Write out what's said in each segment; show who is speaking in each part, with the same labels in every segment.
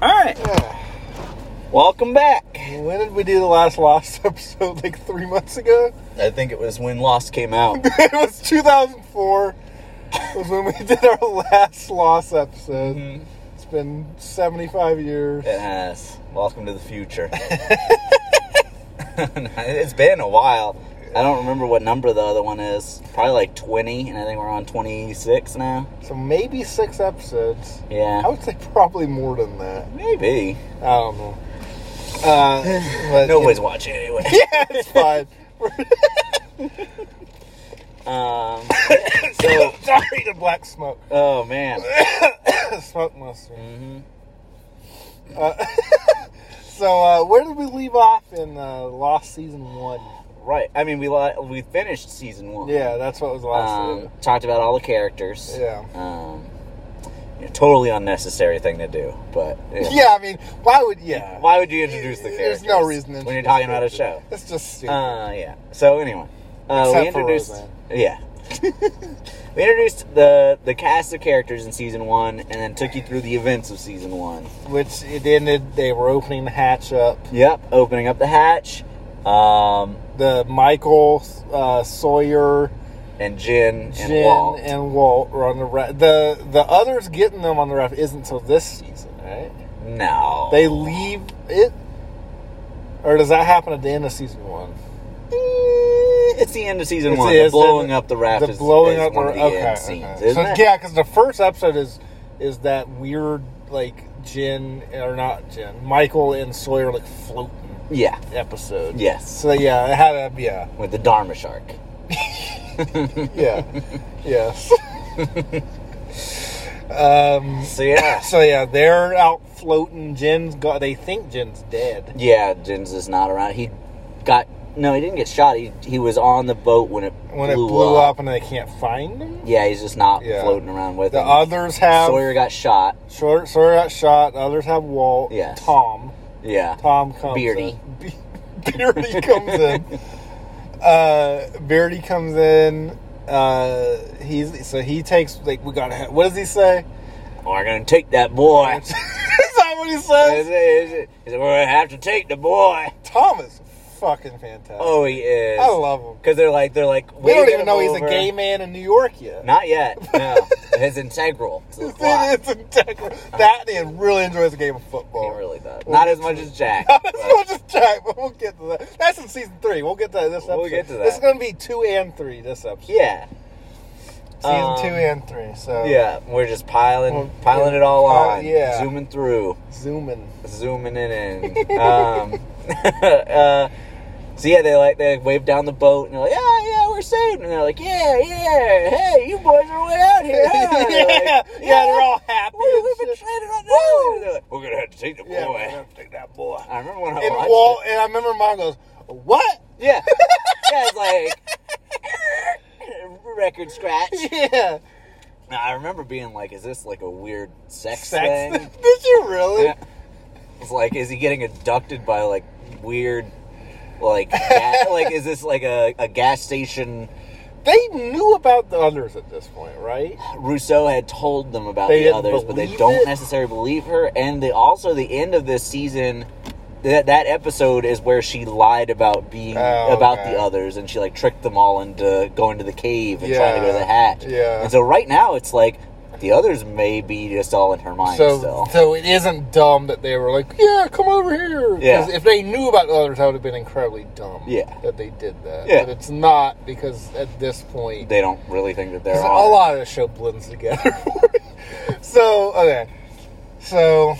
Speaker 1: right. Welcome back.
Speaker 2: When did we do the last Lost episode? Like three months ago?
Speaker 1: I think it was when Lost came out.
Speaker 2: it was 2004. Was when we did our last Lost episode.
Speaker 1: Mhm.
Speaker 2: It's been 75 years.
Speaker 1: yes. Welcome to the future. it's been a while. I don't remember what number the other one is. Probably like 20, and I think we're on 26 now.
Speaker 2: So maybe six episodes. I
Speaker 1: Yeah.
Speaker 2: would say probably more than that.
Speaker 1: Maybe.
Speaker 2: I don't know. Uh, but,
Speaker 1: Nobody's watching anyway.
Speaker 2: Yeah, it's fine.
Speaker 1: Um, so,
Speaker 2: Sorry to black smoke.
Speaker 1: oh man.
Speaker 2: smoke monster.
Speaker 1: hmm
Speaker 2: So uh, where did we leave off in uh, Lost season one?
Speaker 1: Right. I mean, we li- we finished season one.
Speaker 2: Yeah, that's what was last.
Speaker 1: Um, talked about all the characters.
Speaker 2: Yeah.
Speaker 1: Um, you know, totally unnecessary thing to do, but you know.
Speaker 2: yeah, I mean, why would yeah?
Speaker 1: Why would you introduce the
Speaker 2: There's
Speaker 1: characters?
Speaker 2: no reason to
Speaker 1: when you're
Speaker 2: introduce
Speaker 1: talking about a show.
Speaker 2: characters. It's just stupid.
Speaker 1: Uh, yeah. So anyway, uh, we
Speaker 2: Except for
Speaker 1: introduced.
Speaker 2: Roseanne.
Speaker 1: yeah. we introduced the the cast of characters in season one, and then took you through the events of season one.
Speaker 2: um, which it ended. They were opening the hatch up.
Speaker 1: Yep. Opening up the hatch. Um,
Speaker 2: The Michael uh, Sawyer,
Speaker 1: and Jin
Speaker 2: Jin,
Speaker 1: and Walt.
Speaker 2: and Walt were on the raft. The the others getting them on the raft isn't until this season, right?
Speaker 1: no.
Speaker 2: They leave it, or does that happen at the end of season one?
Speaker 1: Eh, It's the end of season
Speaker 2: It's-
Speaker 1: one.
Speaker 2: it's
Speaker 1: the blowing
Speaker 2: the-
Speaker 1: up the raft
Speaker 2: the
Speaker 1: is,
Speaker 2: blowing
Speaker 1: is
Speaker 2: up
Speaker 1: one
Speaker 2: or
Speaker 1: of the
Speaker 2: okay,
Speaker 1: end
Speaker 2: okay.
Speaker 1: scenes,
Speaker 2: So,
Speaker 1: isn't it?
Speaker 2: yeah, because the first episode is is that weird like Jin or not Jin, Michael and Sawyer like floating
Speaker 1: Yeah.
Speaker 2: episode.
Speaker 1: Yes.
Speaker 2: So yeah, it had a yeah,
Speaker 1: With the Dharma shark.
Speaker 2: yeah, yes. um.
Speaker 1: So yeah.
Speaker 2: So yeah, they're out floating. Jin's got. They think Jin's dead.
Speaker 1: yeah, Jins is not around. He got no, he didn't get shot. He he was on the boat when it
Speaker 2: When
Speaker 1: blew
Speaker 2: it blew up. and they can't find him,
Speaker 1: Yeah, he's just not
Speaker 2: Yeah.
Speaker 1: floating around with
Speaker 2: the
Speaker 1: him.
Speaker 2: others have
Speaker 1: Sawyer got shot.
Speaker 2: Sawyer, Sawyer got shot. The others have Walt.
Speaker 1: Yes.
Speaker 2: Tom.
Speaker 1: Yeah.
Speaker 2: Tom comes
Speaker 1: Beardy.
Speaker 2: in. Be- Beardy comes in. Uh, Beardy comes in. Uh, he's so he takes like we gotta. Have, what does he say?
Speaker 1: We're Oh, gonna take that boy.
Speaker 2: Is that what he
Speaker 1: Is
Speaker 2: says?
Speaker 1: it, is it, is it, we're gonna have to take the boy.
Speaker 2: Tom is fucking fantastic.
Speaker 1: Oh, he is.
Speaker 2: I love him.
Speaker 1: Because they're like they're like
Speaker 2: We don't
Speaker 1: waving
Speaker 2: even
Speaker 1: him
Speaker 2: know he's
Speaker 1: over.
Speaker 2: a gay man in New York yet.
Speaker 1: Not yet. No, it's integral to the plot.
Speaker 2: it's integral. That man really enjoys the game of
Speaker 1: He
Speaker 2: football.
Speaker 1: really does. Not as much as Jack.
Speaker 2: That's
Speaker 1: but-
Speaker 2: what just Jack, but we'll get to that. That's in season three. We'll get to that this episode.
Speaker 1: We'll get to that.
Speaker 2: This is going to be two and three this episode.
Speaker 1: yeah.
Speaker 2: Season
Speaker 1: Um,
Speaker 2: two and three. So
Speaker 1: Yeah, we're just piling
Speaker 2: Well,
Speaker 1: piling
Speaker 2: yeah,
Speaker 1: it all
Speaker 2: pile-
Speaker 1: on.
Speaker 2: yeah.
Speaker 1: Zooming through,
Speaker 2: zooming.
Speaker 1: zooming it in. um, uh, so yeah, they like they wave down the boat and they're like, yeah, yeah, we're saved. And they're like, yeah, yeah, hey, you boys are way out here. huh?"
Speaker 2: yeah,
Speaker 1: And they're like,
Speaker 2: yeah, they're all happy.
Speaker 1: We,
Speaker 2: and
Speaker 1: we've been
Speaker 2: shit.
Speaker 1: stranded on the island." They're like, We're gonna have to take the boy.
Speaker 2: Yeah, we're gonna have
Speaker 1: take that boy. I remember when I
Speaker 2: And
Speaker 1: watched
Speaker 2: Walt
Speaker 1: it.
Speaker 2: and I remember mom goes, "What?"
Speaker 1: Yeah, yeah, it's like record scratch.
Speaker 2: Yeah,
Speaker 1: Now, I remember being like, is this like a weird sex,
Speaker 2: sex.
Speaker 1: thing?
Speaker 2: Did you really?
Speaker 1: Yeah. It's like, is he getting abducted by like weird, like, ga- like is this like a, a gas station?
Speaker 2: They knew about the others at this point, right?
Speaker 1: Rousseau had told them about
Speaker 2: They
Speaker 1: the
Speaker 2: didn't
Speaker 1: others, but they
Speaker 2: believe
Speaker 1: don't
Speaker 2: it?
Speaker 1: necessarily believe her. And the also the end of this season, that that episode is where she lied about being
Speaker 2: Oh,
Speaker 1: about
Speaker 2: okay.
Speaker 1: the others, and she like tricked them all into going to the cave and trying to go to the
Speaker 2: Yeah,
Speaker 1: hatch.
Speaker 2: yeah.
Speaker 1: And so right now it's like the others may be just all in her mind
Speaker 2: So,
Speaker 1: still.
Speaker 2: so it isn't dumb that they were like, "Yeah, come over here." 'Cause
Speaker 1: Yeah.
Speaker 2: If they knew about the others, that would have been incredibly dumb.
Speaker 1: Yeah.
Speaker 2: That they did that.
Speaker 1: Yeah.
Speaker 2: But it's not because at this point,
Speaker 1: They don't really think that they're
Speaker 2: a
Speaker 1: all.
Speaker 2: lot of the show blends together. so okay, so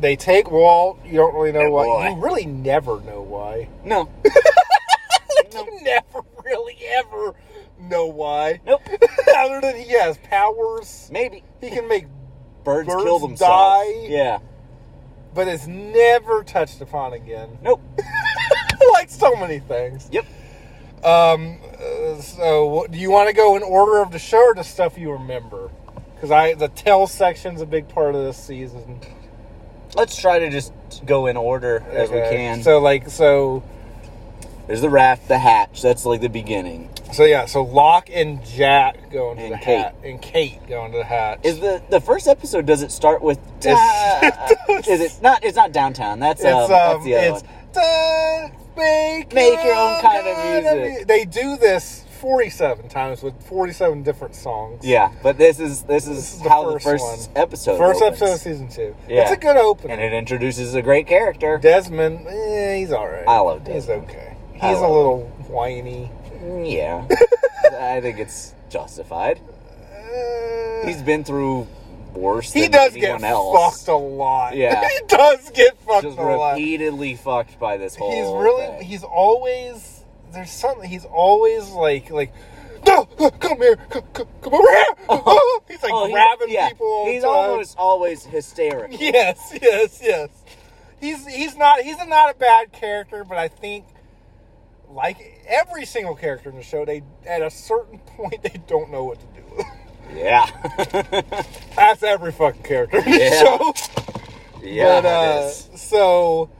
Speaker 2: they take Walt. You don't really know
Speaker 1: That
Speaker 2: why.
Speaker 1: boy.
Speaker 2: You really never know why.
Speaker 1: No,
Speaker 2: You never really ever know why.
Speaker 1: nope.
Speaker 2: Other than he has powers,
Speaker 1: Maybe
Speaker 2: he can make
Speaker 1: birds,
Speaker 2: Birds
Speaker 1: kill themselves.
Speaker 2: die.
Speaker 1: Yeah.
Speaker 2: but it's never touched upon again.
Speaker 1: Nope.
Speaker 2: like so many things.
Speaker 1: Yep.
Speaker 2: Um. uh, so, what- do you want to go in order of the show or the stuff you remember? Because I the tell section's a big part of this season.
Speaker 1: Let's try to just go in order as we
Speaker 2: Okay.
Speaker 1: can.
Speaker 2: So, like, so
Speaker 1: There's the raft, the hatch. That's like the beginning.
Speaker 2: So yeah, so Locke and Jack go into
Speaker 1: And
Speaker 2: the
Speaker 1: Kate.
Speaker 2: hat, and Kate go into the hat.
Speaker 1: Is the the first episode? Does it start with?
Speaker 2: Yes, it does.
Speaker 1: is it not? It's not downtown. That's um,
Speaker 2: it's um,
Speaker 1: that's the other
Speaker 2: it's
Speaker 1: one.
Speaker 2: "Duh, make
Speaker 1: Make your own kind of music."
Speaker 2: mu-" They do this forty-seven times with forty-seven different songs.
Speaker 1: Yeah, but this is this is,
Speaker 2: This is the
Speaker 1: how
Speaker 2: first
Speaker 1: the first
Speaker 2: one.
Speaker 1: episode.
Speaker 2: First
Speaker 1: opens.
Speaker 2: episode of season two.
Speaker 1: Yeah.
Speaker 2: It's a good opening.
Speaker 1: and it introduces a great character.
Speaker 2: Desmond, eh, he's all right.
Speaker 1: I love
Speaker 2: He's
Speaker 1: Desmond.
Speaker 2: okay. He's
Speaker 1: I
Speaker 2: a
Speaker 1: love
Speaker 2: little whiny.
Speaker 1: yeah, I think it's justified.
Speaker 2: Uh,
Speaker 1: He's been through worse.
Speaker 2: he
Speaker 1: than
Speaker 2: does
Speaker 1: anyone
Speaker 2: get
Speaker 1: else.
Speaker 2: fucked a lot.
Speaker 1: Yeah.
Speaker 2: he does get fucked
Speaker 1: Just
Speaker 2: a lot. He's
Speaker 1: repeatedly fucked by this whole.
Speaker 2: really.
Speaker 1: thing.
Speaker 2: He's always there's something. He's always like like. No, uh, come here, come, come, come over here. Oh, he's like
Speaker 1: Oh, he-
Speaker 2: grabbing
Speaker 1: yeah,
Speaker 2: people. All
Speaker 1: he's
Speaker 2: the time.
Speaker 1: almost always hysterical.
Speaker 2: Yes, yes, yes. He's he's not he's not a bad character, but I think like every single character in the show, they at a certain point they don't know what to do. with him.
Speaker 1: Yeah.
Speaker 2: That's every fucking character in the
Speaker 1: Yeah.
Speaker 2: show.
Speaker 1: yeah.
Speaker 2: but,
Speaker 1: it
Speaker 2: uh,
Speaker 1: is.
Speaker 2: so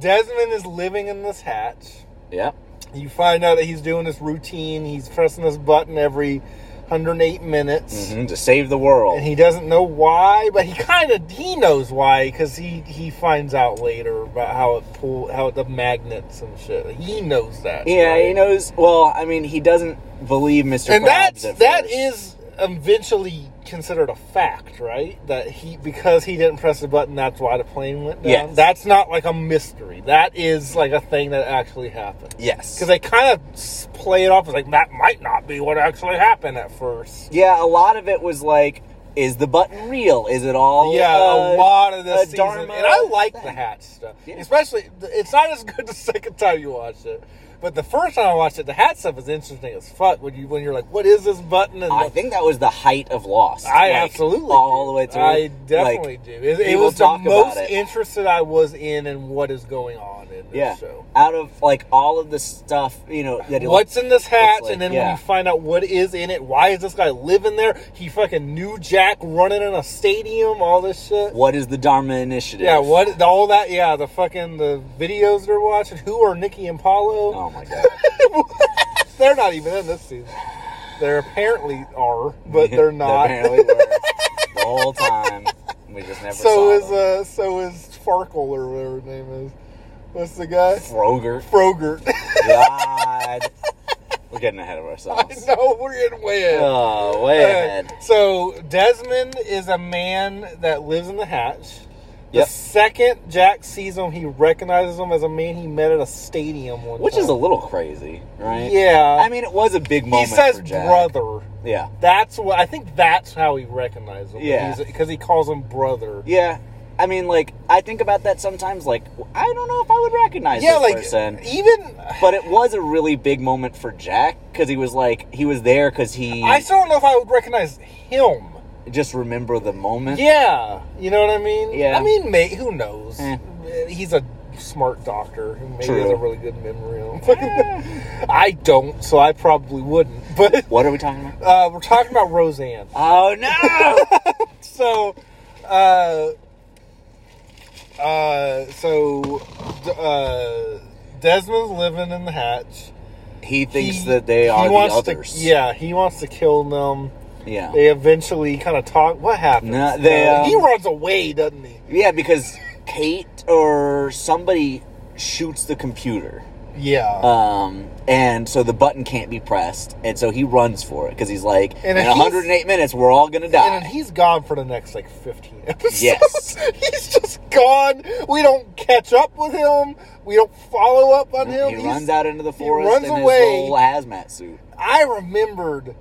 Speaker 2: Desmond is living in this hatch.
Speaker 1: Yep.
Speaker 2: You find out that he's doing this routine. He's pressing this button every 108 minutes.
Speaker 1: hmm To save the world.
Speaker 2: and he doesn't know why, but he kind of he knows why because he he finds out later about how it pull how the magnets and shit. He knows that.
Speaker 1: yeah,
Speaker 2: right?
Speaker 1: he knows. Well, I mean, he doesn't believe Mr.
Speaker 2: And
Speaker 1: Krabs
Speaker 2: that's
Speaker 1: at
Speaker 2: that
Speaker 1: first.
Speaker 2: is eventually considered a fact, right? That he because he didn't press the button, that's why the plane went down.
Speaker 1: Yes.
Speaker 2: That's not like a mystery. That is like a thing that actually happened.
Speaker 1: Yes.
Speaker 2: Because they kind of play it off as like that might not be what actually happened at first.
Speaker 1: yeah, a lot of it was like, is the button real? Is it all.
Speaker 2: Yeah, a
Speaker 1: uh,
Speaker 2: lot of this
Speaker 1: a
Speaker 2: season,
Speaker 1: Dharma
Speaker 2: and I like the
Speaker 1: thing?
Speaker 2: hatch stuff.
Speaker 1: Yeah.
Speaker 2: Especially, it's not as good the second time you watch it, but the first time I watched it, the hat stuff is interesting as fuck. When you when you're like, what is this button? And
Speaker 1: I
Speaker 2: the-
Speaker 1: think that was the height of Lost.
Speaker 2: I
Speaker 1: like,
Speaker 2: absolutely
Speaker 1: all
Speaker 2: do.
Speaker 1: the way through.
Speaker 2: I
Speaker 1: Like,
Speaker 2: definitely do. It, it
Speaker 1: people
Speaker 2: was the
Speaker 1: talk about
Speaker 2: most
Speaker 1: it.
Speaker 2: interested I was in in what is going on in this
Speaker 1: yeah.
Speaker 2: show.
Speaker 1: Out of like all of the stuff, you know, that he
Speaker 2: What's in this hatch,
Speaker 1: like,
Speaker 2: and then when
Speaker 1: yeah.
Speaker 2: you find out what is in it, why is this guy living there? He fucking knew Jack running in a stadium, all this shit.
Speaker 1: what is the Dharma Initiative?
Speaker 2: Yeah, what all that? Yeah, the fucking the videos they're watching. Who are Nikki and Paulo?
Speaker 1: Oh my god.
Speaker 2: They're not even in this season. They're apparently are, but they're not.
Speaker 1: apparently were the whole time. We just never
Speaker 2: so
Speaker 1: saw
Speaker 2: is
Speaker 1: them.
Speaker 2: uh, so is Farkle or whatever his name is. What's the guy?
Speaker 1: Froger.
Speaker 2: Frogert.
Speaker 1: God. We're getting ahead of
Speaker 2: I
Speaker 1: ourselves.
Speaker 2: know we're getting way ahead.
Speaker 1: Oh, way ahead.
Speaker 2: Uh, so Desmond is a man that lives in the hatch. The
Speaker 1: Yep.
Speaker 2: second Jack sees him, he recognizes him as a man he met at a stadium one
Speaker 1: Which
Speaker 2: time.
Speaker 1: is a little crazy, right?
Speaker 2: yeah.
Speaker 1: I mean, it was a big
Speaker 2: he
Speaker 1: moment.
Speaker 2: says
Speaker 1: for Jack.
Speaker 2: brother.
Speaker 1: Yeah.
Speaker 2: That's what I think. That's how he recognizes him.
Speaker 1: Yeah.
Speaker 2: because he calls him brother.
Speaker 1: Yeah. I mean, like, I think about that sometimes. Like, I don't know if I would recognize
Speaker 2: Yeah,
Speaker 1: this
Speaker 2: like
Speaker 1: person.
Speaker 2: even
Speaker 1: But it was a really big moment for Jack because he was like, he was there because he
Speaker 2: I still don't know if I would recognize him.
Speaker 1: just remember the moment.
Speaker 2: Yeah, you know what I mean.
Speaker 1: Yeah.
Speaker 2: I mean, may, who knows?
Speaker 1: Eh.
Speaker 2: He's a smart doctor who maybe has
Speaker 1: True.
Speaker 2: a really good memory. on fucking- I don't, so I probably wouldn't. But
Speaker 1: What are we talking about?
Speaker 2: uh, we're talking about Roseanne.
Speaker 1: Oh no!
Speaker 2: so, uh, uh, so, d- uh, Desmond's living in the hatch.
Speaker 1: he thinks
Speaker 2: He-
Speaker 1: that they
Speaker 2: he
Speaker 1: are the
Speaker 2: wants
Speaker 1: others.
Speaker 2: To, yeah, he wants to kill them.
Speaker 1: yeah,
Speaker 2: They eventually kind of talk. What happens?
Speaker 1: No, they,
Speaker 2: Uh, he
Speaker 1: um,
Speaker 2: runs away, doesn't he?
Speaker 1: yeah. Because Kate or somebody shoots the computer,
Speaker 2: Yeah.
Speaker 1: um, and so the button can't be pressed, and so he runs for it because he's like,
Speaker 2: And
Speaker 1: in
Speaker 2: he's-
Speaker 1: 108 minutes, we're all gonna
Speaker 2: and then
Speaker 1: die.
Speaker 2: he's gone for the next like 15 episodes.
Speaker 1: Yes.
Speaker 2: he's just gone. We don't catch up with him. We don't follow up on him.
Speaker 1: He
Speaker 2: He's-
Speaker 1: runs out into the forest
Speaker 2: runs
Speaker 1: in his
Speaker 2: away.
Speaker 1: little hazmat suit.
Speaker 2: I remembered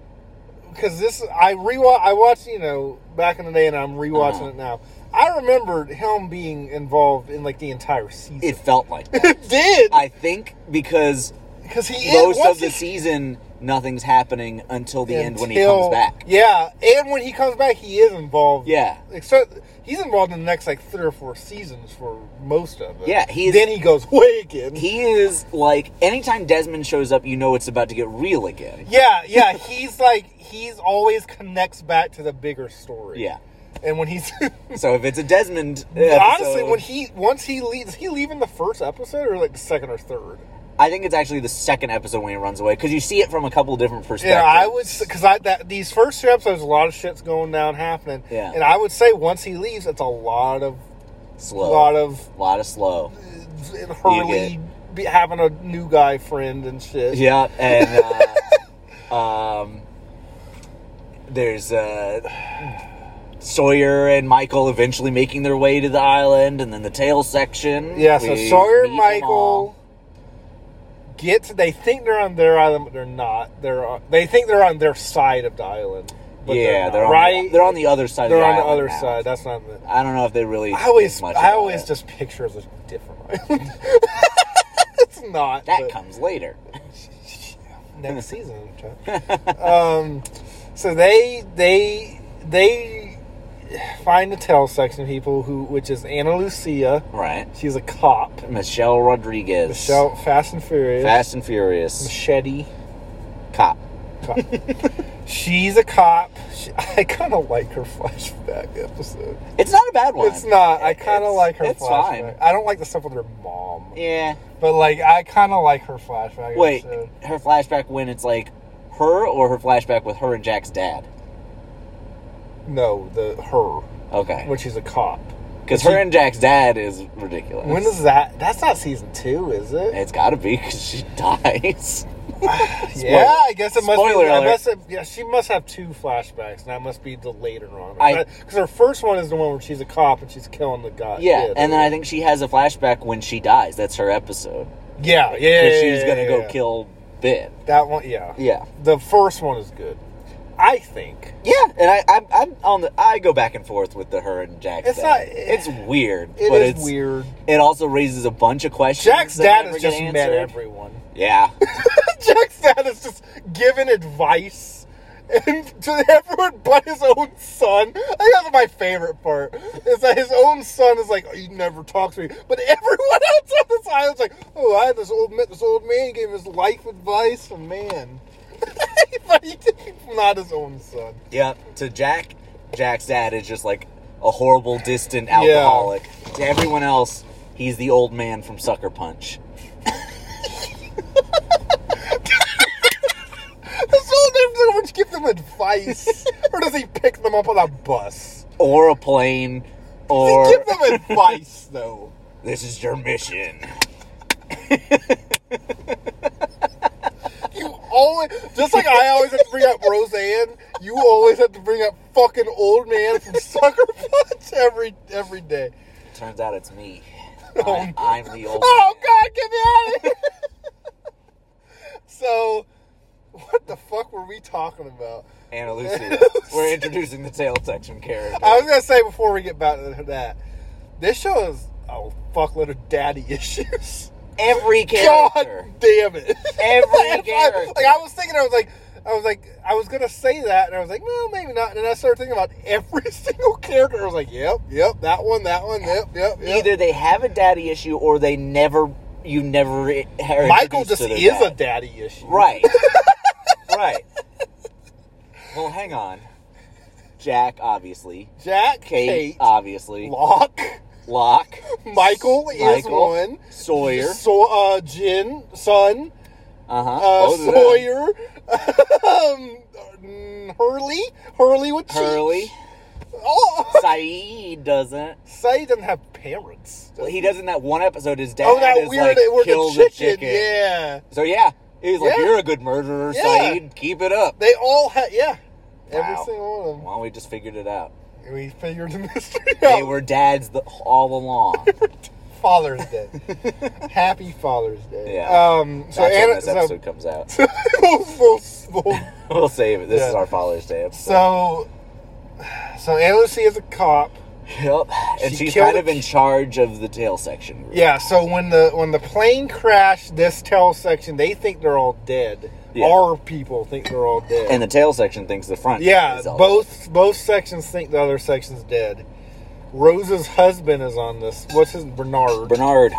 Speaker 2: because this I rewatch. I watched you know back in the day, and I'm rewatching
Speaker 1: Uh-huh.
Speaker 2: it now. I remembered him being involved in like the entire season.
Speaker 1: It felt like that.
Speaker 2: It did
Speaker 1: I think because
Speaker 2: because he is-
Speaker 1: most
Speaker 2: once
Speaker 1: of the
Speaker 2: he-
Speaker 1: season, nothing nothing's happening until the end when he
Speaker 2: until-
Speaker 1: comes back.
Speaker 2: Yeah, and when he comes back, he is involved.
Speaker 1: Yeah.
Speaker 2: except he's involved in the next like three or four seasons for most of it.
Speaker 1: Yeah, he's-
Speaker 2: then he goes away again.
Speaker 1: He is like anytime Desmond shows up, you know it's about to get real again.
Speaker 2: yeah, yeah, he's like he's always connects back to the bigger story.
Speaker 1: Yeah.
Speaker 2: and when he's
Speaker 1: So if it's a Desmond, episode,
Speaker 2: honestly when he once he leaves, is he leaving the first episode or like the second or third?
Speaker 1: I think it's actually the second episode when he runs away because you see it from a couple different
Speaker 2: Yeah,
Speaker 1: perspectives.
Speaker 2: I would because I that these first two episodes, a lot of shit's going down happening.
Speaker 1: Yeah.
Speaker 2: and I would say once he leaves, it's a lot of
Speaker 1: slow,
Speaker 2: lot of
Speaker 1: a lot of slow.
Speaker 2: uh, Hurley be, having a new guy friend and shit.
Speaker 1: Yeah, and uh, um, there's uh, Sawyer and Michael eventually making their way to the island, and then the tail section.
Speaker 2: yeah. So
Speaker 1: We
Speaker 2: Sawyer
Speaker 1: meet
Speaker 2: and
Speaker 1: them all.
Speaker 2: Michael get to, they think they're on their island, but they're not. They're on, they think they're on their side of the island. But
Speaker 1: yeah,
Speaker 2: not,
Speaker 1: they're on,
Speaker 2: right.
Speaker 1: They're on the other side.
Speaker 2: They're
Speaker 1: of the
Speaker 2: on the
Speaker 1: island
Speaker 2: other
Speaker 1: now.
Speaker 2: side. That's not. The,
Speaker 1: I don't know if they really.
Speaker 2: I always,
Speaker 1: think much
Speaker 2: I
Speaker 1: about
Speaker 2: always
Speaker 1: it.
Speaker 2: just picture it as a different island. it's not.
Speaker 1: that
Speaker 2: but-
Speaker 1: comes later.
Speaker 2: next season. Chuck. um, so they they they find the tail section people who, which is Anna Lucia.
Speaker 1: Right.
Speaker 2: She's a cop.
Speaker 1: Michelle Rodriguez.
Speaker 2: Michelle, Fast and Furious.
Speaker 1: Fast and Furious.
Speaker 2: Machete.
Speaker 1: Cop.
Speaker 2: Cop. She's a cop. She, I kind of like her flashback episode.
Speaker 1: It's not a bad one.
Speaker 2: It's not. I
Speaker 1: It-
Speaker 2: kind of
Speaker 1: it's-
Speaker 2: like her.
Speaker 1: It's
Speaker 2: flashback.
Speaker 1: fine.
Speaker 2: I don't like the stuff with her mom,
Speaker 1: Yeah.
Speaker 2: but like I kind of like her flashback.
Speaker 1: Wait,
Speaker 2: episode.
Speaker 1: her flashback when it's like her or her flashback with her and Jack's dad?
Speaker 2: no, the her
Speaker 1: Okay.
Speaker 2: when she's a cop.
Speaker 1: Because
Speaker 2: she-
Speaker 1: her and Jack's dad is ridiculous.
Speaker 2: When is that? That's not season two, is it?
Speaker 1: It's gotta be because she dies.
Speaker 2: Yeah, I guess it must
Speaker 1: Spoiler
Speaker 2: be. I
Speaker 1: alert.
Speaker 2: must have, yeah, she must have two flashbacks, and that must be the later one.
Speaker 1: I-
Speaker 2: Because her first one is the one where she's a cop and she's killing the guy.
Speaker 1: yeah,
Speaker 2: kid.
Speaker 1: and then I think she has a flashback when she dies. That's her episode.
Speaker 2: yeah, yeah, yeah,
Speaker 1: 'Cause
Speaker 2: yeah,
Speaker 1: she's gonna
Speaker 2: yeah,
Speaker 1: go
Speaker 2: yeah.
Speaker 1: kill Ben.
Speaker 2: that one. Yeah.
Speaker 1: Yeah.
Speaker 2: the first one is good. I think
Speaker 1: Yeah, and I, I'm, I'm on the. I go back and forth with the her and Jack's.
Speaker 2: It's not-
Speaker 1: dad. It's weird,
Speaker 2: it is
Speaker 1: but it's
Speaker 2: weird.
Speaker 1: It also raises a bunch of questions.
Speaker 2: Jack's
Speaker 1: that
Speaker 2: dad
Speaker 1: never
Speaker 2: has
Speaker 1: get
Speaker 2: just met
Speaker 1: answered.
Speaker 2: everyone.
Speaker 1: Yeah,
Speaker 2: Jack's dad is just giving advice and to everyone but his own son. I think that's my favorite part. Is that his own son is like, oh, you never talk to me. But everyone else on this island's like, oh, I had this old ma- this old man gave his life advice, and man, but he not his own son.
Speaker 1: yeah. To Jack, Jack's dad is just like a horrible, distant alcoholic. To everyone else, he's the old man from Sucker Punch.
Speaker 2: This old man's gonna just give them advice, or does he pick them up on a bus?
Speaker 1: Or a plane, or
Speaker 2: Does he give them advice though?
Speaker 1: this is your mission.
Speaker 2: You always, just like I always have to bring up Roseanne, you always have to bring up fucking old man from Sucker Punch every every day.
Speaker 1: Turns out it's me. I, I'm the old.
Speaker 2: Oh God, get me out of here! so, what the fuck were we talking about?
Speaker 1: Anna Lucia. We're introducing the tail section character.
Speaker 2: I was gonna say before we get back to that, this show is a fuckload of daddy issues.
Speaker 1: Every
Speaker 2: God
Speaker 1: character.
Speaker 2: damn it!
Speaker 1: Every
Speaker 2: Like, I-
Speaker 1: character.
Speaker 2: Like I was thinking, I was like, I was like, I was gonna say that, and I was like, well, maybe not. And then I started thinking about every single character. I was like, yep, yep, that one, that one, yep, yep, yep.
Speaker 1: Either they have a daddy issue, or they never. You never. are
Speaker 2: Michael
Speaker 1: introduced
Speaker 2: just
Speaker 1: to their
Speaker 2: is
Speaker 1: dad.
Speaker 2: a daddy issue,
Speaker 1: Right. right. Well, hang on. Jack, obviously.
Speaker 2: Jack,
Speaker 1: Kate,
Speaker 2: Kate,
Speaker 1: obviously.
Speaker 2: Locke,
Speaker 1: Locke.
Speaker 2: Michael is
Speaker 1: Michael,
Speaker 2: one.
Speaker 1: Sawyer.
Speaker 2: So, uh, Jin, son,
Speaker 1: Uh-huh.
Speaker 2: uh,
Speaker 1: both of them.
Speaker 2: Sawyer, um, mm, Hurley, Hurley with cheeks.
Speaker 1: Hurley.
Speaker 2: Oh,
Speaker 1: Saeed doesn't.
Speaker 2: Say doesn't have parents.
Speaker 1: Well, he does in that one episode. His dad
Speaker 2: Oh, that
Speaker 1: is
Speaker 2: weird
Speaker 1: like,
Speaker 2: where
Speaker 1: kill
Speaker 2: the chicken, Yeah.
Speaker 1: So, yeah. He's like,
Speaker 2: Yeah.
Speaker 1: you're a good murderer,
Speaker 2: Yeah.
Speaker 1: Saeed. Keep it up.
Speaker 2: They all had, yeah. Every
Speaker 1: Wow.
Speaker 2: single one of them.
Speaker 1: Well, we just figured it out.
Speaker 2: We figured the mystery out.
Speaker 1: They were dads the, all along.
Speaker 2: Father's Day. Happy Father's Day.
Speaker 1: Yeah.
Speaker 2: Um, so
Speaker 1: That's when
Speaker 2: Anna,
Speaker 1: this
Speaker 2: so,
Speaker 1: episode comes out.
Speaker 2: we'll- we'll- we'll-
Speaker 1: we'll save it. This
Speaker 2: Yeah.
Speaker 1: is our Father's Day episode.
Speaker 2: so, so Anna Lucia is a cop.
Speaker 1: Yep. And
Speaker 2: She
Speaker 1: she's
Speaker 2: killed
Speaker 1: kind
Speaker 2: a
Speaker 1: of in
Speaker 2: ch-
Speaker 1: charge of the tail section. group.
Speaker 2: Yeah. So when the when the plane crashed this tail section, they think they're all dead.
Speaker 1: Yeah.
Speaker 2: Our people think they're all dead.
Speaker 1: And the tail section thinks the front.
Speaker 2: Yeah,
Speaker 1: is all-
Speaker 2: both both sections think the other section's dead. Rose's husband is on this. What's his Bernard?
Speaker 1: Bernard.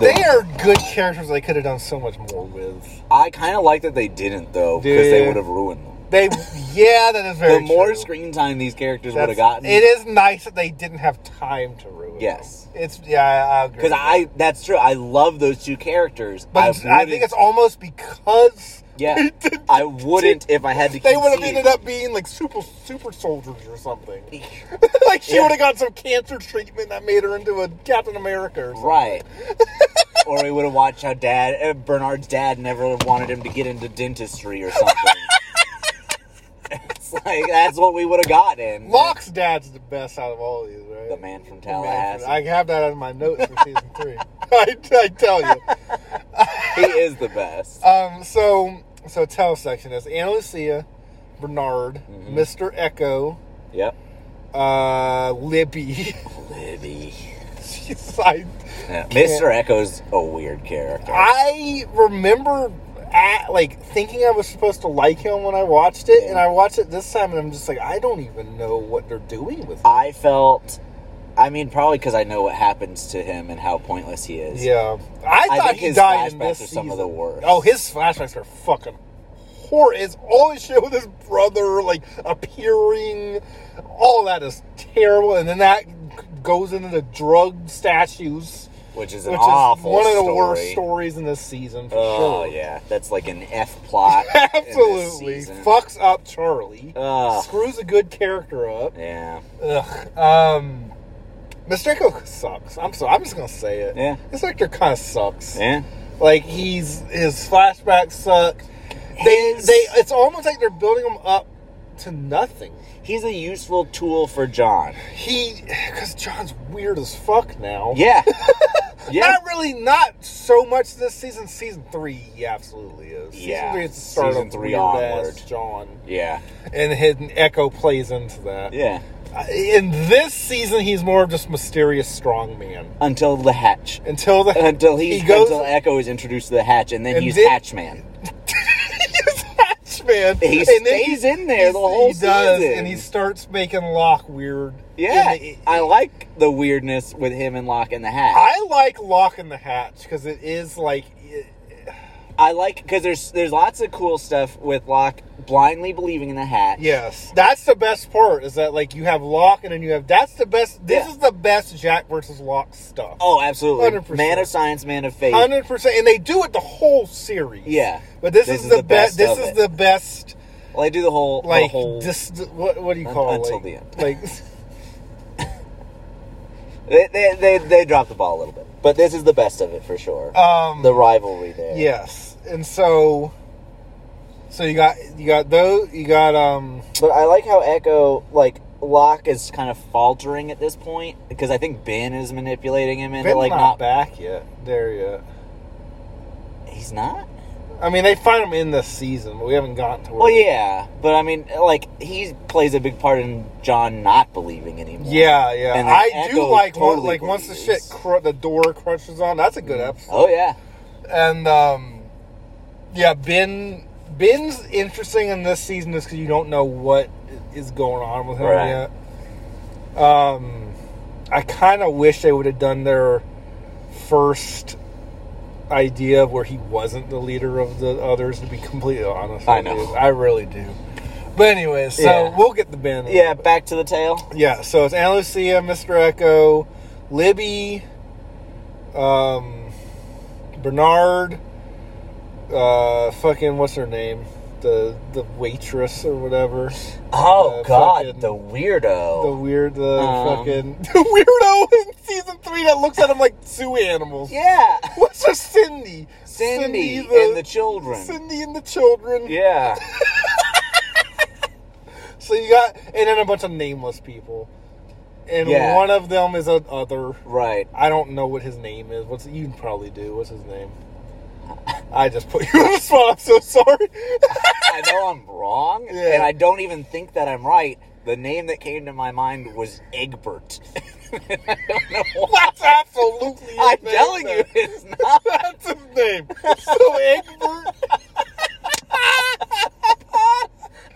Speaker 2: They are good characters. They could have done so much more with.
Speaker 1: I kind of like that they didn't though, because they
Speaker 2: Dude.
Speaker 1: would have ruined them.
Speaker 2: They, yeah, that is very.
Speaker 1: the more
Speaker 2: true.
Speaker 1: screen time these characters would
Speaker 2: That's-
Speaker 1: have gotten,
Speaker 2: It is nice that they didn't have time to ruin
Speaker 1: Yes.
Speaker 2: It's yeah, I, I agree.
Speaker 1: Because I, that's true. I love those two characters.
Speaker 2: but I, think
Speaker 1: wouldn't-
Speaker 2: it's almost because
Speaker 1: yeah. I wouldn't if I had to.
Speaker 2: they would have
Speaker 1: concede.
Speaker 2: ended up being like super super soldiers or something. like she
Speaker 1: Yeah.
Speaker 2: would have got some cancer treatment that made her into a Captain America or something.
Speaker 1: Right. or we would have watched how dad uh, Bernard's dad never wanted him to get into dentistry or something. it's like that's what we would have gotten.
Speaker 2: Locke's dad's the best out of all these, right?
Speaker 1: The man from
Speaker 2: The man
Speaker 1: Tallahassee.
Speaker 2: from- I have that on my notes for season three. I, I tell you.
Speaker 1: he is the best.
Speaker 2: Um, so so tell section is Anna Lucia, Bernard, Mr. Echo,
Speaker 1: Yep.
Speaker 2: uh, Libby.
Speaker 1: Libby.
Speaker 2: She's like
Speaker 1: Yeah, Mr. Echo's a weird character.
Speaker 2: I remember at like thinking I was supposed to like him when I watched it, and I watched it this time, and I'm just like, I don't even know what they're doing with him.
Speaker 1: I felt, I mean, probably because I know what happens to him and how pointless he is.
Speaker 2: Yeah, I
Speaker 1: I
Speaker 2: thought
Speaker 1: think
Speaker 2: he
Speaker 1: his
Speaker 2: died in
Speaker 1: flashbacks
Speaker 2: this
Speaker 1: are some of
Speaker 2: season.
Speaker 1: the worst.
Speaker 2: Oh, his flashbacks are fucking horror. It's all his shit with his brother, like appearing. All that is terrible, and then that g- goes into the drug statues,
Speaker 1: Which is an
Speaker 2: which is
Speaker 1: awful
Speaker 2: one of the
Speaker 1: story.
Speaker 2: worst stories in this season for
Speaker 1: Oh,
Speaker 2: sure.
Speaker 1: yeah. That's like an F plot. in this
Speaker 2: Absolutely
Speaker 1: season.
Speaker 2: fucks up Charlie.
Speaker 1: Ugh.
Speaker 2: Screws a good character up.
Speaker 1: Yeah.
Speaker 2: Ugh. Um, Mr. Echo sucks. I'm so I'm just gonna say it.
Speaker 1: Yeah.
Speaker 2: This actor kind of sucks.
Speaker 1: Yeah.
Speaker 2: Like he's his flashbacks suck. They
Speaker 1: His-
Speaker 2: they it's almost like they're building him up to nothing.
Speaker 1: He's a useful tool for John.
Speaker 2: He because John's weird as fuck now.
Speaker 1: Yeah. Yeah.
Speaker 2: Not really, not so much this season. Season three, he absolutely is. Season
Speaker 1: Yeah.
Speaker 2: three is the start
Speaker 1: Season
Speaker 2: of
Speaker 1: three
Speaker 2: weird
Speaker 1: onward.
Speaker 2: ass John.
Speaker 1: yeah.
Speaker 2: and his echo plays into that.
Speaker 1: Yeah.
Speaker 2: In this season, he's more of just mysterious strongman
Speaker 1: Until the hatch.
Speaker 2: until the
Speaker 1: Until he's,
Speaker 2: he goes
Speaker 1: until Echo is introduced to the hatch, and then
Speaker 2: And
Speaker 1: he's
Speaker 2: then-
Speaker 1: Hatchman.
Speaker 2: he's Hatchman.
Speaker 1: He stays in there the whole
Speaker 2: he does,
Speaker 1: season.
Speaker 2: and he starts making Locke weird.
Speaker 1: Yeah,
Speaker 2: And it-
Speaker 1: I like the weirdness with him and Locke in the hatch.
Speaker 2: I like Locke in the Hatch because it is like it-
Speaker 1: I like because there's there's lots of cool stuff with Locke blindly believing in the hat.
Speaker 2: yes, that's the best part is that like you have Locke and then you have that's the best. This
Speaker 1: Yeah.
Speaker 2: is the best Jack versus Locke stuff.
Speaker 1: Oh, absolutely.
Speaker 2: 100%.
Speaker 1: Man of science, man of faith.
Speaker 2: hundred percent, and they do it the whole series.
Speaker 1: Yeah.
Speaker 2: but this, is, the, best.
Speaker 1: of
Speaker 2: This is
Speaker 1: it.
Speaker 2: the best.
Speaker 1: Well, I do the whole the
Speaker 2: Like
Speaker 1: whole.
Speaker 2: dis- what, what do you
Speaker 1: Un-
Speaker 2: call
Speaker 1: until
Speaker 2: it? Like-
Speaker 1: the end.
Speaker 2: Like
Speaker 1: They, they, they, they dropped the ball a little bit, but this is the best of it for sure.
Speaker 2: um,
Speaker 1: the rivalry there.
Speaker 2: yes, and so so you got you got those you got um
Speaker 1: But I like how Echo, like Locke, is kind of faltering at this point because I think Ben is manipulating him into
Speaker 2: Ben's
Speaker 1: like
Speaker 2: not,
Speaker 1: not.
Speaker 2: back yet there yet.
Speaker 1: He's not.
Speaker 2: I mean, they find him in this season, but we haven't gotten to. Where
Speaker 1: Well, yeah, but I mean, like he plays a big part in John not believing anymore.
Speaker 2: Yeah, yeah.
Speaker 1: And
Speaker 2: I
Speaker 1: then
Speaker 2: do
Speaker 1: Echo
Speaker 2: like one-
Speaker 1: totally
Speaker 2: like once the shit
Speaker 1: believes.
Speaker 2: cr- the door crunches on. That's a good episode.
Speaker 1: Oh yeah.
Speaker 2: and um, yeah, Ben Ben's interesting in this season just because you don't know what is going on with him
Speaker 1: Right.
Speaker 2: yet. Um, I kind of wish they would have done their first idea of where he wasn't the leader of the others. To be completely honest,
Speaker 1: I
Speaker 2: with
Speaker 1: know.
Speaker 2: you. I really do. But anyways, so
Speaker 1: Yeah.
Speaker 2: we'll get the Ben.
Speaker 1: Yeah, back to the tail.
Speaker 2: Yeah, so it's Anna Lucia, Mr. Echo, Libby, um, Bernard, uh, fucking, what's her name? The the waitress or whatever.
Speaker 1: Oh
Speaker 2: Uh,
Speaker 1: god,
Speaker 2: fucking-
Speaker 1: the
Speaker 2: The
Speaker 1: weirdo.
Speaker 2: weird, the
Speaker 1: Um.
Speaker 2: fucking the weirdo in season three that looks at him like zoo animals.
Speaker 1: yeah.
Speaker 2: What's her Cindy?
Speaker 1: Cindy, and the children.
Speaker 2: Cindy and the children.
Speaker 1: Yeah.
Speaker 2: So you got, and then a bunch of nameless people. And
Speaker 1: Yeah.
Speaker 2: one of them is an other.
Speaker 1: Right.
Speaker 2: I don't know what his name is. What's you probably do? What's his name? I just put you on the spot. I'm so sorry.
Speaker 1: I know I'm wrong,
Speaker 2: Yeah.
Speaker 1: and I don't even think that I'm right. The name that came to my mind was Egbert. I don't know why.
Speaker 2: That's absolutely. his
Speaker 1: I'm
Speaker 2: name,
Speaker 1: telling you,
Speaker 2: man.
Speaker 1: it's not.
Speaker 2: that's his name. So Egbert.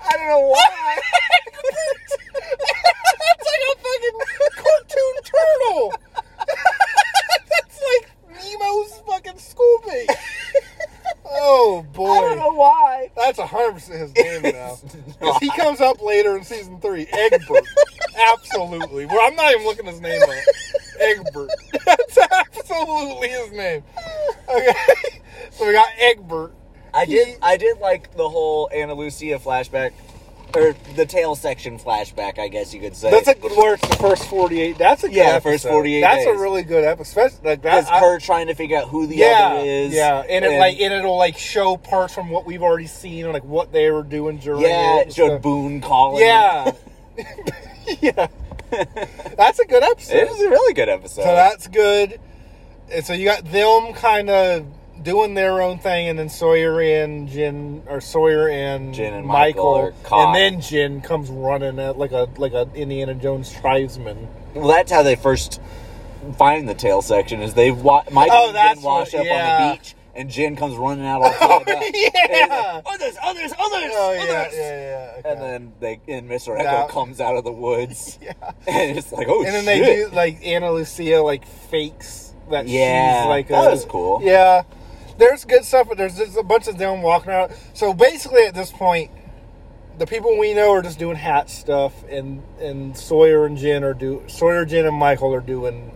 Speaker 1: I don't know why.
Speaker 2: That's like a fucking cartoon turtle. that's like Nemo's fucking schoolmate. Oh boy.
Speaker 1: I don't know why.
Speaker 2: That's hundred percent his name now.
Speaker 1: It's
Speaker 2: 'Cause He comes up later in season three, Egbert. Absolutely. Well, I'm not even looking his name up. Egbert. That's absolutely his name. Okay. So we got Egbert.
Speaker 1: I
Speaker 2: He-
Speaker 1: did. I did like the whole Anna Lucia flashback, or the tail section flashback. I guess you could say.
Speaker 2: That's a good word. The first forty-eight. That's a good
Speaker 1: Yeah, first
Speaker 2: episode.
Speaker 1: 48
Speaker 2: That's
Speaker 1: days.
Speaker 2: a really good episode. Especially like that.
Speaker 1: It's
Speaker 2: I-
Speaker 1: her trying to figure out who the
Speaker 2: yeah,
Speaker 1: other is.
Speaker 2: yeah, and, it like and it'll like show parts from what we've already seen, like what they were doing during. it
Speaker 1: yeah, it
Speaker 2: and
Speaker 1: showed
Speaker 2: stuff.
Speaker 1: Boone calling.
Speaker 2: Yeah, yeah. That's a good episode.
Speaker 1: it was a really good episode.
Speaker 2: So that's good. And so you got them kind of doing their own thing, and then Sawyer and Jin, or Sawyer and,
Speaker 1: Jin and Michael are
Speaker 2: and
Speaker 1: caught.
Speaker 2: then Jin comes running at like a like a Indiana Jones tribesman.
Speaker 1: well, that's how they first find the tail section. Is they wa- Michael
Speaker 2: Oh,
Speaker 1: and
Speaker 2: that's
Speaker 1: Jen wash
Speaker 2: what-
Speaker 1: up on
Speaker 2: yeah.
Speaker 1: the beach, and Jen comes running out all fired up.
Speaker 2: yeah.
Speaker 1: And he's like, others, others, others,
Speaker 2: Oh yeah, yeah,
Speaker 1: others.
Speaker 2: yeah. okay.
Speaker 1: And then they and Mr. Echo
Speaker 2: Now-
Speaker 1: comes out of the woods.
Speaker 2: Yeah.
Speaker 1: And it's like, oh
Speaker 2: and then
Speaker 1: shit.
Speaker 2: they do like Anna Lucia like fakes that
Speaker 1: Yeah,
Speaker 2: she's like
Speaker 1: that
Speaker 2: a,
Speaker 1: was cool.
Speaker 2: Yeah, there's good stuff, but there's just a bunch of them walking around. So basically, at this point, the people we know are just doing hat stuff, and and Sawyer and Jen are do Sawyer, Jen, and Michael are doing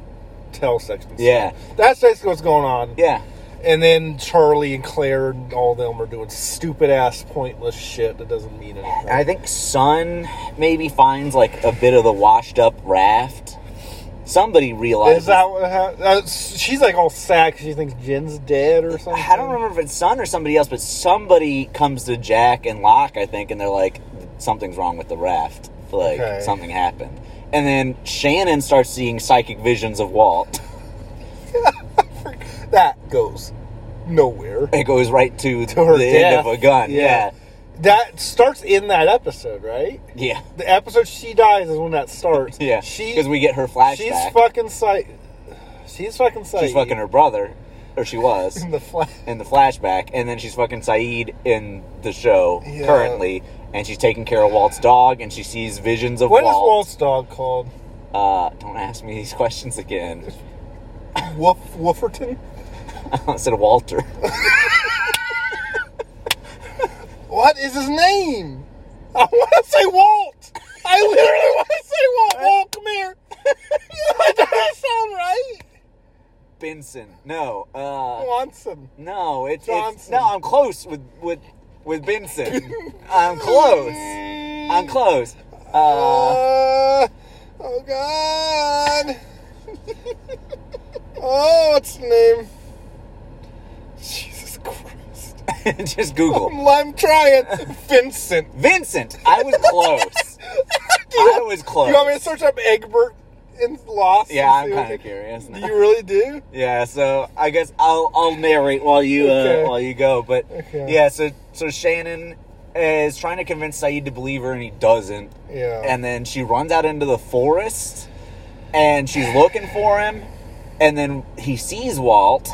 Speaker 2: tail section. stuff.
Speaker 1: Yeah.
Speaker 2: that's basically what's going on.
Speaker 1: Yeah.
Speaker 2: And then Charlie and Claire and all them are doing stupid ass, pointless shit that doesn't mean anything.
Speaker 1: I think Sun maybe finds like a bit of the washed up raft. Somebody realizes
Speaker 2: Is that what happened? Uh, she's like all sad 'cause she thinks Jen's dead or something.
Speaker 1: I don't remember if it's Sun or somebody else, but somebody comes to Jack and Locke, I think, and they're like, something's wrong with the raft. Like,
Speaker 2: Okay.
Speaker 1: something happened. And then Shannon starts seeing psychic visions of Walt.
Speaker 2: That goes nowhere.
Speaker 1: It goes right to,
Speaker 2: To her
Speaker 1: the
Speaker 2: death.
Speaker 1: end of a gun.
Speaker 2: Yeah.
Speaker 1: Yeah.
Speaker 2: That starts in that episode, right?
Speaker 1: Yeah.
Speaker 2: The episode she dies is when that starts.
Speaker 1: Yeah.
Speaker 2: she
Speaker 1: Because we get her flashback.
Speaker 2: she's fucking psych. She's fucking psych.
Speaker 1: She's fucking her brother, or she was,
Speaker 2: in the flash.
Speaker 1: in the flashback, and then she's fucking Saeed in the show
Speaker 2: Yeah.
Speaker 1: currently, and she's taking care of Walt's dog, and she sees visions of
Speaker 2: What is
Speaker 1: Walt.
Speaker 2: Walt's dog called?
Speaker 1: Uh, don't ask me these questions again.
Speaker 2: Wolf Wolferton.
Speaker 1: I said Walter.
Speaker 2: What is his name? I want to say Walt. I literally want to say Walt. Walt, come here. Does that sound right?
Speaker 1: Benson. No. Uh,
Speaker 2: Watson.
Speaker 1: no. It's, it's
Speaker 2: Johnson.
Speaker 1: no. I'm close with with with Benson. I'm close. I'm close. Uh,
Speaker 2: Uh, oh God. oh, what's the name? Jesus Christ.
Speaker 1: just Google
Speaker 2: I'm, I'm trying. Vincent.
Speaker 1: Vincent. I was close. I was close.
Speaker 2: You want me to search up Egbert in Lost? and
Speaker 1: yeah, I'm
Speaker 2: see what
Speaker 1: kind
Speaker 2: they-
Speaker 1: of curious. now.
Speaker 2: Do you really do?
Speaker 1: Yeah, so I guess I'll I'll narrate while you uh,
Speaker 2: Okay.
Speaker 1: while you go, but
Speaker 2: Okay.
Speaker 1: yeah, so so Shannon is trying to convince Saeed to believe her, and he doesn't,
Speaker 2: Yeah.
Speaker 1: and then she runs out into the forest, and she's looking for him, and then he sees Walt,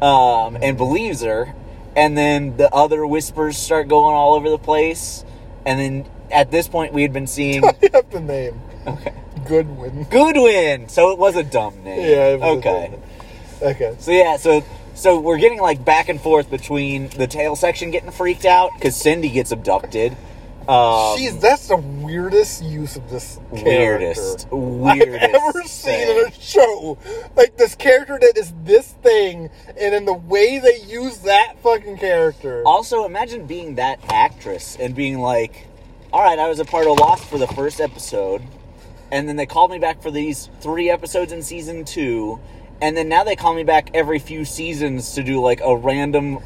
Speaker 1: um, and believes her, and then the other whispers start going all over the place, and then at this point we had been seeing
Speaker 2: I have the name. Okay. Goodwin.
Speaker 1: Goodwin, so it was a dumb name.
Speaker 2: Yeah. it was a
Speaker 1: okay.
Speaker 2: name. Okay.
Speaker 1: So yeah, so so we're getting like back and forth between the tail section getting freaked out because Cindy gets abducted. Um,
Speaker 2: Jeez, that's the weirdest use of this character.
Speaker 1: weirdest, weirdest
Speaker 2: I've ever seen
Speaker 1: thing.
Speaker 2: in a show. Like this character that is this thing, and in the way they use that fucking character.
Speaker 1: Also, imagine being that actress and being like, "All right, I was a part of Lost for the first episode, and then they called me back for these three episodes in season two, and then now they call me back every few seasons to do like a random."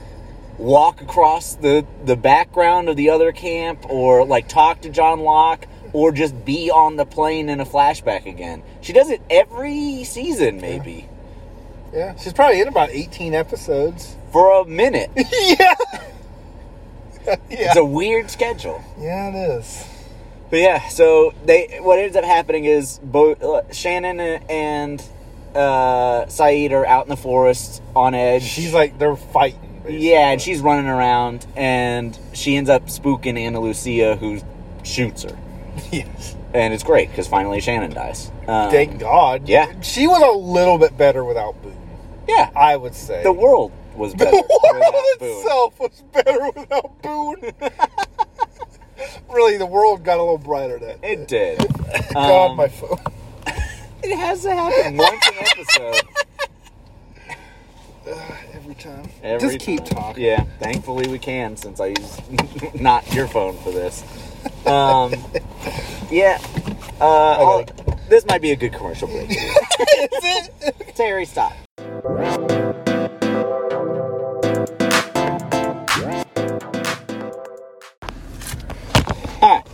Speaker 1: walk across the the background of the other camp or like talk to John Locke or just be on the plane in a flashback again. She does it every season maybe
Speaker 2: Yeah, she's probably in about eighteen episodes.
Speaker 1: for a minute.
Speaker 2: yeah. yeah.
Speaker 1: It's a weird schedule.
Speaker 2: yeah, it is.
Speaker 1: But yeah, so they what ends up happening is both uh, Shannon and uh Saeed are out in the forest on edge.
Speaker 2: She's like they're fighting. basically.
Speaker 1: yeah, and she's running around and she ends up spooking Anna Lucia who shoots her.
Speaker 2: Yes.
Speaker 1: And it's great because finally Shannon dies. Um,
Speaker 2: Thank God.
Speaker 1: yeah.
Speaker 2: She was a little bit better without Boone.
Speaker 1: Yeah,
Speaker 2: I would say.
Speaker 1: the world was better.
Speaker 2: The world
Speaker 1: without Boone.
Speaker 2: itself was better without Boone. really, the world got a little brighter that day.
Speaker 1: It did.
Speaker 2: God,
Speaker 1: Um,
Speaker 2: my phone.
Speaker 1: It has to happen once an episode.
Speaker 2: Every time.
Speaker 1: Every
Speaker 2: Just keep
Speaker 1: time.
Speaker 2: talking.
Speaker 1: Yeah, thankfully we can since I use not your phone for this. Um, yeah. Uh, I'll- this might be a good commercial break.
Speaker 2: Is it?
Speaker 1: Terry, stop. Alright.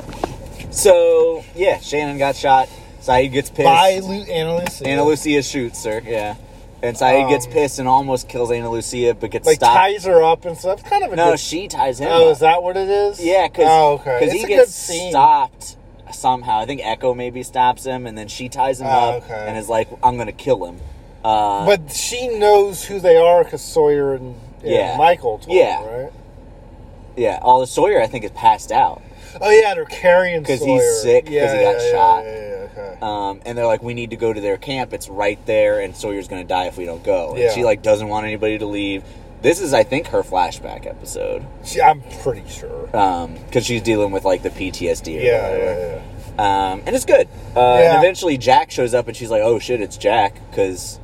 Speaker 1: So, yeah, Shannon got shot. Saeed gets pissed.
Speaker 2: By Lu- Anna Lucia.
Speaker 1: Ana Lucia shoots her, yeah. And Saeed
Speaker 2: Um,
Speaker 1: gets pissed and almost kills Ana Lucia, but gets
Speaker 2: Like
Speaker 1: stopped.
Speaker 2: ties her up and stuff. It's kind of a
Speaker 1: no,
Speaker 2: good.
Speaker 1: she ties him.
Speaker 2: oh,
Speaker 1: up.
Speaker 2: is that what it is?
Speaker 1: Yeah, because
Speaker 2: oh, okay. It's
Speaker 1: he
Speaker 2: a
Speaker 1: gets
Speaker 2: good scene.
Speaker 1: stopped somehow. I think Echo maybe stops him, and then she ties him
Speaker 2: Oh,
Speaker 1: up
Speaker 2: okay.
Speaker 1: and is like, "I'm gonna kill him." Uh,
Speaker 2: But she knows who they are because Sawyer and, and
Speaker 1: Yeah.
Speaker 2: Michael told
Speaker 1: Yeah.
Speaker 2: her, right?
Speaker 1: yeah, all the Sawyer I think is passed out,
Speaker 2: Oh, yeah, they're carrying
Speaker 1: 'Cause
Speaker 2: Sawyer.
Speaker 1: he's sick, 'cause
Speaker 2: Yeah,
Speaker 1: he got
Speaker 2: yeah,
Speaker 1: shot.
Speaker 2: Yeah, yeah, yeah, okay.
Speaker 1: um, and they're like, "We need to go to their camp. It's right there, and Sawyer's gonna die if we don't go." And
Speaker 2: Yeah.
Speaker 1: she like doesn't want anybody to leave. This is, I think, her flashback episode
Speaker 2: She, I'm pretty sure.
Speaker 1: because she's dealing with like the PTSD. Or
Speaker 2: Yeah,
Speaker 1: whatever.
Speaker 2: yeah, yeah.
Speaker 1: um, and it's good. Uh,
Speaker 2: Yeah.
Speaker 1: And eventually, Jack shows up, and she's like, "Oh shit, it's Jack," because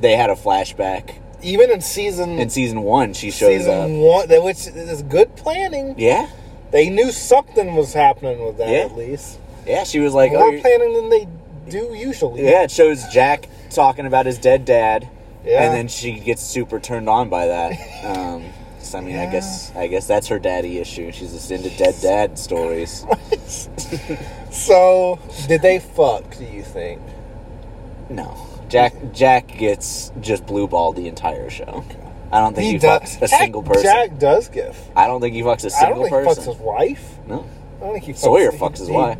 Speaker 1: they had a flashback
Speaker 2: Even in season
Speaker 1: in season one. She shows
Speaker 2: season
Speaker 1: up.
Speaker 2: one, that- which is good planning.
Speaker 1: Yeah,
Speaker 2: They knew something was happening with that
Speaker 1: Yeah.
Speaker 2: at least.
Speaker 1: yeah. She was like, "Oh,
Speaker 2: More
Speaker 1: you're-"
Speaker 2: planning than they do usually.
Speaker 1: yeah." It shows Jack talking about his dead dad,
Speaker 2: Yeah.
Speaker 1: and then she gets super turned on by that. Um, 'cause, I mean, I guess I guess that's her daddy issue. She's just into dead dad stories.
Speaker 2: So, did they fuck? Do you think?
Speaker 1: No, Jack Jack gets just blue balled the entire show. I don't think he, fucks a
Speaker 2: Jack-
Speaker 1: single person.
Speaker 2: Jack does give.
Speaker 1: I don't think he fucks a
Speaker 2: I don't
Speaker 1: single
Speaker 2: think he
Speaker 1: person.
Speaker 2: fucks his wife.
Speaker 1: no.
Speaker 2: I don't think he fucks
Speaker 1: Sawyer
Speaker 2: he-
Speaker 1: fucks his
Speaker 2: he-
Speaker 1: wife.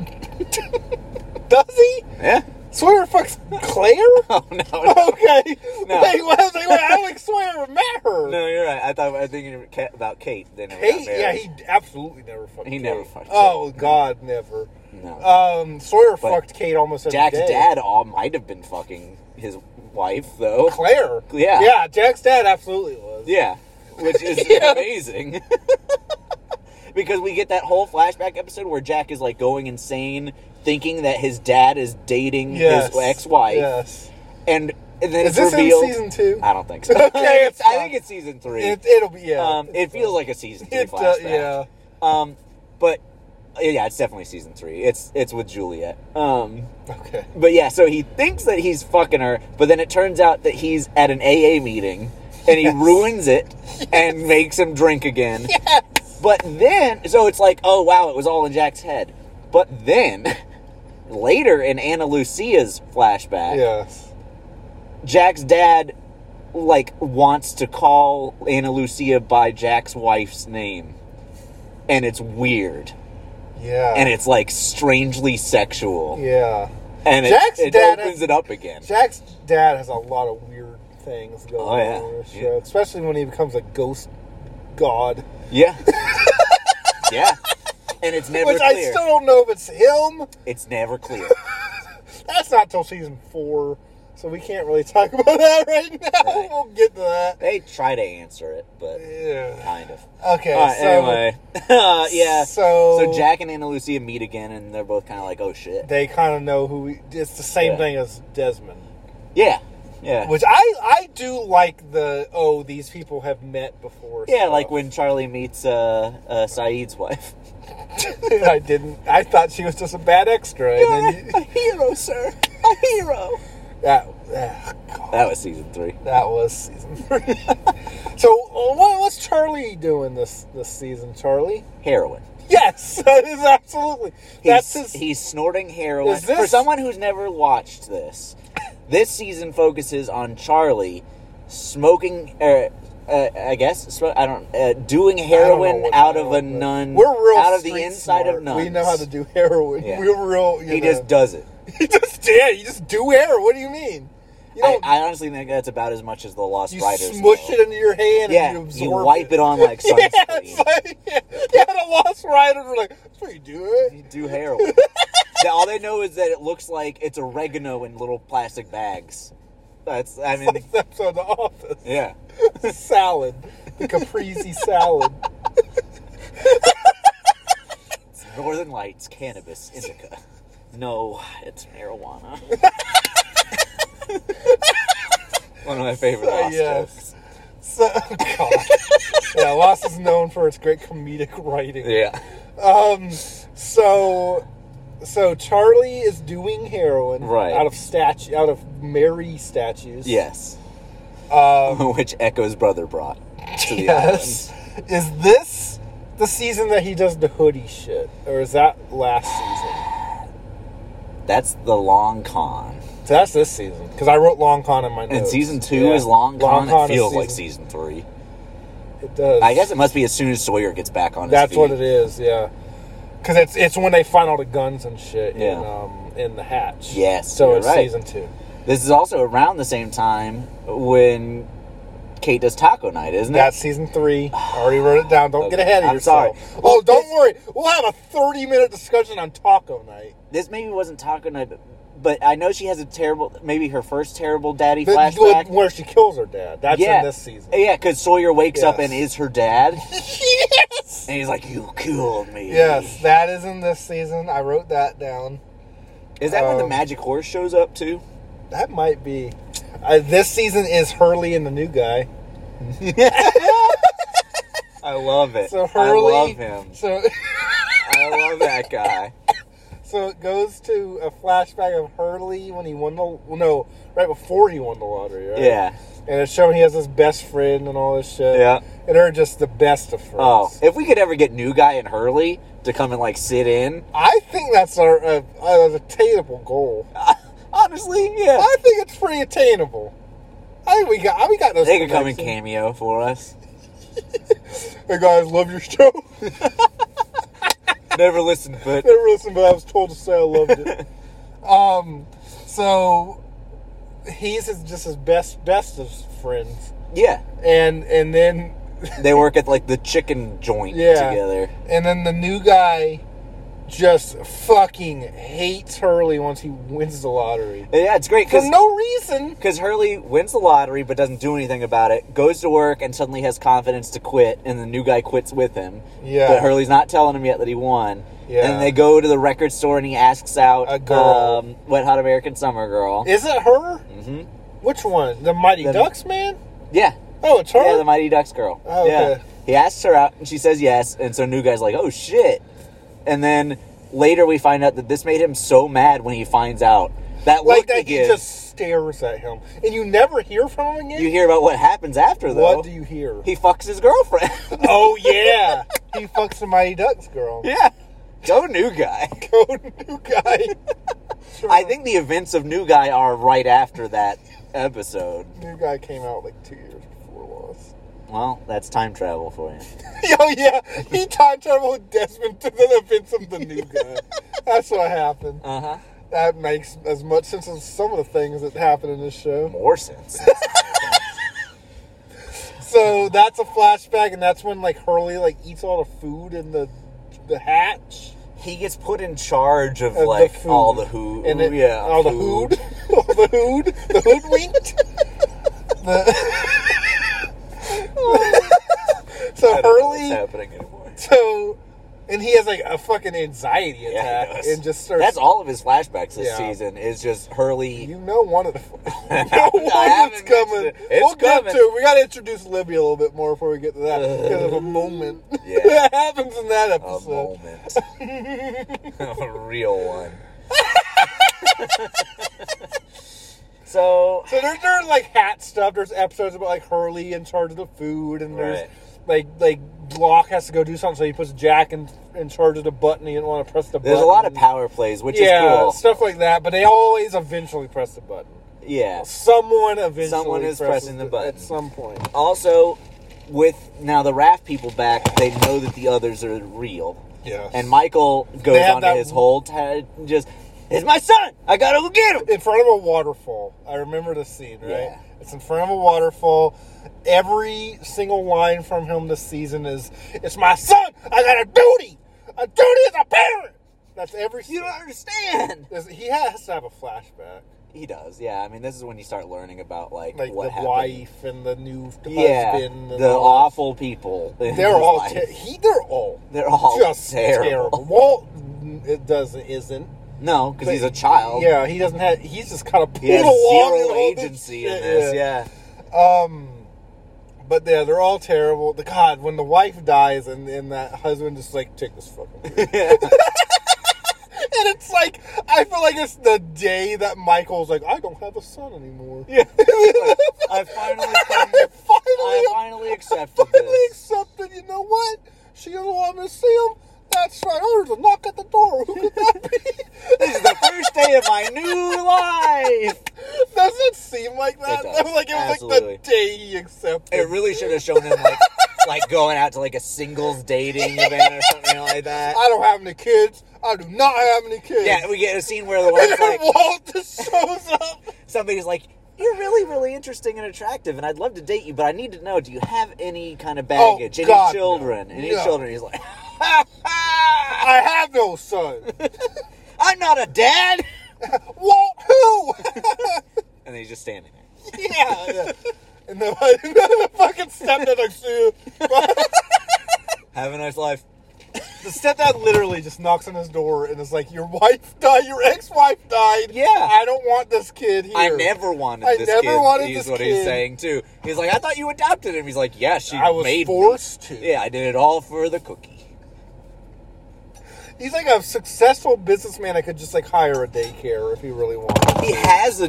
Speaker 2: Does he?
Speaker 1: Yeah.
Speaker 2: Sawyer fucks Claire.
Speaker 1: Oh no. no.
Speaker 2: okay.
Speaker 1: No.
Speaker 2: Wait, what? I was like, wait, I don't think Sawyer would marry her.
Speaker 1: No, you're right. I thought I was thinking about Kate. They never got
Speaker 2: He,
Speaker 1: married.
Speaker 2: yeah, he absolutely never fucked.
Speaker 1: He
Speaker 2: Kate.
Speaker 1: never fucked
Speaker 2: Oh God, never.
Speaker 1: No.
Speaker 2: Um, Sawyer
Speaker 1: But
Speaker 2: fucked Kate almost every
Speaker 1: Jack's
Speaker 2: day.
Speaker 1: dad all might have been fucking his wife though.
Speaker 2: Claire.
Speaker 1: Yeah.
Speaker 2: Yeah, Jack's dad absolutely was.
Speaker 1: Yeah, which is
Speaker 2: Yeah.
Speaker 1: amazing. because we get that whole flashback episode where Jack is like going insane, thinking that his dad is dating
Speaker 2: Yes.
Speaker 1: his ex-wife,
Speaker 2: Yes.
Speaker 1: and, and then
Speaker 2: Is
Speaker 1: it's
Speaker 2: this
Speaker 1: revealed.
Speaker 2: in season two?
Speaker 1: I don't think so.
Speaker 2: Okay, it's
Speaker 1: I
Speaker 2: fine.
Speaker 1: think it's season three.
Speaker 2: It, it'll be yeah.
Speaker 1: um, it feels like a season three
Speaker 2: It does.
Speaker 1: flashback.
Speaker 2: Yeah.
Speaker 1: Um, but yeah, it's definitely season three. It's it's with Juliet. Um,
Speaker 2: Okay.
Speaker 1: but yeah, so he thinks that he's fucking her, but then it turns out that he's at an AA meeting, and he ruins it and makes him drink again. But then, so it's like, oh wow, it was all in Jack's head. But then, later in Anna Lucia's flashback,
Speaker 2: Yes.
Speaker 1: Jack's dad like wants to call Anna Lucia by Jack's wife's name. And it's weird.
Speaker 2: Yeah.
Speaker 1: And it's like strangely sexual.
Speaker 2: yeah.
Speaker 1: And it,
Speaker 2: Jack's
Speaker 1: it
Speaker 2: dad
Speaker 1: opens
Speaker 2: has-
Speaker 1: it up again.
Speaker 2: Jack's dad has a lot of weird things going
Speaker 1: Oh, yeah.
Speaker 2: on in this show,
Speaker 1: Yeah.
Speaker 2: especially when he becomes a ghost god,
Speaker 1: Yeah. yeah. And it's never
Speaker 2: which I
Speaker 1: clear.
Speaker 2: still don't know if it's him.
Speaker 1: It's never clear.
Speaker 2: That's not till season four, so we can't really talk about that right now.
Speaker 1: Right.
Speaker 2: We'll get to that.
Speaker 1: They try to answer it, but
Speaker 2: Yeah.
Speaker 1: kind of.
Speaker 2: Okay.
Speaker 1: All right,
Speaker 2: so
Speaker 1: anyway. Uh, yeah.
Speaker 2: So-
Speaker 1: so Jack and Anna Lucia meet again, and they're both kind of like, oh shit.
Speaker 2: they kind of know who. He, it's the same
Speaker 1: Yeah.
Speaker 2: thing as Desmond,
Speaker 1: Yeah. Yeah.
Speaker 2: which I I do like the oh these people have met before.
Speaker 1: Yeah,
Speaker 2: stuff.
Speaker 1: like when Charlie meets uh, uh, Saeed's wife.
Speaker 2: I didn't. I thought she was just a bad extra, and then you,
Speaker 1: hero, sir. A hero.
Speaker 2: that. ah, God.
Speaker 1: That was season three.
Speaker 2: That was season three. so, uh, what, what's Charlie doing this this season, Charlie?
Speaker 1: Heroin.
Speaker 2: Yes, that is absolutely.
Speaker 1: He's,
Speaker 2: That's his.
Speaker 1: he's snorting heroin.
Speaker 2: Is this-
Speaker 1: For someone who's never watched this, this season focuses on Charlie smoking, uh, uh, I guess, sm- I don't, uh, doing
Speaker 2: I don't know
Speaker 1: heroin
Speaker 2: what-
Speaker 1: out
Speaker 2: I
Speaker 1: of a
Speaker 2: don't know.
Speaker 1: nun.
Speaker 2: We're real
Speaker 1: Out of the
Speaker 2: street
Speaker 1: inside
Speaker 2: smart.
Speaker 1: of nuns.
Speaker 2: We know how to do heroin.
Speaker 1: Yeah.
Speaker 2: We're real. You
Speaker 1: He
Speaker 2: know.
Speaker 1: just does it.
Speaker 2: He just yeah. You just do heroin. What do you mean? You
Speaker 1: I,
Speaker 2: don't.
Speaker 1: I honestly think that's about as much as the Lost
Speaker 2: you
Speaker 1: Riders.
Speaker 2: smush
Speaker 1: know.
Speaker 2: it into your hand.
Speaker 1: Yeah,
Speaker 2: and you, absorb
Speaker 1: you wipe it on like
Speaker 2: Yeah,
Speaker 1: sunscreen.
Speaker 2: it's like yeah, yeah. The Lost Riders were like, "That's what you do, eh?
Speaker 1: You do heroin. now, all they know is that it looks like it's oregano in little plastic bags. That's, I mean,
Speaker 2: Like that's on the office
Speaker 1: yeah.
Speaker 2: salad, the caprese salad."
Speaker 1: It's Northern Lights cannabis indica. No, it's marijuana. One of my favorite
Speaker 2: So,
Speaker 1: Lost
Speaker 2: yes.
Speaker 1: jokes.
Speaker 2: So, God. yeah, Lost is known for its great comedic writing.
Speaker 1: Yeah.
Speaker 2: Um, so, so Charlie is doing heroin
Speaker 1: Right.
Speaker 2: out of statue, out of Mary statues.
Speaker 1: Yes.
Speaker 2: Um,
Speaker 1: Which Echo's brother brought to the
Speaker 2: yes. Is this the season that he does the hoodie shit, or is that last season?
Speaker 1: island. That's the long con.
Speaker 2: So that's this season because I wrote Long Con in my notes.
Speaker 1: And season two
Speaker 2: Yeah.
Speaker 1: is long con. it
Speaker 2: is
Speaker 1: feels like season three.
Speaker 2: It does.
Speaker 1: I guess it must be as soon as Sawyer gets back on. His
Speaker 2: That's
Speaker 1: feet.
Speaker 2: what it is, yeah. Because it's it's when they find all the guns and shit in,
Speaker 1: Yeah.
Speaker 2: um, in the hatch.
Speaker 1: Yes,
Speaker 2: So
Speaker 1: you're
Speaker 2: it's
Speaker 1: right.
Speaker 2: season two.
Speaker 1: This is also around the same time when Kate does taco night, isn't it?
Speaker 2: That's season three. I already wrote it down. Don't get
Speaker 1: Okay,
Speaker 2: ahead of
Speaker 1: I'm
Speaker 2: yourself.
Speaker 1: sorry.
Speaker 2: Oh,
Speaker 1: Well,
Speaker 2: don't
Speaker 1: this-
Speaker 2: worry. We'll have a thirty-minute discussion on Taco Night.
Speaker 1: this maybe wasn't taco night, but, but I know she has a terrible, maybe her first terrible daddy
Speaker 2: The-
Speaker 1: flashback.
Speaker 2: where she kills her dad. That's in this season.
Speaker 1: Yeah, because Sawyer wakes up
Speaker 2: Yes.
Speaker 1: and is her dad,
Speaker 2: yes.
Speaker 1: and he's like, "You killed me."
Speaker 2: Yes, that is in this season. I wrote that down.
Speaker 1: Is that when the
Speaker 2: Um,
Speaker 1: magic horse shows up too?
Speaker 2: That might be. Uh, this season is Hurley and the new guy.
Speaker 1: I love it.
Speaker 2: So Hurley.
Speaker 1: I love him.
Speaker 2: So.
Speaker 1: I love that guy.
Speaker 2: So it goes to a flashback of Hurley when he won the well, no right before he won the lottery. Right?
Speaker 1: Yeah.
Speaker 2: and it's showing he has his best friend and all this shit.
Speaker 1: Yeah.
Speaker 2: and they're just the best of friends.
Speaker 1: Oh, if we could ever get new guy and Hurley to come and like sit in,
Speaker 2: I think that's our uh, uh, attainable goal.
Speaker 1: honestly, yeah,
Speaker 2: I think it's pretty attainable. I think we got we got those.
Speaker 1: they could come and
Speaker 2: connections.
Speaker 1: cameo for us.
Speaker 2: Hey guys, love your show.
Speaker 1: Never listened, but
Speaker 2: Never listened, but I was told to say I loved it. um, so he's his, just his best best of friends,
Speaker 1: yeah,
Speaker 2: and and then
Speaker 1: they work at like the chicken joint
Speaker 2: Yeah.
Speaker 1: together.
Speaker 2: And then the new guy just fucking hates Hurley once he wins the lottery.
Speaker 1: Yeah, it's great
Speaker 2: For
Speaker 1: because
Speaker 2: no reason.
Speaker 1: Because Hurley wins the lottery but doesn't do anything about it, goes to work and suddenly has confidence to quit, and the new guy quits with him.
Speaker 2: Yeah.
Speaker 1: But Hurley's not telling him yet that he won.
Speaker 2: Yeah.
Speaker 1: And they go to the record store and he asks out
Speaker 2: A girl.
Speaker 1: Um, Wet Hot American Summer Girl.
Speaker 2: Is it her?
Speaker 1: Mhm.
Speaker 2: Which one? The Mighty
Speaker 1: The-
Speaker 2: Ducks man?
Speaker 1: yeah.
Speaker 2: Oh, it's her?
Speaker 1: Yeah, the Mighty Ducks girl.
Speaker 2: Oh, okay.
Speaker 1: Yeah. He asks her out and she says yes, and so new guy's like, oh shit. And then later we find out that this made him so mad when he finds out. That
Speaker 2: like
Speaker 1: look
Speaker 2: that he
Speaker 1: gives,
Speaker 2: just stares at him. And you never hear from him again?
Speaker 1: you hear about what happens after though.
Speaker 2: what do you hear?
Speaker 1: he fucks his girlfriend.
Speaker 2: oh, yeah. he fucks the Mighty Ducks girl.
Speaker 1: Yeah. Go new guy.
Speaker 2: Go new guy.
Speaker 1: I think the events of New Guy are right after that episode.
Speaker 2: New guy came out like two years before Lost.
Speaker 1: Well, that's time travel for you.
Speaker 2: Oh yeah, he time traveled Desmond to the events of the new guy. That's what happened.
Speaker 1: Uh huh.
Speaker 2: That makes as much sense as some of the things that happen in this show.
Speaker 1: More sense.
Speaker 2: So that's a flashback, and that's when like Hurley like eats all the food in the the hatch,
Speaker 1: he gets put in charge of
Speaker 2: of
Speaker 1: like
Speaker 2: the food.
Speaker 1: all the who,
Speaker 2: and it-
Speaker 1: yeah,
Speaker 2: all the hood, all the hood, the hoodwinked. the, so
Speaker 1: I don't know what's
Speaker 2: Hurley,
Speaker 1: happening anymore.
Speaker 2: so, and he has like a fucking anxiety
Speaker 1: Yeah, he
Speaker 2: attack,
Speaker 1: does.
Speaker 2: and just starts
Speaker 1: That's all of his flashbacks this
Speaker 2: Yeah.
Speaker 1: season. Is just Hurley.
Speaker 2: You know one of the you know
Speaker 1: I
Speaker 2: one that's
Speaker 1: haven't
Speaker 2: coming.
Speaker 1: mentioned it. It's
Speaker 2: we'll get
Speaker 1: coming.
Speaker 2: to it. We got to introduce Libby a little bit more before we get to that because of a moment
Speaker 1: Yeah. Oh,
Speaker 2: that happens in that
Speaker 1: A
Speaker 2: episode.
Speaker 1: moment. a real one. so
Speaker 2: So there's there's like hat stuff. There's episodes about like Hurley in charge of the food, and there's
Speaker 1: Right.
Speaker 2: like like Locke has to go do something, so he puts Jack in in charge of the button. He didn't want to press the button.
Speaker 1: there's a lot of power plays, which
Speaker 2: yeah,
Speaker 1: is cool.
Speaker 2: stuff like that. But they always eventually press the button.
Speaker 1: Yeah.
Speaker 2: Someone eventually
Speaker 1: Someone is
Speaker 2: presses
Speaker 1: pressing the button.
Speaker 2: at some point.
Speaker 1: Also, with now the raft people back, they know that the others are real.
Speaker 2: Yeah,
Speaker 1: And Michael
Speaker 2: They
Speaker 1: goes
Speaker 2: have
Speaker 1: on
Speaker 2: that-
Speaker 1: his whole time, just, it's my son! I gotta go get him!
Speaker 2: in front of a waterfall. I remember the scene, right?
Speaker 1: Yeah.
Speaker 2: It's in front of a waterfall. Every single line from him this season is, "It's my son. I got a duty. A duty as a parent." That's every.
Speaker 1: You don't understand!
Speaker 2: There's- He has to have a flashback,
Speaker 1: He does, yeah. I mean, this is when you start learning about, like,
Speaker 2: like
Speaker 1: what
Speaker 2: the
Speaker 1: happened.
Speaker 2: wife and the new husband.
Speaker 1: yeah,
Speaker 2: and
Speaker 1: the
Speaker 2: all that.
Speaker 1: awful people. in
Speaker 2: They're
Speaker 1: his
Speaker 2: all.
Speaker 1: life.
Speaker 2: Ter- he. They're all.
Speaker 1: They're all
Speaker 2: just terrible.
Speaker 1: terrible.
Speaker 2: Walt, it doesn't isn't.
Speaker 1: No, because
Speaker 2: But-
Speaker 1: he's a child.
Speaker 2: Yeah, he doesn't have. He's just kind of pulled
Speaker 1: He has
Speaker 2: along in
Speaker 1: zero
Speaker 2: all this
Speaker 1: agency in
Speaker 2: shit,
Speaker 1: this, yeah.
Speaker 2: Um, but yeah, they're all terrible. The God when the wife dies and and that husband just like take this fucking. and it's like I feel like it's the day that Michael's like I don't have a son anymore.
Speaker 1: Yeah. Like, I finally, come,
Speaker 2: I finally,
Speaker 1: I finally accepted
Speaker 2: finally
Speaker 1: this.
Speaker 2: accepted. You know what? She doesn't want me to see him. That's right. Oh, there's a knock at the door. Who could that be?
Speaker 1: This is the first day of my new life.
Speaker 2: Does it seem like that?
Speaker 1: It does.
Speaker 2: That was like it was
Speaker 1: Absolutely.
Speaker 2: like the day he accepted.
Speaker 1: It really should have shown him like like going out to like a singles dating event or something like that.
Speaker 2: I don't have any kids. I do not have any kids.
Speaker 1: Yeah, we get a scene where the
Speaker 2: and
Speaker 1: wife's like
Speaker 2: Walt just shows up.
Speaker 1: somebody's like, "You're really, really interesting and attractive, and I'd love to date you, but I need to know: do you have any kind of baggage, any
Speaker 2: Oh, God, no.
Speaker 1: children, any
Speaker 2: No.
Speaker 1: children?" He's like,
Speaker 2: I have no son.
Speaker 1: "I'm not a dad,"
Speaker 2: Walt who?
Speaker 1: and then he's just standing there.
Speaker 2: yeah, yeah. And the, and the fucking stepdad like, "See ya."
Speaker 1: Have a nice life.
Speaker 2: the stepdad literally just knocks on his door and is like, "Your wife died. Your ex-wife died.
Speaker 1: Yeah.
Speaker 2: I don't want this kid here.
Speaker 1: I never wanted
Speaker 2: I
Speaker 1: this
Speaker 2: never
Speaker 1: kid.
Speaker 2: wanted
Speaker 1: is
Speaker 2: this
Speaker 1: what he's
Speaker 2: kid.
Speaker 1: saying too. He's like, "I thought you adopted him." He's like, "Yeah, she
Speaker 2: I was
Speaker 1: made me."
Speaker 2: forced to.
Speaker 1: Yeah, I did it all for the cookie.
Speaker 2: He's like a successful businessman. I could just like hire a daycare if he really wanted.
Speaker 1: He has a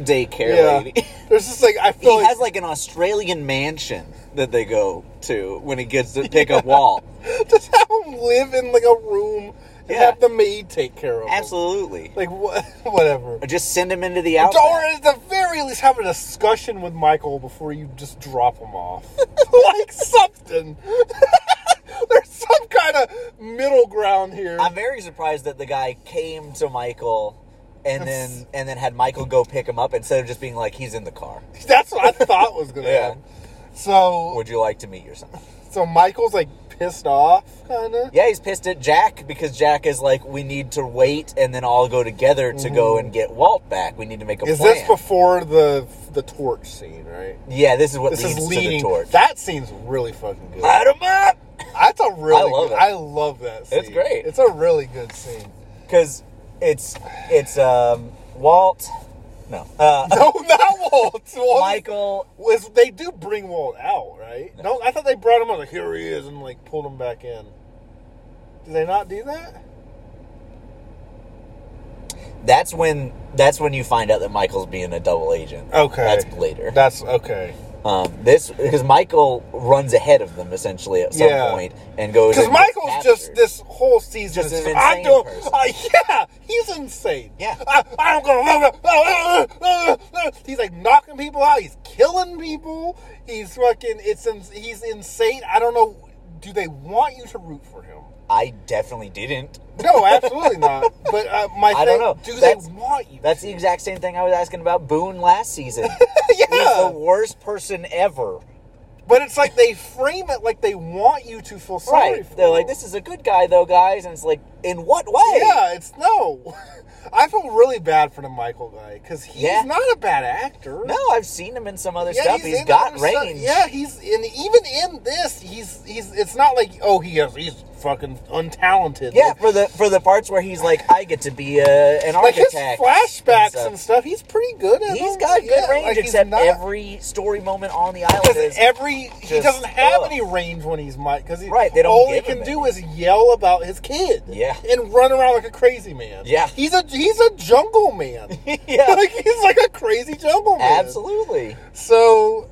Speaker 1: daycare lady.
Speaker 2: There's just like I
Speaker 1: He
Speaker 2: feel like
Speaker 1: has like an Australian mansion that they go to when he gets to pick up Walt.
Speaker 2: just have him live in like a room and
Speaker 1: Yeah.
Speaker 2: have the maid take care of him.
Speaker 1: Absolutely.
Speaker 2: Like what? Whatever.
Speaker 1: Or just send him into the
Speaker 2: Or
Speaker 1: outback.
Speaker 2: at the very least, have a discussion with Michael before you just drop him off. like something. There's some kind of middle ground here.
Speaker 1: I'm very surprised that the guy came to Michael and
Speaker 2: That's-
Speaker 1: then and then had Michael go pick him up instead of just being like, he's in the car.
Speaker 2: That's what I thought was gonna
Speaker 1: Yeah.
Speaker 2: happen. So,
Speaker 1: Would you like to meet your son?
Speaker 2: so Michael's like pissed off, kind of.
Speaker 1: Yeah, he's pissed at Jack because Jack is like, we need to wait and then all go together to go and get Walt back. We need to make a
Speaker 2: Mm-hmm. Is
Speaker 1: plan.
Speaker 2: this before the the torch scene, right?
Speaker 1: yeah, this is what
Speaker 2: This
Speaker 1: leads
Speaker 2: is
Speaker 1: to the
Speaker 2: leading.
Speaker 1: torch.
Speaker 2: That scene's really fucking good.
Speaker 1: Light him up!
Speaker 2: That's a really.
Speaker 1: I love
Speaker 2: good,
Speaker 1: it.
Speaker 2: I love that. Scene.
Speaker 1: It's great.
Speaker 2: It's a really good scene.
Speaker 1: because it's it's um Walt, no, uh,
Speaker 2: No, not Walt. Walt
Speaker 1: Michael.
Speaker 2: Was they do bring Walt out, right? No, I thought they brought him out like here he is and like pulled him back in. Did they not do that?
Speaker 1: That's when that's when you find out that Michael's being a double agent.
Speaker 2: Okay.
Speaker 1: that's later.
Speaker 2: That's okay.
Speaker 1: Um, this because Michael runs ahead of them essentially at some
Speaker 2: Yeah.
Speaker 1: point and goes
Speaker 2: Because
Speaker 1: and gets
Speaker 2: Michael's just
Speaker 1: captured.
Speaker 2: this whole season.
Speaker 1: Just
Speaker 2: is-
Speaker 1: an
Speaker 2: I
Speaker 1: insane
Speaker 2: don't.
Speaker 1: person.
Speaker 2: I- yeah, he's insane.
Speaker 1: Yeah.
Speaker 2: I, I don't go. he's like knocking people out. He's killing people. He's fucking. It's in, he's insane. I don't know. Do they want you to root for him?
Speaker 1: I definitely didn't.
Speaker 2: No, absolutely not. But uh, my
Speaker 1: I
Speaker 2: thing,
Speaker 1: don't know.
Speaker 2: do
Speaker 1: That's-
Speaker 2: they want you?
Speaker 1: That's the exact same thing I was asking about Boone last season.
Speaker 2: yeah.
Speaker 1: He's the worst person ever.
Speaker 2: But it's like they frame it like they want you to feel sorry
Speaker 1: Right?
Speaker 2: for
Speaker 1: They're like,
Speaker 2: him.
Speaker 1: this is a good guy though, guys, and it's like, in what way?
Speaker 2: Yeah, it's no. I feel really bad for the Michael guy because he's
Speaker 1: Yeah.
Speaker 2: not a bad actor.
Speaker 1: No, I've seen him in some other
Speaker 2: Yeah,
Speaker 1: stuff. he's
Speaker 2: in
Speaker 1: got
Speaker 2: other stuff.
Speaker 1: range.
Speaker 2: Yeah, he's in even in this. He's he's. It's not like oh he is he's fucking untalented.
Speaker 1: Yeah,
Speaker 2: Like,
Speaker 1: for the for the parts where he's like, I get to be a, an
Speaker 2: like his
Speaker 1: architect.
Speaker 2: flashbacks and stuff. He's pretty good. at
Speaker 1: he's
Speaker 2: them.
Speaker 1: got good
Speaker 2: Yeah,
Speaker 1: range,
Speaker 2: like, he's
Speaker 1: except
Speaker 2: not-
Speaker 1: every story moment on the island
Speaker 2: Because
Speaker 1: is
Speaker 2: every he
Speaker 1: just
Speaker 2: doesn't have
Speaker 1: stuff.
Speaker 2: any range when he's Mike. Because
Speaker 1: Right, they don't
Speaker 2: all he
Speaker 1: give him
Speaker 2: can do is yell about his kid.
Speaker 1: Yeah.
Speaker 2: and run around like a crazy man.
Speaker 1: Yeah.
Speaker 2: he's a he's a jungle man.
Speaker 1: Yeah.
Speaker 2: like he's like a crazy jungle man.
Speaker 1: absolutely
Speaker 2: So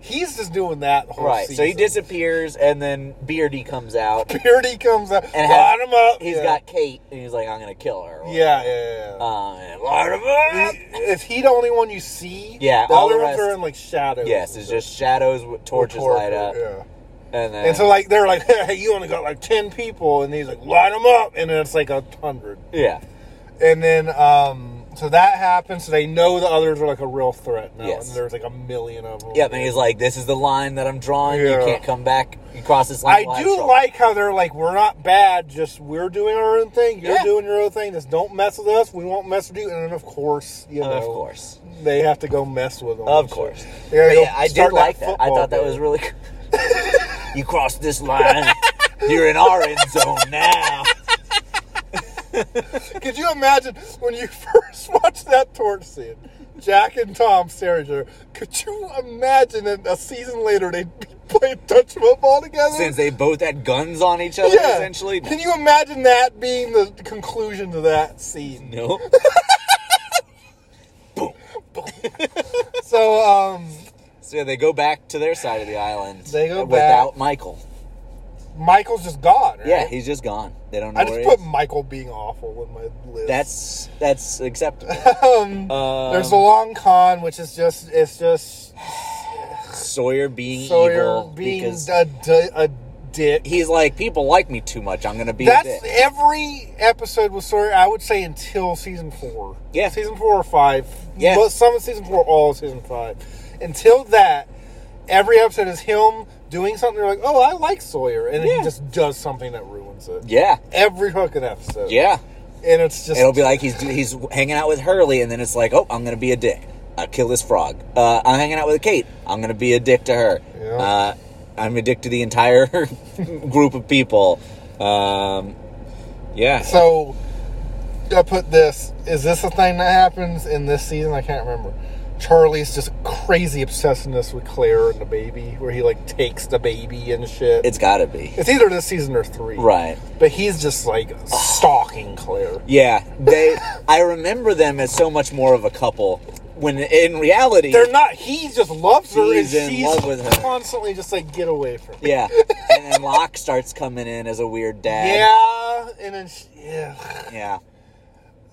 Speaker 2: he's just doing that whole
Speaker 1: right. So he
Speaker 2: season.
Speaker 1: disappears, and then Beardy comes out,
Speaker 2: Beardy comes out,
Speaker 1: and
Speaker 2: light him up.
Speaker 1: He's
Speaker 2: yeah.
Speaker 1: got Kate, and he's like, I'm gonna kill her.
Speaker 2: yeah, yeah. yeah.
Speaker 1: Uh, and light him up.
Speaker 2: Is he the only one you see?
Speaker 1: Yeah,
Speaker 2: the
Speaker 1: all the
Speaker 2: other ones
Speaker 1: rest-
Speaker 2: are in like shadows.
Speaker 1: Yes, it's just shadows with torches
Speaker 2: Torture,
Speaker 1: light up,
Speaker 2: Yeah.
Speaker 1: and then
Speaker 2: And so, like, they're like, hey, you only got like 10 people. And he's like, light them up. And then it's like a 100.
Speaker 1: yeah,
Speaker 2: And then, um, so that happens. So they know the others are like a real threat now.
Speaker 1: Yes.
Speaker 2: And there's like a million of them.
Speaker 1: yeah. And he's like, "This is the line that I'm drawing.
Speaker 2: Yeah.
Speaker 1: You can't come back. You cross this line."
Speaker 2: I
Speaker 1: you'll have
Speaker 2: do
Speaker 1: trouble."
Speaker 2: like how they're like, we're not bad, just we're doing our own thing. You're
Speaker 1: Yeah.
Speaker 2: doing your own thing. Just don't mess with us. We won't mess with you. And then, of course, you know,
Speaker 1: Of course.
Speaker 2: they have to go mess with them.
Speaker 1: Of course.
Speaker 2: They gotta
Speaker 1: But
Speaker 2: go
Speaker 1: yeah, I
Speaker 2: start
Speaker 1: did like that. I
Speaker 2: football
Speaker 1: thought that
Speaker 2: game.
Speaker 1: was really cool. you crossed this line. You're in our end zone now.
Speaker 2: Could you imagine when you first watched that torch scene? Jack and Tom staring at each other. Could you imagine that a season later they'd be playing touch football together?
Speaker 1: Since they both had guns on each other, essentially.
Speaker 2: Can you imagine that being the conclusion to that scene?
Speaker 1: No.
Speaker 2: So, um,
Speaker 1: So yeah, they go back to their side of the island.
Speaker 2: They go
Speaker 1: without
Speaker 2: back.
Speaker 1: Michael.
Speaker 2: Michael's just gone, right?
Speaker 1: Yeah, he's just gone. They don't know
Speaker 2: I
Speaker 1: where
Speaker 2: just
Speaker 1: he
Speaker 2: put
Speaker 1: is.
Speaker 2: Michael being awful in my list.
Speaker 1: That's that's acceptable.
Speaker 2: um,
Speaker 1: Um,
Speaker 2: there's the long con, which is just it's just
Speaker 1: Sawyer being
Speaker 2: Sawyer
Speaker 1: evil
Speaker 2: being
Speaker 1: because
Speaker 2: a, di- a dick.
Speaker 1: he's like people like me too much. I'm gonna be a
Speaker 2: That's
Speaker 1: dick.
Speaker 2: every episode was Sawyer. I would say until season four.
Speaker 1: Yeah.
Speaker 2: season four or five.
Speaker 1: Yeah.
Speaker 2: but some of season four, all of season five. Until that, every episode is him doing something. You're like, oh, I like Sawyer, and then
Speaker 1: Yeah.
Speaker 2: he just does something that ruins it.
Speaker 1: Yeah,
Speaker 2: Every fucking episode.
Speaker 1: yeah.
Speaker 2: and it's just
Speaker 1: It'll be like he's he's hanging out with Hurley, and then it's like, oh, I'm gonna be a dick. I kill this frog. Uh, I'm hanging out with Kate. I'm gonna be a dick to her.
Speaker 2: Yeah.
Speaker 1: Uh, I'm a dick to the entire group of people. Um, yeah.
Speaker 2: So I put this. Is this a thing that happens in this season? I can't remember. Charlie's just crazy obsessiveness with Claire and the baby, where he like takes the baby and shit. It's,
Speaker 1: it's gotta be
Speaker 2: either this season or three,
Speaker 1: right.
Speaker 2: But he's just like stalking Claire.
Speaker 1: Yeah, they. I remember them as so much more of a couple. When in reality,
Speaker 2: They're not. He just loves her,
Speaker 1: He's
Speaker 2: and
Speaker 1: in
Speaker 2: she's
Speaker 1: love with her.
Speaker 2: constantly just like get away from. Me.
Speaker 1: yeah. And then Locke starts coming in as a weird dad.
Speaker 2: Yeah, and then she, yeah,
Speaker 1: Yeah,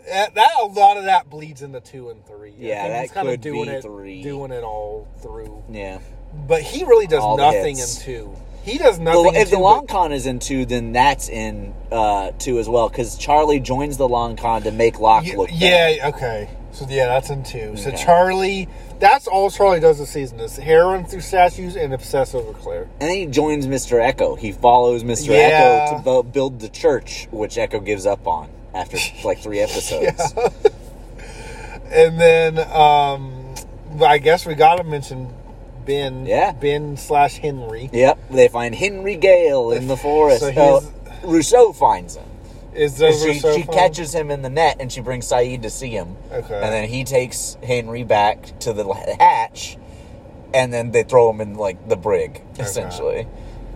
Speaker 2: that, that a lot of that bleeds into two and three. I
Speaker 1: Yeah,
Speaker 2: think
Speaker 1: that
Speaker 2: he's kinda
Speaker 1: could
Speaker 2: doing
Speaker 1: be
Speaker 2: it,
Speaker 1: three.
Speaker 2: doing it all through.
Speaker 1: yeah.
Speaker 2: But he really does
Speaker 1: All the
Speaker 2: nothing in
Speaker 1: hits.
Speaker 2: two. He does
Speaker 1: The-
Speaker 2: nothing. in
Speaker 1: if
Speaker 2: two,
Speaker 1: the
Speaker 2: but-
Speaker 1: long con is in two, then that's in uh, two as well. Because Charlie joins the long con to make Locke
Speaker 2: Y-
Speaker 1: look.
Speaker 2: yeah, okay. So yeah, that's in two. So
Speaker 1: Okay.
Speaker 2: Charlie, that's all Charlie does this season is heroin through statues and obsess over Claire.
Speaker 1: And then he joins Mr. Echo. He follows Mr. Echo
Speaker 2: Yeah.
Speaker 1: to bu- build the church, which Echo gives up on after like three episodes.
Speaker 2: And then um I guess we gotta mention Ben.
Speaker 1: Yeah.
Speaker 2: Ben slash Henry
Speaker 1: Yep, they find Henry Gale in the forest.
Speaker 2: So he's-
Speaker 1: oh, Rousseau finds him.
Speaker 2: is the
Speaker 1: She,
Speaker 2: Rousseau
Speaker 1: she
Speaker 2: phone.
Speaker 1: catches him in the net and she brings Saeed to see him.
Speaker 2: Okay.
Speaker 1: And then he takes Henry back to the hatch and then they throw him in like the brig, essentially.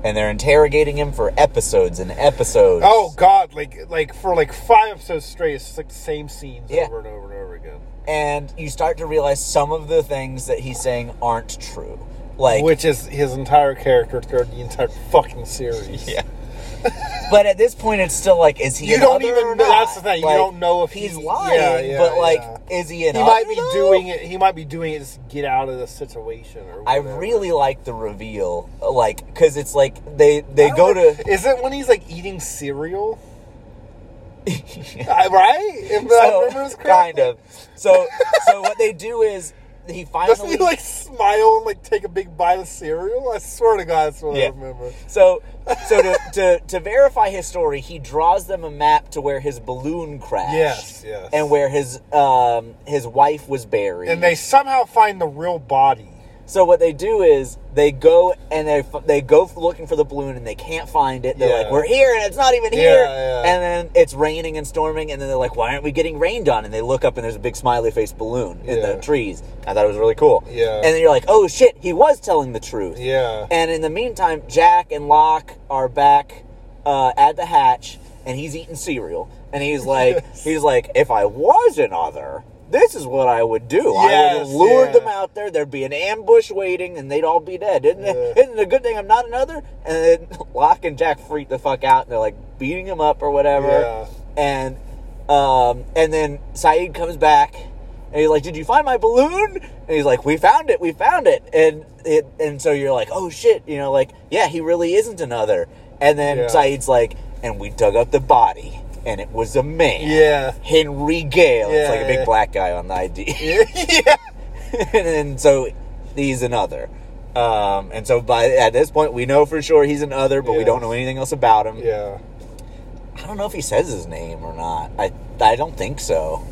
Speaker 1: And they're interrogating him for episodes and episodes.
Speaker 2: Oh God! Like like for like five episodes straight, it's just like the same scenes
Speaker 1: Yeah.
Speaker 2: over and over and over again.
Speaker 1: And you start to realize some of the things that he's saying aren't true. Like
Speaker 2: which is his entire character throughout the entire fucking series.
Speaker 1: Yeah. but at this point, it's still like, is he?
Speaker 2: You
Speaker 1: an
Speaker 2: don't
Speaker 1: other
Speaker 2: even
Speaker 1: or
Speaker 2: know-
Speaker 1: not?
Speaker 2: that's the thing, you don't know if
Speaker 1: he's
Speaker 2: he-
Speaker 1: lying.
Speaker 2: yeah, yeah,
Speaker 1: but like,
Speaker 2: yeah.
Speaker 1: is he? An
Speaker 2: He might be
Speaker 1: other, though?
Speaker 2: doing it. He might be doing it just to get out of the situation. Or
Speaker 1: I
Speaker 2: whatever.
Speaker 1: really like the reveal, like, because it's like they they
Speaker 2: I
Speaker 1: go
Speaker 2: don't know.
Speaker 1: to
Speaker 2: Is it when he's like eating cereal? I- right? If I remember
Speaker 1: so,
Speaker 2: this
Speaker 1: kind
Speaker 2: correctly.
Speaker 1: of. So so what they do is he
Speaker 2: Doesn't he
Speaker 1: finally
Speaker 2: like smile and like take a big bite of cereal? I swear to God, that's what
Speaker 1: Yeah.
Speaker 2: I remember.
Speaker 1: So, so to, to, to verify his story, he draws them a map to where his balloon crashed,
Speaker 2: Yes, yes.
Speaker 1: and where his um, his wife was buried.
Speaker 2: And they somehow find the real body.
Speaker 1: So what they do is they go and they f- they go f- looking for the balloon and they can't find it. They're
Speaker 2: Yeah.
Speaker 1: like, "We're here and it's not even here."
Speaker 2: yeah.
Speaker 1: And then it's raining and storming, and then they're like, "Why aren't we getting rained on?" And they look up and there's a big smiley face balloon in the
Speaker 2: Yeah.
Speaker 1: trees. I thought it was really cool.
Speaker 2: Yeah.
Speaker 1: And then you're like, "Oh shit, he was telling the truth."
Speaker 2: Yeah.
Speaker 1: And in the meantime, Jack and Locke are back uh, at the hatch, and he's eating cereal. And he's like,
Speaker 2: Yes.
Speaker 1: he's like, if I was an other, this is what I would do. I would
Speaker 2: Yes,
Speaker 1: have lured
Speaker 2: yeah.
Speaker 1: them out there. There'd be an ambush waiting, and they'd all be dead. Isn't it?
Speaker 2: Yeah.
Speaker 1: Isn't it a good thing I'm not another? And then Locke and Jack freak the fuck out, and they're like beating him up or whatever.
Speaker 2: Yeah.
Speaker 1: And um, and then Saeed comes back, and he's like, "Did you find my balloon?" And he's like, "We found it. We found it." And it and so you're like, "Oh shit!" You know, like, yeah, he really isn't another. And then
Speaker 2: Yeah.
Speaker 1: Saeed's like, "And we dug up the body, and it was a man."
Speaker 2: Yeah.
Speaker 1: Henry Gale.
Speaker 2: Yeah,
Speaker 1: it's like a big
Speaker 2: yeah.
Speaker 1: black guy on the ID.
Speaker 2: yeah.
Speaker 1: and so he's another. Um, and so by at this point, we know for sure he's another, but we
Speaker 2: Yes.
Speaker 1: don't know anything else about him.
Speaker 2: Yeah.
Speaker 1: I don't know if he says his name or not. I I don't think so.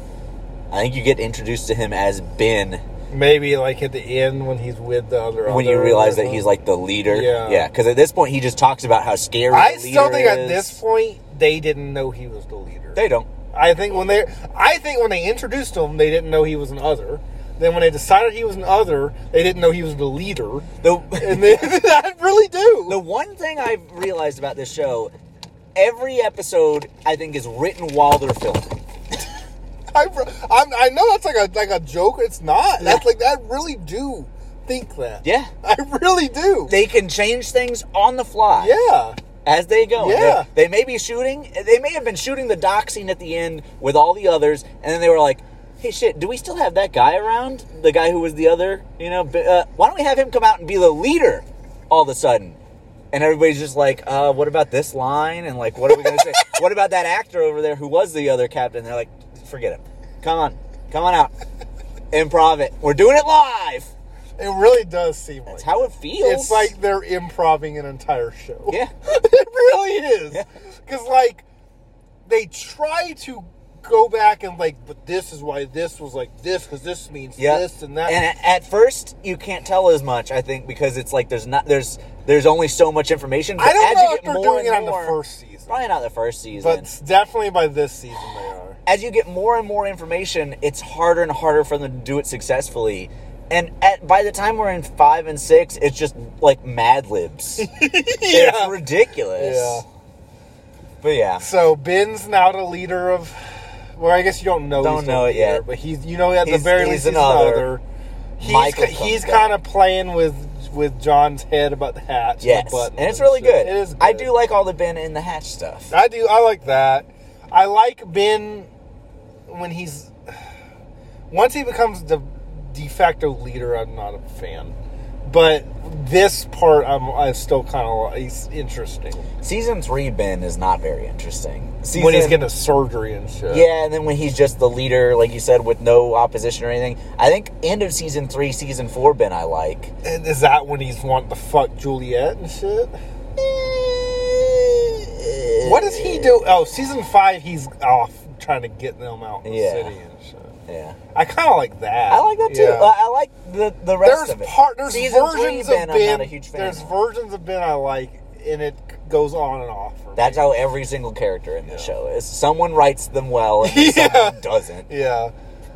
Speaker 1: I think you get introduced to him as Ben
Speaker 2: Maybe like at the end when he's with the other.
Speaker 1: when you
Speaker 2: other
Speaker 1: realize
Speaker 2: or
Speaker 1: that he's
Speaker 2: something.
Speaker 1: like the leader.
Speaker 2: Yeah.
Speaker 1: yeah. Because at this point, he just talks about how scary.
Speaker 2: I
Speaker 1: the
Speaker 2: still
Speaker 1: leader
Speaker 2: think at
Speaker 1: is.
Speaker 2: this point they didn't know he was the leader.
Speaker 1: they don't.
Speaker 2: I think when they, I think when they introduced him, they didn't know he was an other. Then when they decided he was an other, they didn't know he was the leader.
Speaker 1: The
Speaker 2: And then I really do.
Speaker 1: the one thing I've realized about this show, every episode I think is written while they're filming.
Speaker 2: I, I'm, I know that's like a like a joke. It's not. That's like I really do think that.
Speaker 1: Yeah.
Speaker 2: I really do.
Speaker 1: They can change things on the fly.
Speaker 2: yeah.
Speaker 1: As they go.
Speaker 2: Yeah.
Speaker 1: They, they may be shooting. They may have been shooting the dock scene at the end with all the others, and then they were like, hey, shit, do we still have that guy around? The guy who was the other? You know, but, uh, why don't we have him come out and be the leader all of a sudden? And everybody's just like, uh, what about this line? And like, what are we going to say? what about that actor over there who was the other captain? They're like, forget him. Come on. Come on out. Improv it. We're doing it live.
Speaker 2: It really does seem like
Speaker 1: That's how it feels.
Speaker 2: it's like they're improving an entire show.
Speaker 1: Yeah.
Speaker 2: it really is. Because like they try to go back and like, but this is why this was like this because this means
Speaker 1: Yeah,
Speaker 2: this and that.
Speaker 1: And a- at first, you can't tell as much, I think, because it's like there's not there's there's only so much information. But
Speaker 2: I don't
Speaker 1: as
Speaker 2: know
Speaker 1: you
Speaker 2: if
Speaker 1: get
Speaker 2: they're
Speaker 1: more
Speaker 2: doing it
Speaker 1: and
Speaker 2: on the
Speaker 1: more-
Speaker 2: first season,
Speaker 1: Probably not the first season.
Speaker 2: but definitely by this season they are.
Speaker 1: as you get more and more information, it's harder and harder for them to do it successfully. And at, by the time we're in five and six, it's just like Mad Libs. It's ridiculous.
Speaker 2: Yeah.
Speaker 1: But yeah,
Speaker 2: So Ben's now the leader of. Well, I guess you don't know.
Speaker 1: Don't
Speaker 2: he's
Speaker 1: know
Speaker 2: the
Speaker 1: it yet.
Speaker 2: leader, but he's you know at the
Speaker 1: He's-
Speaker 2: very
Speaker 1: he's
Speaker 2: least he's
Speaker 1: another.
Speaker 2: another. He's
Speaker 1: Michael
Speaker 2: ki- he's
Speaker 1: comes up.
Speaker 2: kind of playing with with John's head about the hatch. and the
Speaker 1: yes,
Speaker 2: button
Speaker 1: and it's really
Speaker 2: shit.
Speaker 1: good.
Speaker 2: It is. Good.
Speaker 1: I do like all the Ben in the Hatch stuff.
Speaker 2: I do. I like that. I like Ben when he's once he becomes the de facto leader. I'm not a fan, but this part I'm I still kind of he's interesting
Speaker 1: Season three Ben is not very interesting. Season,
Speaker 2: when he's getting surgery and shit.
Speaker 1: Yeah, and then when he's just the leader, like you said, with no opposition or anything. I think end of season three, season four, Ben, I like.
Speaker 2: And is that when he's wanting to fuck Juliet and shit? What does he do? Oh, season five, he's off trying to get them out in the
Speaker 1: Yeah.
Speaker 2: city and shit.
Speaker 1: Yeah,
Speaker 2: I kind of like that.
Speaker 1: I like that too.
Speaker 2: Yeah.
Speaker 1: I, I like the the rest
Speaker 2: there's
Speaker 1: of it.
Speaker 2: part, there's versions of Ben.
Speaker 1: I'm not a huge fan.
Speaker 2: there's
Speaker 1: of.
Speaker 2: versions of Ben I like, and it c- goes on and off. for me.
Speaker 1: That's how every single character in the show is. Someone writes them well, and then
Speaker 2: Yeah.
Speaker 1: someone doesn't.
Speaker 2: yeah.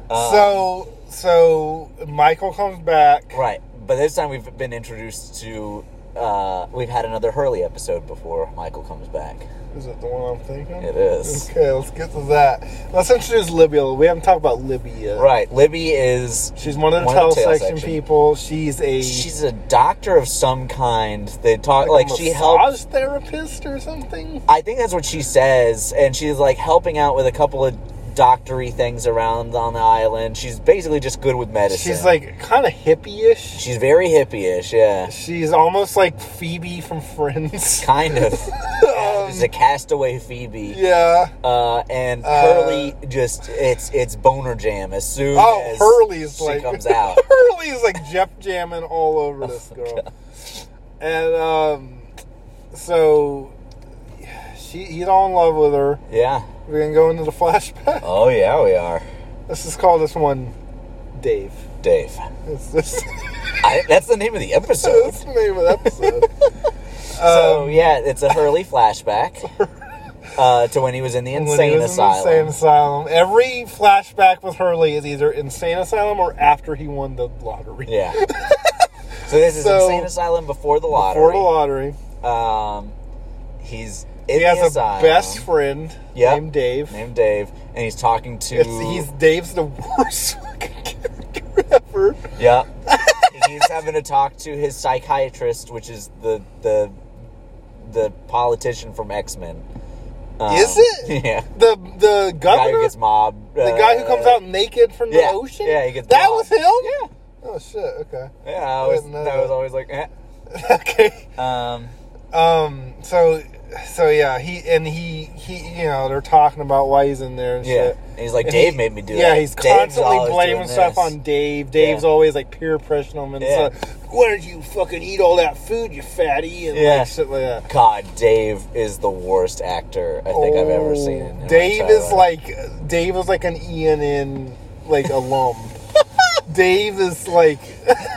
Speaker 1: Uh,
Speaker 2: so so Michael comes back.
Speaker 1: Right, but this time we've been introduced to. Uh, we've had another Hurley episode before Michael comes back.
Speaker 2: Is it the one I'm thinking?
Speaker 1: It is.
Speaker 2: Okay, let's get to that. Let's introduce Libby. a little- We haven't talked about Libby yet.
Speaker 1: Right, Libby is
Speaker 2: She's one of the
Speaker 1: One of the
Speaker 2: telesection
Speaker 1: telesection.
Speaker 2: people. She's a
Speaker 1: she's a doctor of some kind. They talk
Speaker 2: like,
Speaker 1: like,
Speaker 2: a
Speaker 1: she
Speaker 2: massage
Speaker 1: helps.
Speaker 2: therapist or something.
Speaker 1: I think that's what she says, and she's like helping out with a couple of doctory things around on the island. She's basically just good with medicine.
Speaker 2: She's like kind of hippie-ish.
Speaker 1: she's very hippie-ish, yeah,
Speaker 2: She's almost like Phoebe from Friends.
Speaker 1: kind of. Yeah, she's a castaway Phoebe.
Speaker 2: yeah.
Speaker 1: Uh, and Hurley just it's it's boner jam as soon
Speaker 2: Oh,
Speaker 1: as
Speaker 2: Hurley's
Speaker 1: she
Speaker 2: like
Speaker 1: comes out.
Speaker 2: Hurley's like Jeff jamming all over this girl. And um, so she he's all in love with her.
Speaker 1: Yeah.
Speaker 2: We're gonna go into the flashback.
Speaker 1: Oh yeah, we are.
Speaker 2: Let's just call this one Dave.
Speaker 1: Dave.
Speaker 2: It's this,
Speaker 1: I, that's the name of the episode.
Speaker 2: this name of the episode.
Speaker 1: So
Speaker 2: Um,
Speaker 1: yeah, it's a Hurley flashback uh, to when he was in the
Speaker 2: When he was
Speaker 1: insane
Speaker 2: in the
Speaker 1: asylum.
Speaker 2: Insane asylum. Every flashback with Hurley is either insane asylum or after he won the lottery.
Speaker 1: Yeah. so this is
Speaker 2: So-
Speaker 1: insane asylum before the lottery.
Speaker 2: For the lottery,
Speaker 1: Um, he's in
Speaker 2: he has
Speaker 1: the
Speaker 2: a
Speaker 1: asylum.
Speaker 2: best friend
Speaker 1: Yep.
Speaker 2: named Dave.
Speaker 1: named Dave, and he's talking to.
Speaker 2: It's, he's Dave's the worst fucking character ever.
Speaker 1: yeah. he's having to talk to his psychiatrist, which is the the the politician from X Men.
Speaker 2: Is it?
Speaker 1: Yeah.
Speaker 2: The the
Speaker 1: The guy who
Speaker 2: governor,
Speaker 1: gets mobbed. uh,
Speaker 2: the guy who comes out naked from
Speaker 1: yeah.
Speaker 2: the ocean.
Speaker 1: Yeah, he gets
Speaker 2: that was
Speaker 1: blocked.
Speaker 2: him.
Speaker 1: Yeah.
Speaker 2: Oh shit. Okay.
Speaker 1: Yeah, I was,
Speaker 2: didn't know
Speaker 1: that was
Speaker 2: that.
Speaker 1: always like, eh.
Speaker 2: okay.
Speaker 1: um,
Speaker 2: Um. So, so yeah. He and he he. You know, they're talking about why he's in there and
Speaker 1: yeah.
Speaker 2: shit.
Speaker 1: And he's like,
Speaker 2: And
Speaker 1: Dave
Speaker 2: he-
Speaker 1: made me do
Speaker 2: yeah,
Speaker 1: that.
Speaker 2: he's
Speaker 1: Dave's
Speaker 2: constantly
Speaker 1: always
Speaker 2: blaming
Speaker 1: doing
Speaker 2: stuff
Speaker 1: this.
Speaker 2: on Dave. Dave's
Speaker 1: Yeah.
Speaker 2: always like peer pressuring him and
Speaker 1: Yeah.
Speaker 2: stuff. Why did you fucking eat all that food, you fatty? And
Speaker 1: Yeah.
Speaker 2: like shit like that.
Speaker 1: God, Dave is the worst actor I think I've ever seen. in my
Speaker 2: Oh, Dave
Speaker 1: entire
Speaker 2: is
Speaker 1: life.
Speaker 2: like Dave is like an ENN like alum. Dave is like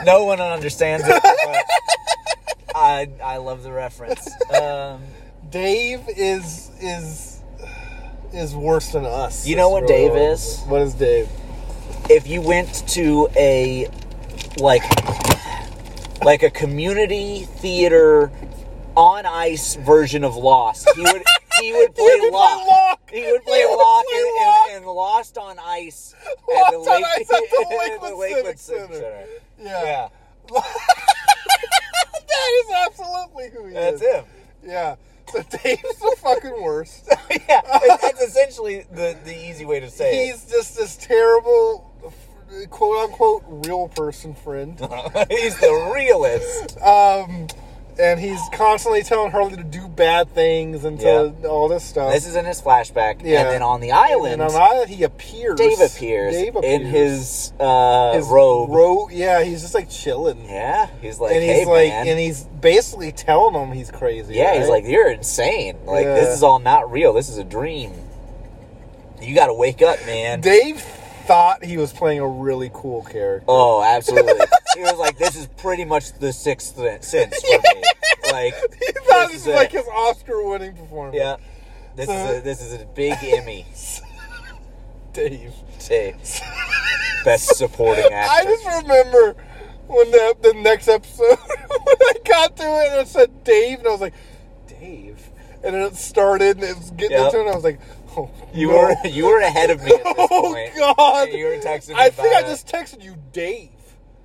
Speaker 1: no one understands it. But I I love the reference. Um,
Speaker 2: Dave is is is worse than us.
Speaker 1: You know
Speaker 2: It's
Speaker 1: what
Speaker 2: really
Speaker 1: Dave
Speaker 2: horrible.
Speaker 1: is?
Speaker 2: What is Dave?
Speaker 1: if you went to a like like a community theater on ice version of Lost, he would he would play
Speaker 2: would play
Speaker 1: Lock.
Speaker 2: Locke.
Speaker 1: He would play
Speaker 2: He would
Speaker 1: Lock,
Speaker 2: play
Speaker 1: and,
Speaker 2: Locke.
Speaker 1: And, and Lost on Ice
Speaker 2: Lost on Ice at the Lakewood Civic Center.
Speaker 1: Yeah.
Speaker 2: Yeah. that is absolutely who he
Speaker 1: That's
Speaker 2: is.
Speaker 1: him.
Speaker 2: Yeah. So Dave's the fucking worst.
Speaker 1: yeah, that's- that's essentially the, the easy way to say
Speaker 2: He's just this terrible, quote unquote, real person friend.
Speaker 1: it. He's the realist.
Speaker 2: Um, and he's constantly telling Hurley to do bad things and to all this stuff.
Speaker 1: This is in his flashback,
Speaker 2: Yeah.
Speaker 1: and then on the
Speaker 2: and
Speaker 1: island,
Speaker 2: on the island, he appears.
Speaker 1: Dave appears
Speaker 2: Dave
Speaker 1: in
Speaker 2: appears.
Speaker 1: his, uh,
Speaker 2: His
Speaker 1: robe.
Speaker 2: ro- yeah, he's just like chilling.
Speaker 1: Yeah, he's like,
Speaker 2: and he's
Speaker 1: hey
Speaker 2: like,
Speaker 1: man.
Speaker 2: and he's basically telling him he's crazy.
Speaker 1: yeah, he's
Speaker 2: right?
Speaker 1: like, you're insane. Like
Speaker 2: Yeah.
Speaker 1: this is all not real. This is a dream. You got to wake up, man.
Speaker 2: Dave thought he was playing a really cool character.
Speaker 1: oh, absolutely. he was like, this is pretty much the sixth sen- sense for me. Like
Speaker 2: He thought this
Speaker 1: is
Speaker 2: was like Uh-huh.
Speaker 1: it.
Speaker 2: his Oscar-winning performance.
Speaker 1: yeah, this is a, this is a big Emmy.
Speaker 2: Dave.
Speaker 1: Dave. Best supporting
Speaker 2: I
Speaker 1: actor.
Speaker 2: just remember when the, the next episode when I got to it and it said Dave and I was like, Dave, and then it started and it was getting
Speaker 1: Yep.
Speaker 2: into it and I was like, oh,
Speaker 1: You
Speaker 2: no.
Speaker 1: were you were ahead of me at this
Speaker 2: oh
Speaker 1: point.
Speaker 2: god,
Speaker 1: You were texting me
Speaker 2: I think
Speaker 1: about
Speaker 2: I
Speaker 1: it.
Speaker 2: just texted you, Dave.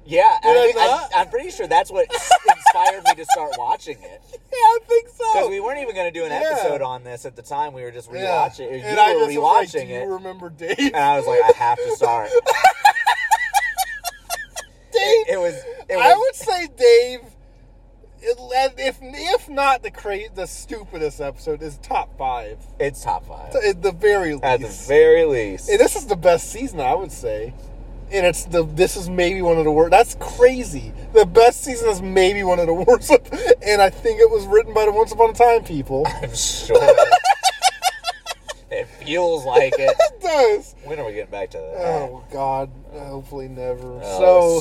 Speaker 1: Yeah,
Speaker 2: Did I
Speaker 1: I think, I,
Speaker 2: not?
Speaker 1: I'm pretty sure that's what inspired me to start watching it.
Speaker 2: Yeah, I think so.
Speaker 1: Because we weren't even going to do an
Speaker 2: Oh, Yeah.
Speaker 1: episode on this at the time. We were just
Speaker 2: Yeah.
Speaker 1: rewatching it. You
Speaker 2: and I
Speaker 1: were
Speaker 2: just was like,
Speaker 1: rewatching
Speaker 2: Do
Speaker 1: it. Uh,
Speaker 2: you remember Dave?
Speaker 1: And I was like, I have to start.
Speaker 2: Dave.
Speaker 1: It was. It was
Speaker 2: I would say Dave. It, if if not the cra- the stupidest episode is top five
Speaker 1: It's top five.
Speaker 2: at the very least.
Speaker 1: At the very least.
Speaker 2: Hey, this is the best season, I would say. And it's the this is maybe one of the worst. That's crazy. The best season is maybe one of the worst. and I think it was written by the Once Upon a Time people.
Speaker 1: I'm sure. it feels like it.
Speaker 2: It does.
Speaker 1: When are we getting back to that?
Speaker 2: Oh God. Hopefully never.
Speaker 1: Oh,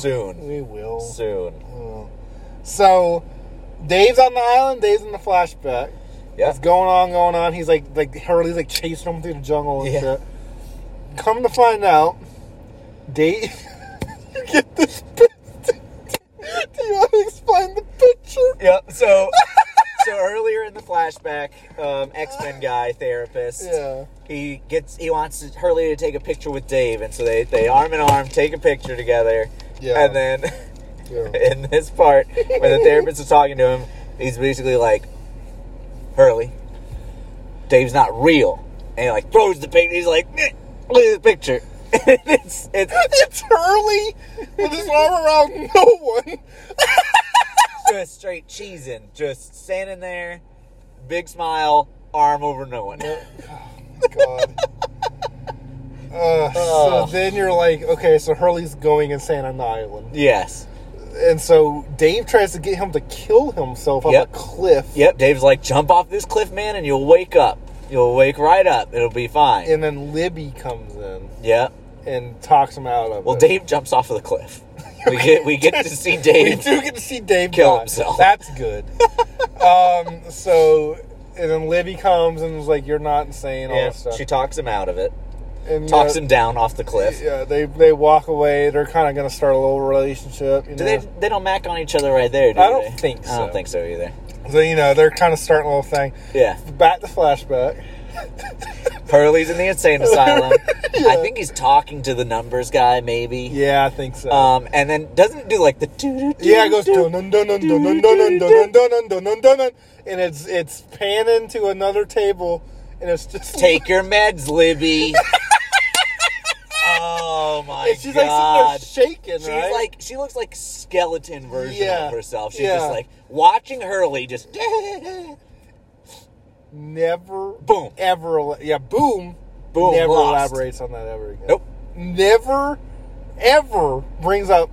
Speaker 2: so
Speaker 1: soon.
Speaker 2: we will.
Speaker 1: Soon.
Speaker 2: So Dave's on the island. Dave's in the flashback.
Speaker 1: Yeah.
Speaker 2: It's going on, going on. He's like, like Hurley's like chasing him through the jungle and
Speaker 1: Yeah.
Speaker 2: shit. Come to find out, Dave, you get this. pic- Do you want to explain the picture?
Speaker 1: Yep. So. So earlier in the flashback, um, X Men guy therapist,
Speaker 2: Yeah.
Speaker 1: he gets he wants Hurley to take a picture with Dave, and so they they arm in arm take a picture together,
Speaker 2: Yeah.
Speaker 1: and then
Speaker 2: Yeah.
Speaker 1: in this part when the therapist is talking to him, he's basically like, Hurley, Dave's not real. And he like throws the picture. He's like, "Meh, look at the picture. it's, it's,
Speaker 2: It's Hurley with his arm around no one.
Speaker 1: just straight cheesing. Just standing there, big smile, arm over no one.
Speaker 2: God. Uh,
Speaker 1: Oh.
Speaker 2: So then you're like, okay, so Hurley's going insane on the island.
Speaker 1: yes.
Speaker 2: And so Dave tries to get him to kill himself on
Speaker 1: Yep.
Speaker 2: a cliff.
Speaker 1: Yep, Dave's like, jump off this cliff, man, and you'll wake up. You'll wake right up. It'll be fine.
Speaker 2: And then Libby comes in
Speaker 1: yep.
Speaker 2: and talks him out of
Speaker 1: Well,
Speaker 2: it.
Speaker 1: Dave jumps off of the cliff. We get we get to see
Speaker 2: we
Speaker 1: Dave.
Speaker 2: do get to see Dave
Speaker 1: Kill
Speaker 2: die.
Speaker 1: himself.
Speaker 2: That's good. um, so, and then Libby comes and is like, "You're not insane." All
Speaker 1: Yeah,
Speaker 2: this stuff.
Speaker 1: she talks him out of it.
Speaker 2: and,
Speaker 1: talks
Speaker 2: uh,
Speaker 1: him down off the cliff.
Speaker 2: Yeah, they they walk away. They're kind of going to start a little relationship. You
Speaker 1: Do
Speaker 2: know?
Speaker 1: they? They don't mac on each other right there, do
Speaker 2: I don't
Speaker 1: they?
Speaker 2: think
Speaker 1: I don't
Speaker 2: so.
Speaker 1: think so either.
Speaker 2: So you know they're kind of starting a little thing.
Speaker 1: Yeah,
Speaker 2: Back to flashback.
Speaker 1: Hurley's in the insane asylum. I think he's talking to the numbers guy, maybe.
Speaker 2: Yeah, I think so.
Speaker 1: Um, and then doesn't it do like the doo doo.
Speaker 2: yeah, it goes dun dun dun dun dun dun dun dun dun dun dun dun dun dun, and it's it's panning to another table, and it's just
Speaker 1: Take your meds, Libby. oh my
Speaker 2: And she's
Speaker 1: god.
Speaker 2: like sitting there shaking,
Speaker 1: She's
Speaker 2: right?
Speaker 1: like she looks like skeleton version
Speaker 2: Yeah.
Speaker 1: of herself. She's
Speaker 2: Yeah.
Speaker 1: just like watching Hurley just
Speaker 2: never,
Speaker 1: Boom.
Speaker 2: ever, ele- yeah, boom,
Speaker 1: Boom,
Speaker 2: never
Speaker 1: lost.
Speaker 2: elaborates on that ever again.
Speaker 1: Nope.
Speaker 2: never, ever brings up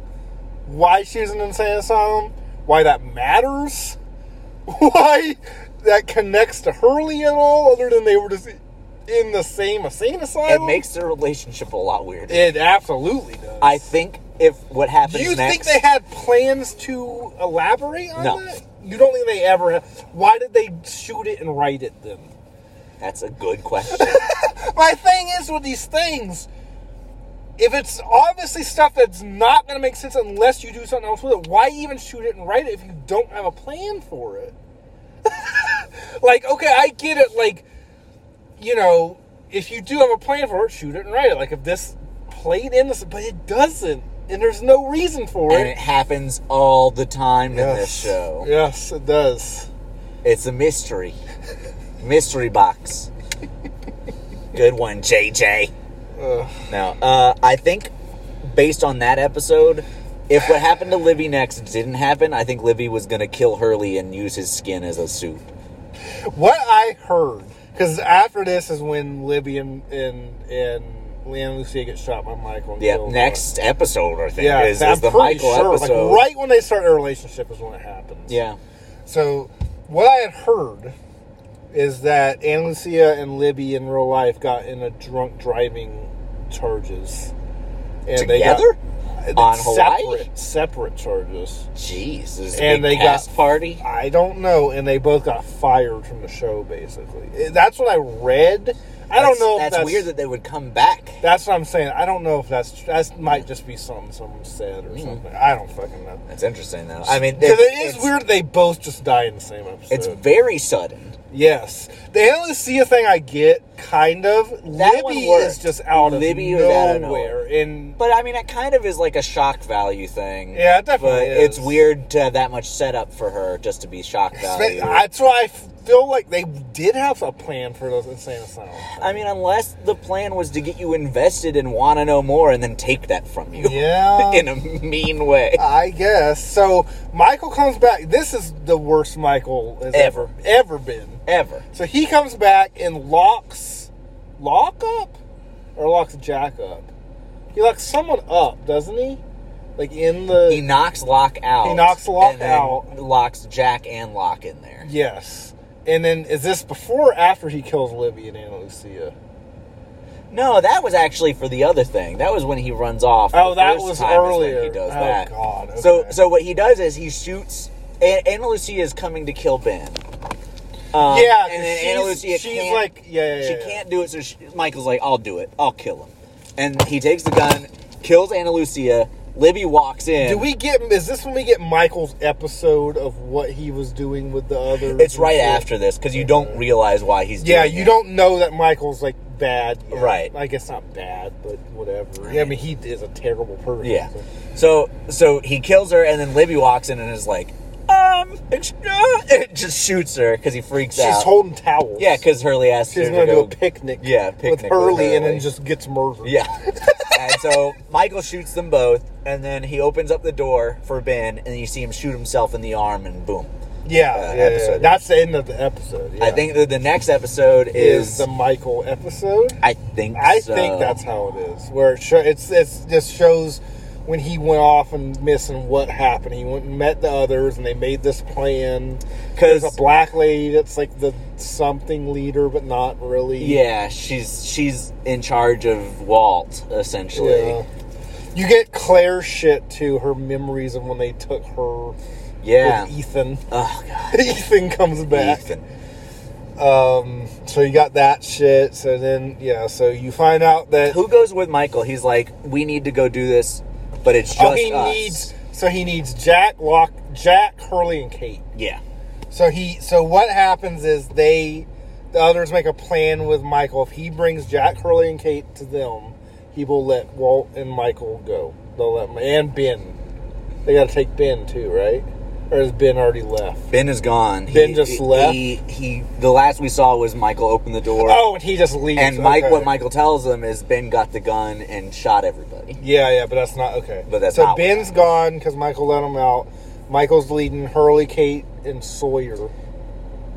Speaker 2: why she's an insane asylum, why that matters, why that connects to Hurley at all, other than they were just in the same insane
Speaker 1: It
Speaker 2: asylum.
Speaker 1: makes their relationship a lot weirder.
Speaker 2: it absolutely does.
Speaker 1: I think if what happens
Speaker 2: Do you
Speaker 1: next,
Speaker 2: think they had plans to elaborate on
Speaker 1: No.
Speaker 2: that? You don't think they ever have. Why did they shoot it and write it then?
Speaker 1: That's a good question.
Speaker 2: My thing is with these things, if it's obviously stuff that's not going to make sense unless you do something else with it, why even shoot it and write it if you don't have a plan for it? like, okay, I get it. Like, you know, if you do have a plan for it, shoot it and write it. Like, if this played in this, but it doesn't, and there's no reason for
Speaker 1: and
Speaker 2: it.
Speaker 1: it happens all the time in
Speaker 2: Yes.
Speaker 1: this show.
Speaker 2: Yes, it does.
Speaker 1: It's a mystery. mystery box. Good one, JJ.
Speaker 2: Ugh.
Speaker 1: No, uh, I think based on that episode, if what happened to Livy next didn't happen, I think Livy was going to kill Hurley and use his skin as a suit.
Speaker 2: What I heard, because after this is when Libby and and, and Leanne and Lucia get shot by Michael. and
Speaker 1: Yeah,
Speaker 2: killed.
Speaker 1: next episode, I think,
Speaker 2: Oh, Yeah,
Speaker 1: is,
Speaker 2: I'm
Speaker 1: is the
Speaker 2: pretty
Speaker 1: Michael
Speaker 2: sure.
Speaker 1: episode.
Speaker 2: Like right when they start their relationship is when it happens.
Speaker 1: Yeah.
Speaker 2: So what I had heard is that Anna Lucia and Libby in real life got in a drunk driving charges. And
Speaker 1: Together?
Speaker 2: They got, uh,
Speaker 1: On
Speaker 2: separate,
Speaker 1: Hawaii?
Speaker 2: Separate charges.
Speaker 1: Jeez, this is a
Speaker 2: And
Speaker 1: big
Speaker 2: they got-
Speaker 1: cast party.
Speaker 2: I don't know, and they both got fired from the show. Basically, Eh, that's what I read. I don't
Speaker 1: That's-
Speaker 2: know. If
Speaker 1: That's, weird that they would come back.
Speaker 2: That's what I'm saying. I don't know if that's that might just be something someone said or something. I don't fucking know.
Speaker 1: That's interesting, though. Hmm. I mean,
Speaker 2: Because it is
Speaker 1: it's-
Speaker 2: weird they both just die in the same episode.
Speaker 1: It's very sudden.
Speaker 2: yes. The Anna Lucia thing I get kind of.
Speaker 1: That one
Speaker 2: Libby is
Speaker 1: worked.
Speaker 2: just out of
Speaker 1: Libby was out
Speaker 2: nowhere,
Speaker 1: of nowhere.
Speaker 2: and
Speaker 1: But I mean, it kind of is like a shock value thing.
Speaker 2: Yeah, it definitely
Speaker 1: But it's
Speaker 2: is.
Speaker 1: weird to have that much setup for her just to be shock value. I,
Speaker 2: that's why I feel like they did have a plan for those insane asylum.
Speaker 1: mean, unless the plan was to get you invested and want to know more, and then take that from you
Speaker 2: Yeah.
Speaker 1: in a mean way.
Speaker 2: I guess. So Michael comes back. This is the worst Michael has
Speaker 1: Ever.
Speaker 2: ever, ever been.
Speaker 1: Ever.
Speaker 2: So he comes back and locks lock up or locks Jack up. He locks someone up, doesn't he? Like in the
Speaker 1: He knocks Locke out.
Speaker 2: He knocks Locke
Speaker 1: and then
Speaker 2: out.
Speaker 1: Locks Jack and Locke in there.
Speaker 2: yes. And then is this before or after he kills Libby and Anna Lucia?
Speaker 1: No, that was actually for the other thing. That was when he runs off.
Speaker 2: Oh,
Speaker 1: The
Speaker 2: that
Speaker 1: first
Speaker 2: was
Speaker 1: time is when
Speaker 2: earlier.
Speaker 1: He does
Speaker 2: Oh,
Speaker 1: that.
Speaker 2: God, okay.
Speaker 1: So, so what he does is he shoots. A- Anna Lucia is coming to kill Ben. Um,
Speaker 2: yeah, 'cause
Speaker 1: and then
Speaker 2: she's,
Speaker 1: Anna Lucia
Speaker 2: she's
Speaker 1: can't-
Speaker 2: like yeah, yeah,
Speaker 1: she
Speaker 2: yeah.
Speaker 1: can't do it. So she, Michael's like, "I'll do it. I'll kill him." And he takes the gun, kills Anna Lucia. Libby walks in.
Speaker 2: Do we get? Is this when we get Michael's episode of what he was doing with the other?
Speaker 1: It's right after this because you don't realize why he's.
Speaker 2: Yeah,
Speaker 1: doing
Speaker 2: you
Speaker 1: it.
Speaker 2: don't know that Michael's like bad. yet.
Speaker 1: Right.
Speaker 2: I guess not bad, but whatever. Yeah, I mean he is a terrible person.
Speaker 1: Yeah.
Speaker 2: so-
Speaker 1: So so he kills her, and then Libby walks in and is like, um, ex- uh," it just shoots her because he freaks
Speaker 2: She's
Speaker 1: out.
Speaker 2: holding towels.
Speaker 1: yeah, because Hurley asked
Speaker 2: she's
Speaker 1: her
Speaker 2: gonna
Speaker 1: to
Speaker 2: do
Speaker 1: go.
Speaker 2: a picnic.
Speaker 1: Yeah, picnic
Speaker 2: with
Speaker 1: with
Speaker 2: Hurley, and
Speaker 1: Hurley.
Speaker 2: then just gets murdered.
Speaker 1: yeah. and so Michael shoots them both, and then he opens up the door for Ben, and you see him shoot himself in the arm, and boom.
Speaker 2: yeah,
Speaker 1: Uh,
Speaker 2: yeah, yeah,
Speaker 1: episode.
Speaker 2: yeah. That's the end of the episode. yeah.
Speaker 1: I think that the next episode
Speaker 2: is,
Speaker 1: is.
Speaker 2: the Michael episode.
Speaker 1: I think.
Speaker 2: I
Speaker 1: so.
Speaker 2: think that's how it is. Where it sho- it's it's just shows when he went off and missing what happened. He went and met the others, and they made this plan. There's a
Speaker 1: 'Cause-
Speaker 2: black lady that's like the something leader, but not really.
Speaker 1: Yeah, she's she's in charge of Walt essentially.
Speaker 2: Yeah. You get Claire shit too. Her memories of when they took her
Speaker 1: Yeah.
Speaker 2: with E. Ethan.
Speaker 1: Oh god.
Speaker 2: Ethan comes back.
Speaker 1: Ethan.
Speaker 2: Um, so you got that shit. So then, yeah. So you find out that
Speaker 1: Who goes with Michael? He's like, we need to go do this, but it's just
Speaker 2: oh, he
Speaker 1: us.
Speaker 2: needs. So he needs Jack, Locke, Jack, Hurley, and Kate.
Speaker 1: Yeah,
Speaker 2: So he so what happens is they the others make a plan with Michael. If he brings Jack Hurley and Kate to them, he will let Walt and Michael go. They'll let and Ben. They got to take Ben too, right? Or has Ben already left?
Speaker 1: Ben is gone.
Speaker 2: Ben just left?
Speaker 1: He, he. The last we saw was Michael open the door,
Speaker 2: Oh, and he just leaves.
Speaker 1: and Mike.
Speaker 2: Okay.
Speaker 1: What Michael tells him is Ben got the gun and shot everybody.
Speaker 2: Yeah, yeah, but that's not okay.
Speaker 1: But that's
Speaker 2: so
Speaker 1: not what
Speaker 2: Ben's gone because Michael let him out. Michael's leading Hurley, Kate, and Sawyer.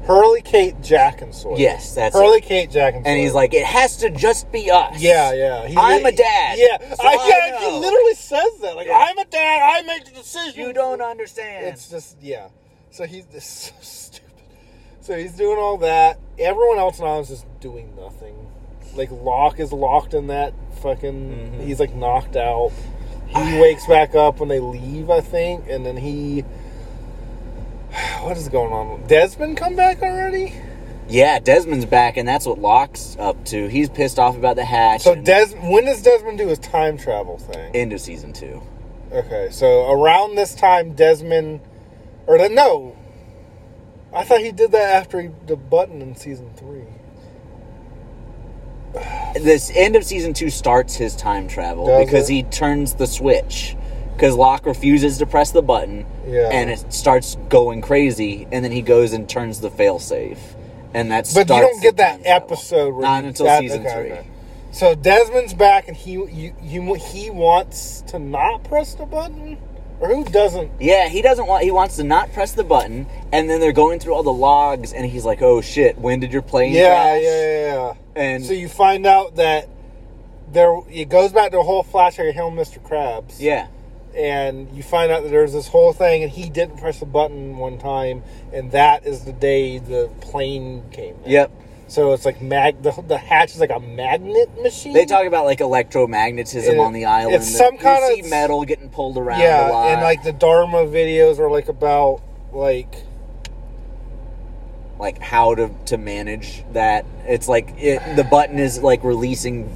Speaker 2: Hurley, Kate, Jack, and Sawyer.
Speaker 1: Yes, that's
Speaker 2: Hurley,
Speaker 1: it.
Speaker 2: Kate, Jack, and Sawyer.
Speaker 1: And he's like, it has to just be us.
Speaker 2: Yeah, yeah. He-
Speaker 1: I'm a dad.
Speaker 2: Yeah,
Speaker 1: so
Speaker 2: I,
Speaker 1: I
Speaker 2: yeah,
Speaker 1: know.
Speaker 2: he literally says that. Like,
Speaker 1: Yeah.
Speaker 2: I'm a dad. I make the decision.
Speaker 1: You don't understand.
Speaker 2: It's just yeah. So he's just so stupid. So he's doing all that. Everyone else now is just doing nothing. Like Locke is locked in that fucking. He's like knocked out. He wakes back up when they leave, I think, and then he. What is going on? Desmond come back already?
Speaker 1: Yeah, Desmond's back, and that's what Locke's up to. He's pissed off about the hatch.
Speaker 2: So
Speaker 1: and-
Speaker 2: Des, when does Desmond do his time travel thing?
Speaker 1: end of season two.
Speaker 2: Okay, so around this time, Desmond, or the- no, I thought he did that after he, the button in season three.
Speaker 1: This end of season two starts his time travel
Speaker 2: Does
Speaker 1: because
Speaker 2: it?
Speaker 1: he turns the switch because Locke refuses to press the button,
Speaker 2: Yeah.
Speaker 1: and it starts going crazy, and then he goes and turns the failsafe, and that's
Speaker 2: But you don't get that episode. Where
Speaker 1: not
Speaker 2: you-
Speaker 1: until
Speaker 2: that-
Speaker 1: season
Speaker 2: okay,
Speaker 1: three.
Speaker 2: okay. So Desmond's back, and he you, you he wants to not press the button, or who doesn't?
Speaker 1: Yeah, he doesn't want. He wants to not press the button, and then they're going through all the logs, and he's like, "Oh shit, when did your plane
Speaker 2: Yeah, yeah,
Speaker 1: crash?"
Speaker 2: yeah, yeah.
Speaker 1: And
Speaker 2: so you find out that there it goes back to the whole flash of Hill, Mr. Krabs.
Speaker 1: yeah,
Speaker 2: and you find out that there's this whole thing, and he didn't press the button one time, and that is the day the plane came. in.
Speaker 1: yep.
Speaker 2: So it's like mag the, the hatch is like a magnet machine.
Speaker 1: They talk about like electromagnetism
Speaker 2: It-
Speaker 1: on the island.
Speaker 2: it's some
Speaker 1: You
Speaker 2: kinda-
Speaker 1: see metal getting pulled around
Speaker 2: yeah,
Speaker 1: a lot.
Speaker 2: and like the Dharma videos are like about like
Speaker 1: like how to to manage that. It's like it, the button is like releasing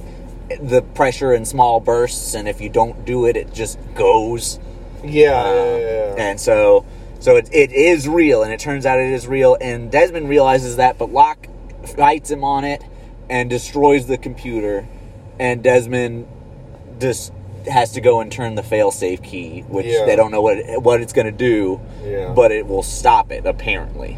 Speaker 1: the pressure in small bursts, and if you don't do it, it just goes.
Speaker 2: yeah,
Speaker 1: Um,
Speaker 2: yeah, yeah, yeah.
Speaker 1: And so, so it, it is real, and it turns out it is real. And Desmond realizes that, but Locke fights him on it and destroys the computer. And Desmond just has to go and turn the failsafe key, which
Speaker 2: Yeah.
Speaker 1: they don't know what it, what it's going to do,
Speaker 2: Yeah.
Speaker 1: but it will stop it apparently.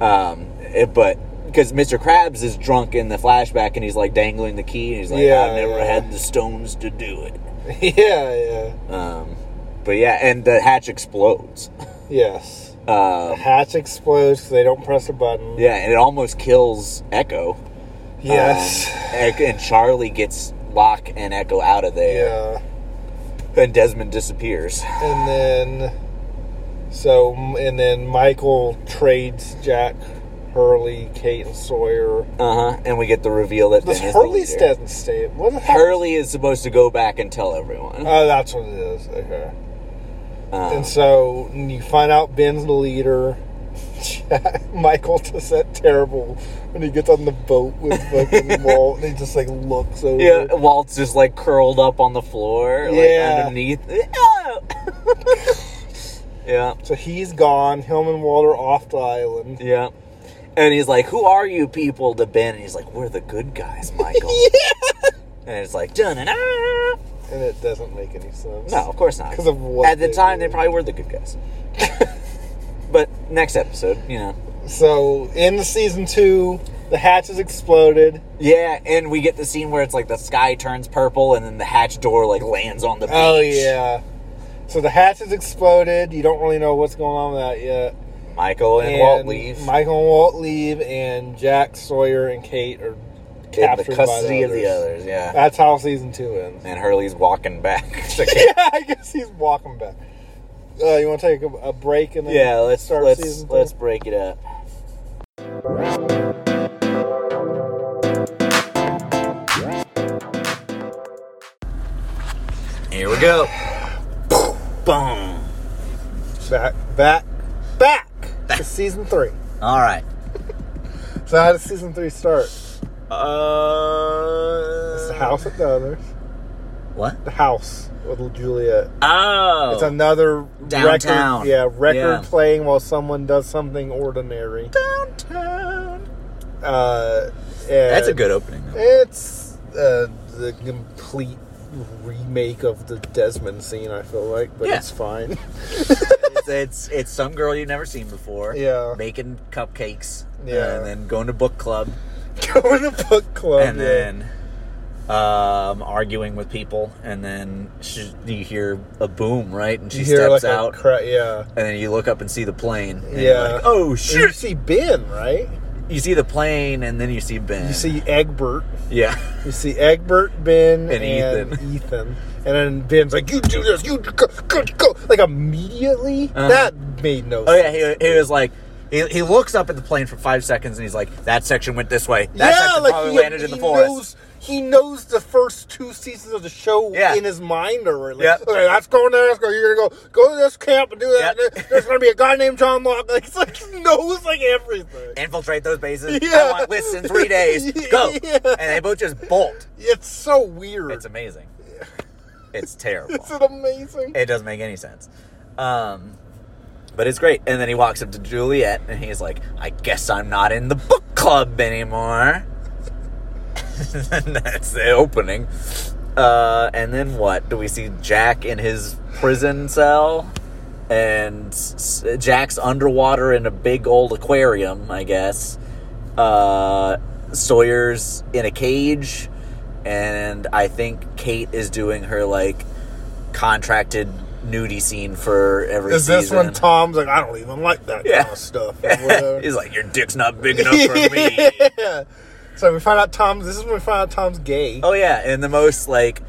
Speaker 1: Um, it- but because Mr. Krabs is drunk in the flashback, and he's like dangling the key, and he's like,
Speaker 2: Yeah,
Speaker 1: "I've never
Speaker 2: yeah.
Speaker 1: had the stones to do it."
Speaker 2: yeah, yeah,
Speaker 1: Um, but yeah, and the hatch explodes.
Speaker 2: yes. The
Speaker 1: Um,
Speaker 2: hatch explodes 'cause they don't press the button.
Speaker 1: yeah, and it almost kills Echo.
Speaker 2: Yes.
Speaker 1: Um, and, and Charlie gets Locke and Echo out of there,
Speaker 2: yeah.
Speaker 1: and Desmond disappears.
Speaker 2: And then, so and then Michael trades Jack, Hurley, Kate, and Sawyer.
Speaker 1: Uh huh. And we get the reveal that
Speaker 2: This
Speaker 1: Ben is
Speaker 2: Hurley
Speaker 1: the leader.
Speaker 2: doesn't stay. What the heck?
Speaker 1: Hurley is supposed to go back and tell everyone.
Speaker 2: Oh, that's what it is. Okay.
Speaker 1: Um,
Speaker 2: And so you find out Ben's the leader. Jack, Michael does that terrible when he gets on the boat with fucking Walt and he just like looks over.
Speaker 1: yeah, Walt's just like curled up on the floor,
Speaker 2: Yeah.
Speaker 1: like underneath. Oh! yeah.
Speaker 2: So he's gone. Him and Walt are off the island.
Speaker 1: Yeah. And he's like, Who are you people to Ben? And he's like, We're the good guys, Michael. And it's like, dun and ah.
Speaker 2: And it doesn't make any sense.
Speaker 1: No, of course not.
Speaker 2: 'Cause of what
Speaker 1: At the
Speaker 2: they
Speaker 1: time,
Speaker 2: did.
Speaker 1: they probably were the good guys. but next episode, you know.
Speaker 2: So in the season two, the hatch has exploded.
Speaker 1: Yeah, and we get the scene where it's like the sky turns purple and then the hatch door like lands on the beach.
Speaker 2: Oh yeah. So the hatch has exploded. You don't really know what's going on with that yet.
Speaker 1: Michael and, Walt leave.
Speaker 2: Michael and Walt leave, and Jack Sawyer and Kate are
Speaker 1: in
Speaker 2: captured
Speaker 1: the custody
Speaker 2: by Uh,
Speaker 1: of the others, yeah.
Speaker 2: That's how season two ends.
Speaker 1: and Hurley's walking back. to camp.
Speaker 2: yeah, I guess he's walking back. Uh, you want to take a, a break and then
Speaker 1: yeah, let's
Speaker 2: start
Speaker 1: let's
Speaker 2: season two?
Speaker 1: let's break it up. Here we go. Boom.
Speaker 2: back back back to season three.
Speaker 1: All right.
Speaker 2: So how does season three start?
Speaker 1: Uh.
Speaker 2: It's the house at the others.
Speaker 1: What?
Speaker 2: The house with Juliet.
Speaker 1: Oh.
Speaker 2: It's another
Speaker 1: Downtown.
Speaker 2: record. Yeah, record
Speaker 1: Yeah.
Speaker 2: playing while someone does something ordinary.
Speaker 1: downtown.
Speaker 2: Uh,
Speaker 1: That's a
Speaker 2: and
Speaker 1: good opening. Though.
Speaker 2: It's uh, the complete remake of the Desmond scene. I feel like, but
Speaker 1: Yeah.
Speaker 2: it's fine.
Speaker 1: it's, it's it's some girl you've never seen before.
Speaker 2: Yeah.
Speaker 1: Making cupcakes.
Speaker 2: Yeah.
Speaker 1: And then going to book club.
Speaker 2: Going to book club.
Speaker 1: and
Speaker 2: yeah.
Speaker 1: then um, arguing with people, and then she, you hear a boom, right? And she
Speaker 2: you hear
Speaker 1: steps
Speaker 2: like
Speaker 1: out,
Speaker 2: a cra- yeah.
Speaker 1: and then you look up and see the plane. and you're
Speaker 2: Yeah.
Speaker 1: like, oh
Speaker 2: And You
Speaker 1: shit!
Speaker 2: see Ben, right?
Speaker 1: You see the plane, and then you see Ben.
Speaker 2: You see Egbert.
Speaker 1: yeah,
Speaker 2: You see Egbert, Ben,
Speaker 1: And
Speaker 2: and,
Speaker 1: Ethan.
Speaker 2: Ethan. And then Ben's like, you do this, you go, go, go. Like, immediately?
Speaker 1: Uh-huh.
Speaker 2: That made no
Speaker 1: oh
Speaker 2: sense.
Speaker 1: yeah. He, he was like. He, he looks up at the plane for five seconds and he's like, "That section went this way. That
Speaker 2: yeah,
Speaker 1: section
Speaker 2: like,
Speaker 1: probably
Speaker 2: he,
Speaker 1: landed in
Speaker 2: he
Speaker 1: the forest."
Speaker 2: knows- he knows the first two seasons of the show
Speaker 1: Yeah.
Speaker 2: in his mind already.
Speaker 1: Yep.
Speaker 2: Okay, that's going there. That's going. You're gonna go go to this camp and do that.
Speaker 1: Yep.
Speaker 2: and There's gonna be a guy named John Locke. Like, it's like he knows like everything.
Speaker 1: Infiltrate those bases. I
Speaker 2: Yeah.
Speaker 1: want lists in three days. Go.
Speaker 2: Yeah.
Speaker 1: And they both just bolt.
Speaker 2: It's so weird.
Speaker 1: It's amazing. It's terrible.
Speaker 2: Is it amazing?
Speaker 1: It doesn't make any sense. Um, but it's great. And then he walks up to Juliet and he's like, I guess I'm not in the book club anymore. and that's the opening. Uh, and then what? Do we see Jack in his prison cell? And s- s- Jack's underwater in a big old aquarium, I guess. Uh, Sawyer's in a cage. And I think Kate is doing her, like, contracted nudie scene for every
Speaker 2: Is
Speaker 1: season.
Speaker 2: this when Tom's like, I don't even like that
Speaker 1: Yeah.
Speaker 2: kind of stuff. or whatever.
Speaker 1: He's like, your dick's not big enough for me.
Speaker 2: yeah. So we find out Tom's. This is when we find out Tom's gay.
Speaker 1: Oh yeah, and the most like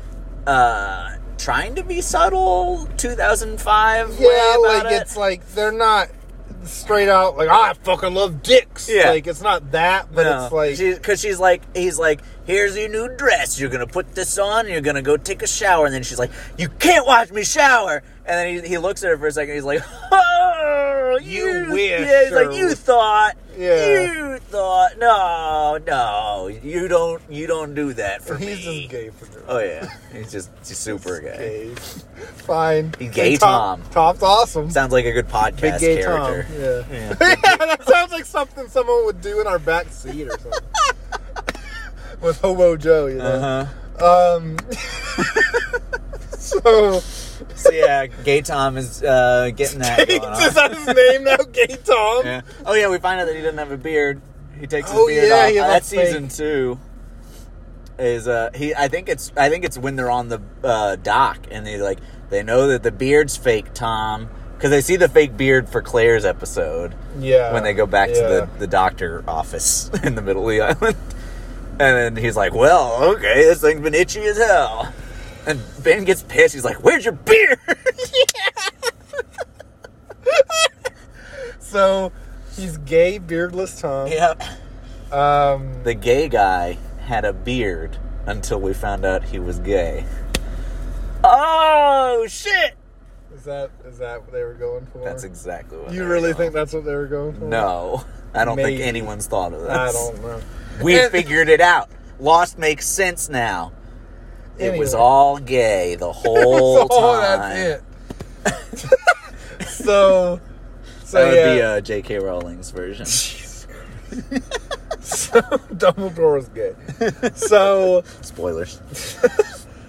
Speaker 1: uh trying to be subtle 2005 way
Speaker 2: yeah,
Speaker 1: about
Speaker 2: like
Speaker 1: it.
Speaker 2: it's like they're not straight out like I fucking love dicks.
Speaker 1: Yeah.
Speaker 2: like it's not that, but
Speaker 1: No,
Speaker 2: it's like
Speaker 1: she's because she's like he's like here's your new dress you're gonna put this on you're gonna go take a shower and then she's like you can't watch me shower and then he, he looks at her for a second he's like oh
Speaker 2: You wish,
Speaker 1: yeah he's like
Speaker 2: or-
Speaker 1: you thought
Speaker 2: Yeah.
Speaker 1: you thought no no you don't you don't do that for
Speaker 2: he's
Speaker 1: me
Speaker 2: just gay for girls.
Speaker 1: oh yeah he's just he's super gay.
Speaker 2: Gay. Fine.
Speaker 1: He's gay
Speaker 2: And Tom-
Speaker 1: Tom.
Speaker 2: Tom's awesome.
Speaker 1: Sounds like a good podcast
Speaker 2: Big gay
Speaker 1: character.
Speaker 2: Tom. Yeah. Yeah. that sounds like something someone would do in our back seat or something. With Hobo Joe, you know.
Speaker 1: Uh huh.
Speaker 2: Um, so,
Speaker 1: So yeah, Gay Tom is uh, getting that going on.
Speaker 2: is that his name now? Gay Tom?
Speaker 1: Yeah. Oh yeah, we find out that he doesn't have a beard. He takes his
Speaker 2: Oh,
Speaker 1: beard
Speaker 2: yeah,
Speaker 1: off.
Speaker 2: he has
Speaker 1: Uh,
Speaker 2: a
Speaker 1: That's
Speaker 2: fake-
Speaker 1: season two. Is uh he? I think it's I think it's when they're on the uh, dock and they like they know that the beard's fake Tom because they see the fake beard for Claire's episode
Speaker 2: Yeah.
Speaker 1: when they go back to the the doctor office in the middle of the island. And then he's like, "Well, okay, this thing's been itchy as hell." And Ben gets pissed. He's like, "Where's your beard?"
Speaker 2: the. So, he's gay, beardless Tom.
Speaker 1: yep.
Speaker 2: Um,
Speaker 1: The gay guy had a beard until we found out he was gay. Oh shit!
Speaker 2: is that is that what they were going for?
Speaker 1: That's exactly what.
Speaker 2: You
Speaker 1: they
Speaker 2: really
Speaker 1: were
Speaker 2: think
Speaker 1: going
Speaker 2: that's what they were going for?
Speaker 1: for. No, I don't think
Speaker 2: Maybe.
Speaker 1: anyone's thought of this.
Speaker 2: I don't know.
Speaker 1: We
Speaker 2: And-
Speaker 1: figured it out. Lost makes sense now. It was
Speaker 2: Anyway.
Speaker 1: all gay the
Speaker 2: so,
Speaker 1: whole
Speaker 2: Oh,
Speaker 1: time.
Speaker 2: that's it. so, so
Speaker 1: That would
Speaker 2: yeah.
Speaker 1: be uh, J.K. Rowling's version.
Speaker 2: so, Dumbledore was gay. So,
Speaker 1: Spoilers.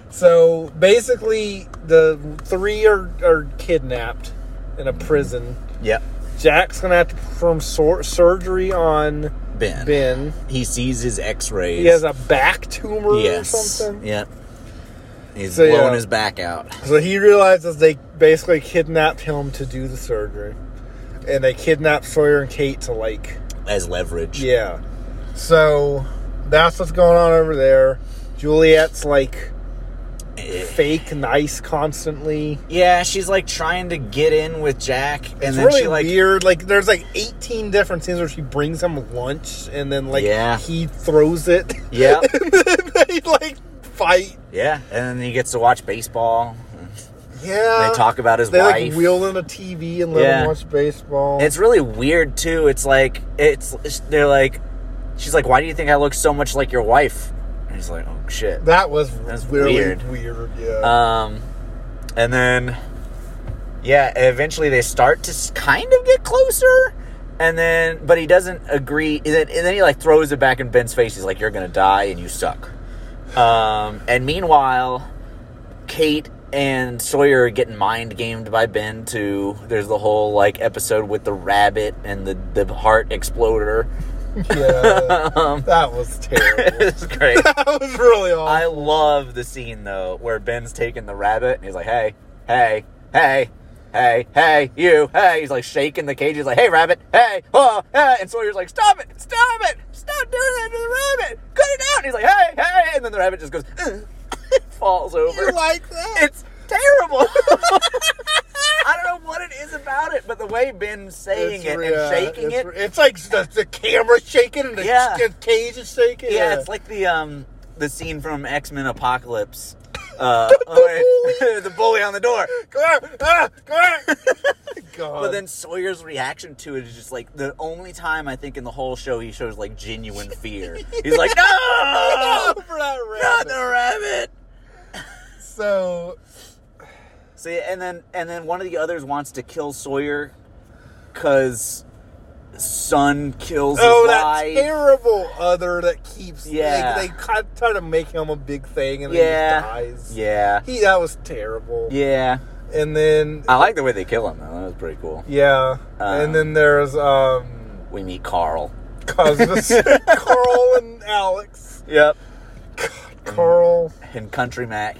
Speaker 2: So basically, the three are, are kidnapped in a prison.
Speaker 1: Yep.
Speaker 2: Jack's gonna have to perform sor- surgery on
Speaker 1: Ben.
Speaker 2: Ben.
Speaker 1: He sees his X-rays.
Speaker 2: He has a back tumor
Speaker 1: yes.
Speaker 2: or something.
Speaker 1: Yep. He's
Speaker 2: So,
Speaker 1: blowing
Speaker 2: yeah.
Speaker 1: his back out.
Speaker 2: So he realizes they basically kidnapped him to do the surgery, and they kidnapped Sawyer and Kate to like
Speaker 1: as leverage.
Speaker 2: yeah. So that's what's going on over there. Juliet's like
Speaker 1: Eh.
Speaker 2: fake nice constantly.
Speaker 1: Yeah, she's like trying to get in with Jack, and
Speaker 2: It's
Speaker 1: then
Speaker 2: really
Speaker 1: she like
Speaker 2: weird. Like there's like 18 different scenes where she brings him lunch and then like
Speaker 1: Yeah.
Speaker 2: he throws it.
Speaker 1: yeah,
Speaker 2: and then they like fight.
Speaker 1: yeah, and then he gets to watch baseball.
Speaker 2: Yeah.
Speaker 1: They talk about his
Speaker 2: Uh, They
Speaker 1: wife.
Speaker 2: like wheel in a TV and let
Speaker 1: Yeah.
Speaker 2: him watch baseball.
Speaker 1: It's really weird too. It's like it's they're like, she's like, why do you think I look so much like your wife? And he's like, oh shit.
Speaker 2: that was
Speaker 1: That's
Speaker 2: really
Speaker 1: weird.
Speaker 2: weird. Yeah.
Speaker 1: Um, and then yeah, eventually they start to s- kind of get closer. And then, but he doesn't agree. And then, and then he like throws it back in Ben's face. He's like, "You're gonna die, and you suck." Um, and meanwhile, Kate and Sawyer are getting mind gamed by Ben too. There's the whole like episode with the rabbit and the the heart exploder.
Speaker 2: yeah.
Speaker 1: Um,
Speaker 2: that was terrible.
Speaker 1: it's great.
Speaker 2: that was really awful.
Speaker 1: I love the scene though where Ben's taking the rabbit and he's like, "Hey, hey, hey, hey, hey, you, hey." He's like shaking the cage. He's like, "Hey, rabbit, hey, oh, hey," and Sawyer's like, "Stop it, stop it, stop doing that to the rabbit, cut it out." And he's like, "Hey, hey," and then the rabbit just goes, "Ugh." falls over.
Speaker 2: you like that?
Speaker 1: it's terrible. I don't know what it is about it, but the way Ben's saying it
Speaker 2: yeah,
Speaker 1: and shaking
Speaker 2: it's,
Speaker 1: it,
Speaker 2: It's like the, the camera shaking and the,
Speaker 1: Yeah.
Speaker 2: the cage is shaking.
Speaker 1: yeah, it's like the um the scene from X Men Apocalypse. Uh, where- the bully on the door.
Speaker 2: Come on, ah, come on. God.
Speaker 1: But then Sawyer's reaction to it is just like the only time I think in the whole show he shows like genuine fear. He's like,
Speaker 2: Oh,
Speaker 1: no,
Speaker 2: for that rabbit.
Speaker 1: not the rabbit.
Speaker 2: So
Speaker 1: See, and then and then one of the others wants to kill Sawyer because son kills his
Speaker 2: oh, that
Speaker 1: wife.
Speaker 2: terrible other that keeps.
Speaker 1: Yeah.
Speaker 2: they, they kind of try to make him a big thing, and
Speaker 1: yeah,
Speaker 2: then he dies.
Speaker 1: yeah,
Speaker 2: he that was terrible.
Speaker 1: yeah.
Speaker 2: And then
Speaker 1: I like the way they kill him though. That was pretty cool.
Speaker 2: yeah,
Speaker 1: Um,
Speaker 2: and then there's um,
Speaker 1: We meet Carl.
Speaker 2: Cosmos, Carl, and Alex.
Speaker 1: Yep.
Speaker 2: Carl,
Speaker 1: And Country Mac.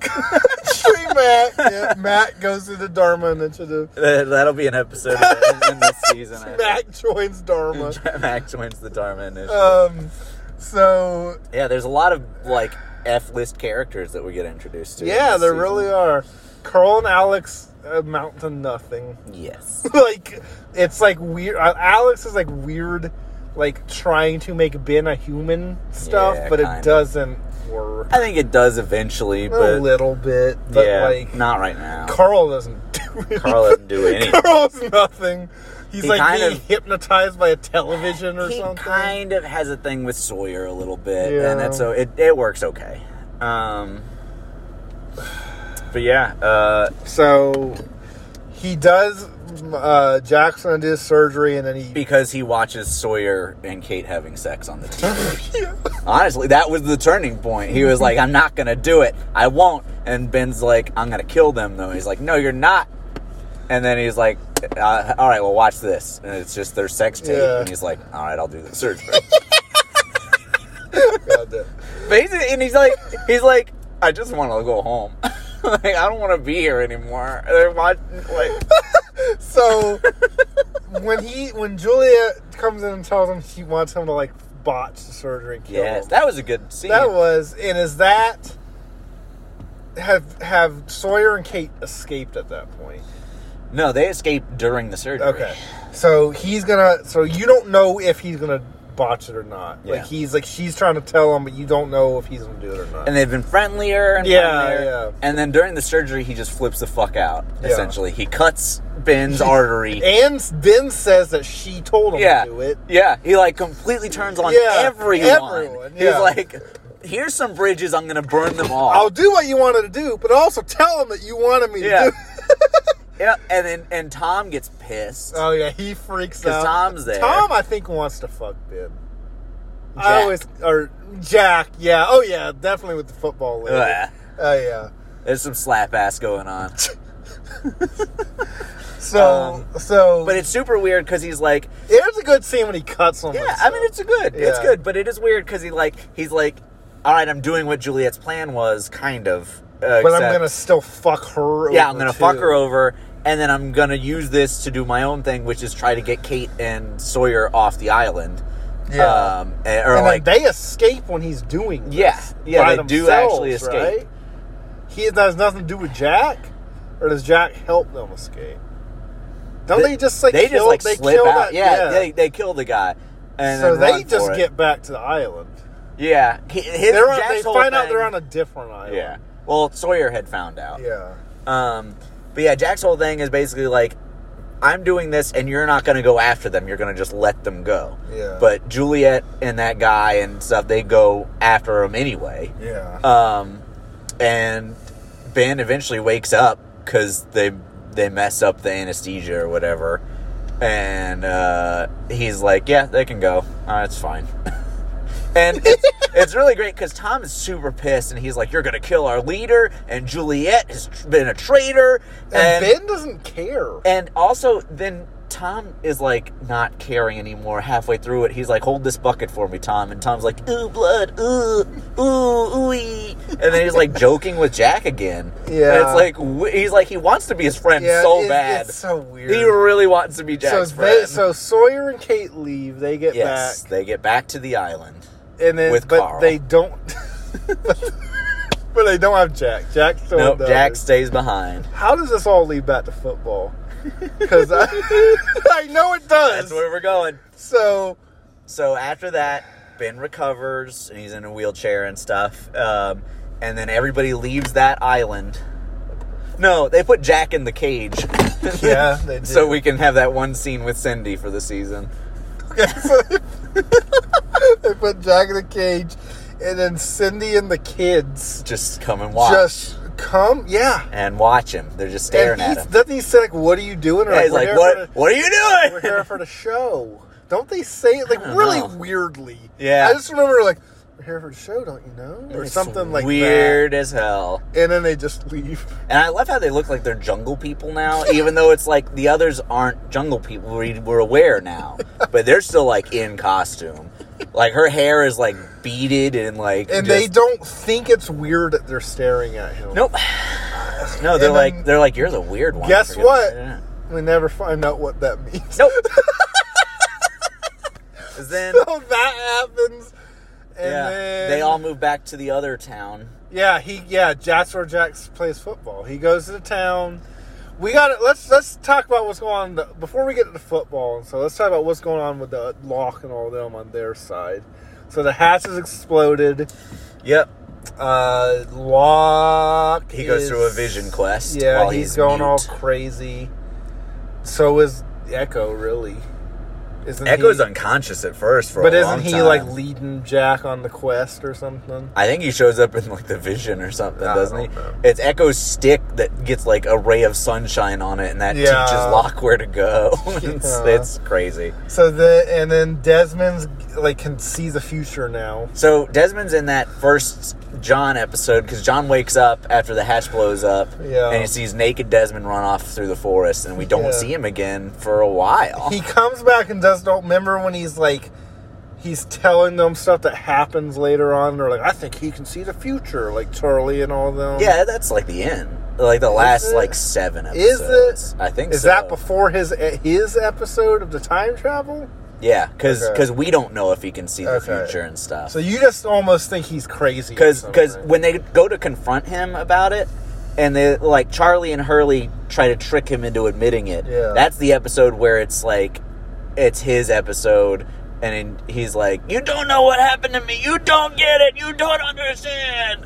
Speaker 2: Tree Matt. Yeah, Matt goes to the Dharma Initiative.
Speaker 1: That- That'll be an episode of it in this season. I think.
Speaker 2: Matt joins Dharma.
Speaker 1: Mac joins the Dharma Initiative.
Speaker 2: Um, so
Speaker 1: yeah, there's a lot of like F list characters that we get introduced to. in
Speaker 2: yeah,
Speaker 1: this
Speaker 2: there
Speaker 1: season.
Speaker 2: really are. Carl and Alex amount to nothing.
Speaker 1: Yes.
Speaker 2: like it's like weird. uh, Alex is like weird, like trying to make Ben a human stuff,
Speaker 1: Yeah,
Speaker 2: but
Speaker 1: kinda.
Speaker 2: it doesn't work.
Speaker 1: I think it does eventually,
Speaker 2: A
Speaker 1: but
Speaker 2: little bit, but
Speaker 1: yeah,
Speaker 2: like
Speaker 1: not right now.
Speaker 2: Carl doesn't do it.
Speaker 1: Carl doesn't do anything.
Speaker 2: Carl's nothing. He's
Speaker 1: He
Speaker 2: like
Speaker 1: kind
Speaker 2: being
Speaker 1: of-
Speaker 2: hypnotized by a television or
Speaker 1: he
Speaker 2: something.
Speaker 1: kind of has a thing with Sawyer a little bit,
Speaker 2: Yeah.
Speaker 1: and that's so it, it works okay. Um, but yeah, uh,
Speaker 2: So he does. Uh, Jackson does surgery, and then he.
Speaker 1: because he watches Sawyer and Kate having sex on the TV. Honestly, that was the turning point. He was like, "I'm not gonna do it. I won't." And Ben's like, "I'm gonna kill them," though. He's like, "No, you're not." And then he's like, uh, "All right, well, watch this." And it's just their sex tape,
Speaker 2: Yeah.
Speaker 1: and he's like, "All right, I'll do the surgery."
Speaker 2: God, that-
Speaker 1: Basically, and he's like, he's like, I just want to go home. like, I don't want to be here anymore. They're watching, like,
Speaker 2: So when he when Julia comes in and tells him she wants him to like botch the surgery and kill
Speaker 1: yes,
Speaker 2: him.
Speaker 1: that was a good scene.
Speaker 2: That was and is that have have Sawyer and Kate escaped at that point?
Speaker 1: no, they escaped during the surgery.
Speaker 2: Okay. So he's gonna so you don't know if he's gonna botch it or not.
Speaker 1: Yeah.
Speaker 2: Like he's like she's trying to tell him but you don't know if he's gonna do it or not.
Speaker 1: And they've been friendlier and
Speaker 2: Yeah,
Speaker 1: friendlier.
Speaker 2: yeah.
Speaker 1: And then during the surgery, he just flips the fuck out.
Speaker 2: Yeah.
Speaker 1: Essentially, he cuts Ben's artery.
Speaker 2: and Ben says that she told him
Speaker 1: yeah,
Speaker 2: to do it.
Speaker 1: yeah. He like completely turns on
Speaker 2: Yeah,
Speaker 1: everyone.
Speaker 2: everyone, yeah.
Speaker 1: He's like, "Here's some bridges. I'm gonna burn them all."
Speaker 2: I'll do what you wanted to do, but also tell him that you wanted me
Speaker 1: yeah.
Speaker 2: to do it.
Speaker 1: yeah. And then and Tom gets pissed.
Speaker 2: Oh yeah, he freaks
Speaker 1: 'Cause
Speaker 2: out.
Speaker 1: Tom's there.
Speaker 2: Tom, I think, wants to fuck Ben. I always or Jack. Yeah. Oh yeah, definitely with the football. Lady.
Speaker 1: Ugh.
Speaker 2: Oh yeah.
Speaker 1: There's some slap ass going on.
Speaker 2: So so,
Speaker 1: Um, But
Speaker 2: but
Speaker 1: it's super weird because he's like,
Speaker 2: there's a good scene when he cuts him.
Speaker 1: yeah, I mean, it's a good, it's
Speaker 2: Yeah.
Speaker 1: good, but it is weird because he like, he's like, all right, I'm doing what Juliet's plan was, kind of. Uh,
Speaker 2: But I'm
Speaker 1: except-
Speaker 2: gonna still fuck her.
Speaker 1: yeah,
Speaker 2: over,
Speaker 1: I'm gonna fuck
Speaker 2: too.
Speaker 1: her over, and then I'm gonna use this to do my own thing, which is try to get Kate and Sawyer off the island.
Speaker 2: Yeah.
Speaker 1: um, and- or
Speaker 2: And
Speaker 1: like,
Speaker 2: then they escape when he's doing. This
Speaker 1: yeah, yeah,
Speaker 2: by
Speaker 1: they do actually
Speaker 2: themselves,
Speaker 1: escape.
Speaker 2: Right? He that has nothing to do with Jack, or does Jack help them escape? Don't they, just like
Speaker 1: they
Speaker 2: kill,
Speaker 1: just like
Speaker 2: they
Speaker 1: slip
Speaker 2: kill
Speaker 1: out.
Speaker 2: That,
Speaker 1: yeah, They, they kill the guy. And
Speaker 2: so
Speaker 1: then
Speaker 2: they
Speaker 1: run for
Speaker 2: just
Speaker 1: it.
Speaker 2: get back to the island.
Speaker 1: yeah. His,
Speaker 2: They're on,
Speaker 1: Jack's
Speaker 2: they
Speaker 1: whole
Speaker 2: find out
Speaker 1: thing-
Speaker 2: they're on a different island.
Speaker 1: Yeah. Well, Sawyer had found out.
Speaker 2: Yeah.
Speaker 1: Um, but yeah, Jack's whole thing is basically like, I'm doing this, and you're not going to go after them. You're going to just let them go.
Speaker 2: Yeah.
Speaker 1: But Juliet and that guy and stuff, they go after him anyway.
Speaker 2: Yeah.
Speaker 1: Um, and Ben eventually wakes up because they they mess up the anesthesia or whatever, and uh, he's like, "Yeah, they can go. Uh, it's fine." and it's, it's really great because Tom is super pissed, and he's like, "You're gonna kill our leader," and Juliet has tr- been a traitor,
Speaker 2: and, Ben doesn't care.
Speaker 1: and also then. Tom is like not caring anymore halfway through it. He's like, hold this bucket for me, Tom. And Tom's like, ooh, blood, ooh, ooh, ooey. And then he's like joking with Jack again. And
Speaker 2: Yeah.
Speaker 1: it's like, wh- he's like, he wants to be his friend so
Speaker 2: it-
Speaker 1: bad.
Speaker 2: It's so weird.
Speaker 1: he really wants to be
Speaker 2: so,
Speaker 1: Jack's
Speaker 2: they,
Speaker 1: friend.
Speaker 2: so Sawyer and Kate leave. They get
Speaker 1: yes,
Speaker 2: back,
Speaker 1: they get back to the island.
Speaker 2: and then
Speaker 1: with
Speaker 2: but
Speaker 1: Carl.
Speaker 2: they don't. but they don't have Jack. Jack still.
Speaker 1: Nope,
Speaker 2: does.
Speaker 1: Jack stays behind.
Speaker 2: How does this all lead back to football? Because I, I know it does.
Speaker 1: That's where we're going.
Speaker 2: so
Speaker 1: So after that, Ben recovers and he's in a wheelchair and stuff. Um, and then everybody leaves that island. No, they put Jack in the cage.
Speaker 2: Yeah, they did.
Speaker 1: so we can have that one scene with Cindy for the season.
Speaker 2: Okay, so they put Jack in the cage, and then Cindy and the kids
Speaker 1: Just come and watch
Speaker 2: just come. Yeah,
Speaker 1: and watch him. They're just
Speaker 2: and
Speaker 1: staring at
Speaker 2: he's-
Speaker 1: him.
Speaker 2: Doesn't he say like, "What are you doing?" Or
Speaker 1: Yeah, he's
Speaker 2: "We're
Speaker 1: like,
Speaker 2: here
Speaker 1: "What?
Speaker 2: for the-
Speaker 1: what are you
Speaker 2: We're
Speaker 1: doing?"
Speaker 2: here for the show. Don't they say it like
Speaker 1: don't
Speaker 2: really
Speaker 1: know.
Speaker 2: weirdly?
Speaker 1: Yeah.
Speaker 2: I just remember like, "We're here for the show," don't you know, or
Speaker 1: It's
Speaker 2: something like
Speaker 1: weird as hell.
Speaker 2: that. And then they just leave.
Speaker 1: And I love how they look like they're jungle people now, even though it's like the others aren't jungle people. We, we're aware now, but they're still like in costume. Like her hair is like beaded and like
Speaker 2: And they
Speaker 1: just-
Speaker 2: don't think it's weird that they're staring at him.
Speaker 1: nope. No, they're
Speaker 2: And
Speaker 1: like
Speaker 2: then-
Speaker 1: they're like you're the weird one.
Speaker 2: Guess
Speaker 1: for goodness-
Speaker 2: what?
Speaker 1: Yeah.
Speaker 2: We never find out what that means.
Speaker 1: Nope. 'Cause then
Speaker 2: So that happens. And
Speaker 1: yeah,
Speaker 2: then
Speaker 1: they all move back to the other town.
Speaker 2: Yeah, he yeah, that's where Jax plays football. He goes to the town. We got to let's let's talk about what's going on the, before we get to the football. So let's talk about what's going on with the lock and all them on their side. So the hatch is exploded.
Speaker 1: Yep.
Speaker 2: Uh Locke
Speaker 1: He goes
Speaker 2: is-
Speaker 1: through a vision quest
Speaker 2: Yeah,
Speaker 1: while
Speaker 2: he's,
Speaker 1: he's
Speaker 2: going all
Speaker 1: mute.
Speaker 2: crazy. So is Echo really? Isn't
Speaker 1: Echo's
Speaker 2: he,
Speaker 1: unconscious at first for
Speaker 2: But
Speaker 1: a
Speaker 2: isn't
Speaker 1: long
Speaker 2: he
Speaker 1: time.
Speaker 2: like leading Jack on the quest or something?
Speaker 1: I think he shows up in like the vision or something,
Speaker 2: I
Speaker 1: doesn't he?
Speaker 2: don't know.
Speaker 1: It's Echo's stick that gets like a ray of sunshine on it, and that
Speaker 2: Yeah.
Speaker 1: teaches Locke where to go. it's,
Speaker 2: Yeah.
Speaker 1: it's crazy.
Speaker 2: So the and then Desmond's like can see the future now.
Speaker 1: So Desmond's in that first John episode because John wakes up after the hatch blows up,
Speaker 2: Yeah.
Speaker 1: and he sees naked Desmond run off through the forest, and we don't
Speaker 2: Yeah.
Speaker 1: see him again for a while.
Speaker 2: He comes back and does don't remember when he's like he's telling them stuff that happens later on. They're like, I think he can see the future, like Charlie and all them.
Speaker 1: yeah, that's like the end, like the last
Speaker 2: um, it?
Speaker 1: like seven
Speaker 2: Is
Speaker 1: episodes.
Speaker 2: it-
Speaker 1: I think
Speaker 2: Is
Speaker 1: so.
Speaker 2: that before his eh, his episode of the time travel?
Speaker 1: Yeah, because
Speaker 2: Okay.
Speaker 1: we don't know if he can see the
Speaker 2: Okay.
Speaker 1: future and stuff.
Speaker 2: So you just almost think he's crazy. or
Speaker 1: because
Speaker 2: something.
Speaker 1: because when they go to confront him about it and they like charlie and hurley try to trick him into admitting it
Speaker 2: Yeah.
Speaker 1: that's the episode where it's like it's his episode and then he's like you don't know what happened to me you don't get it you don't understand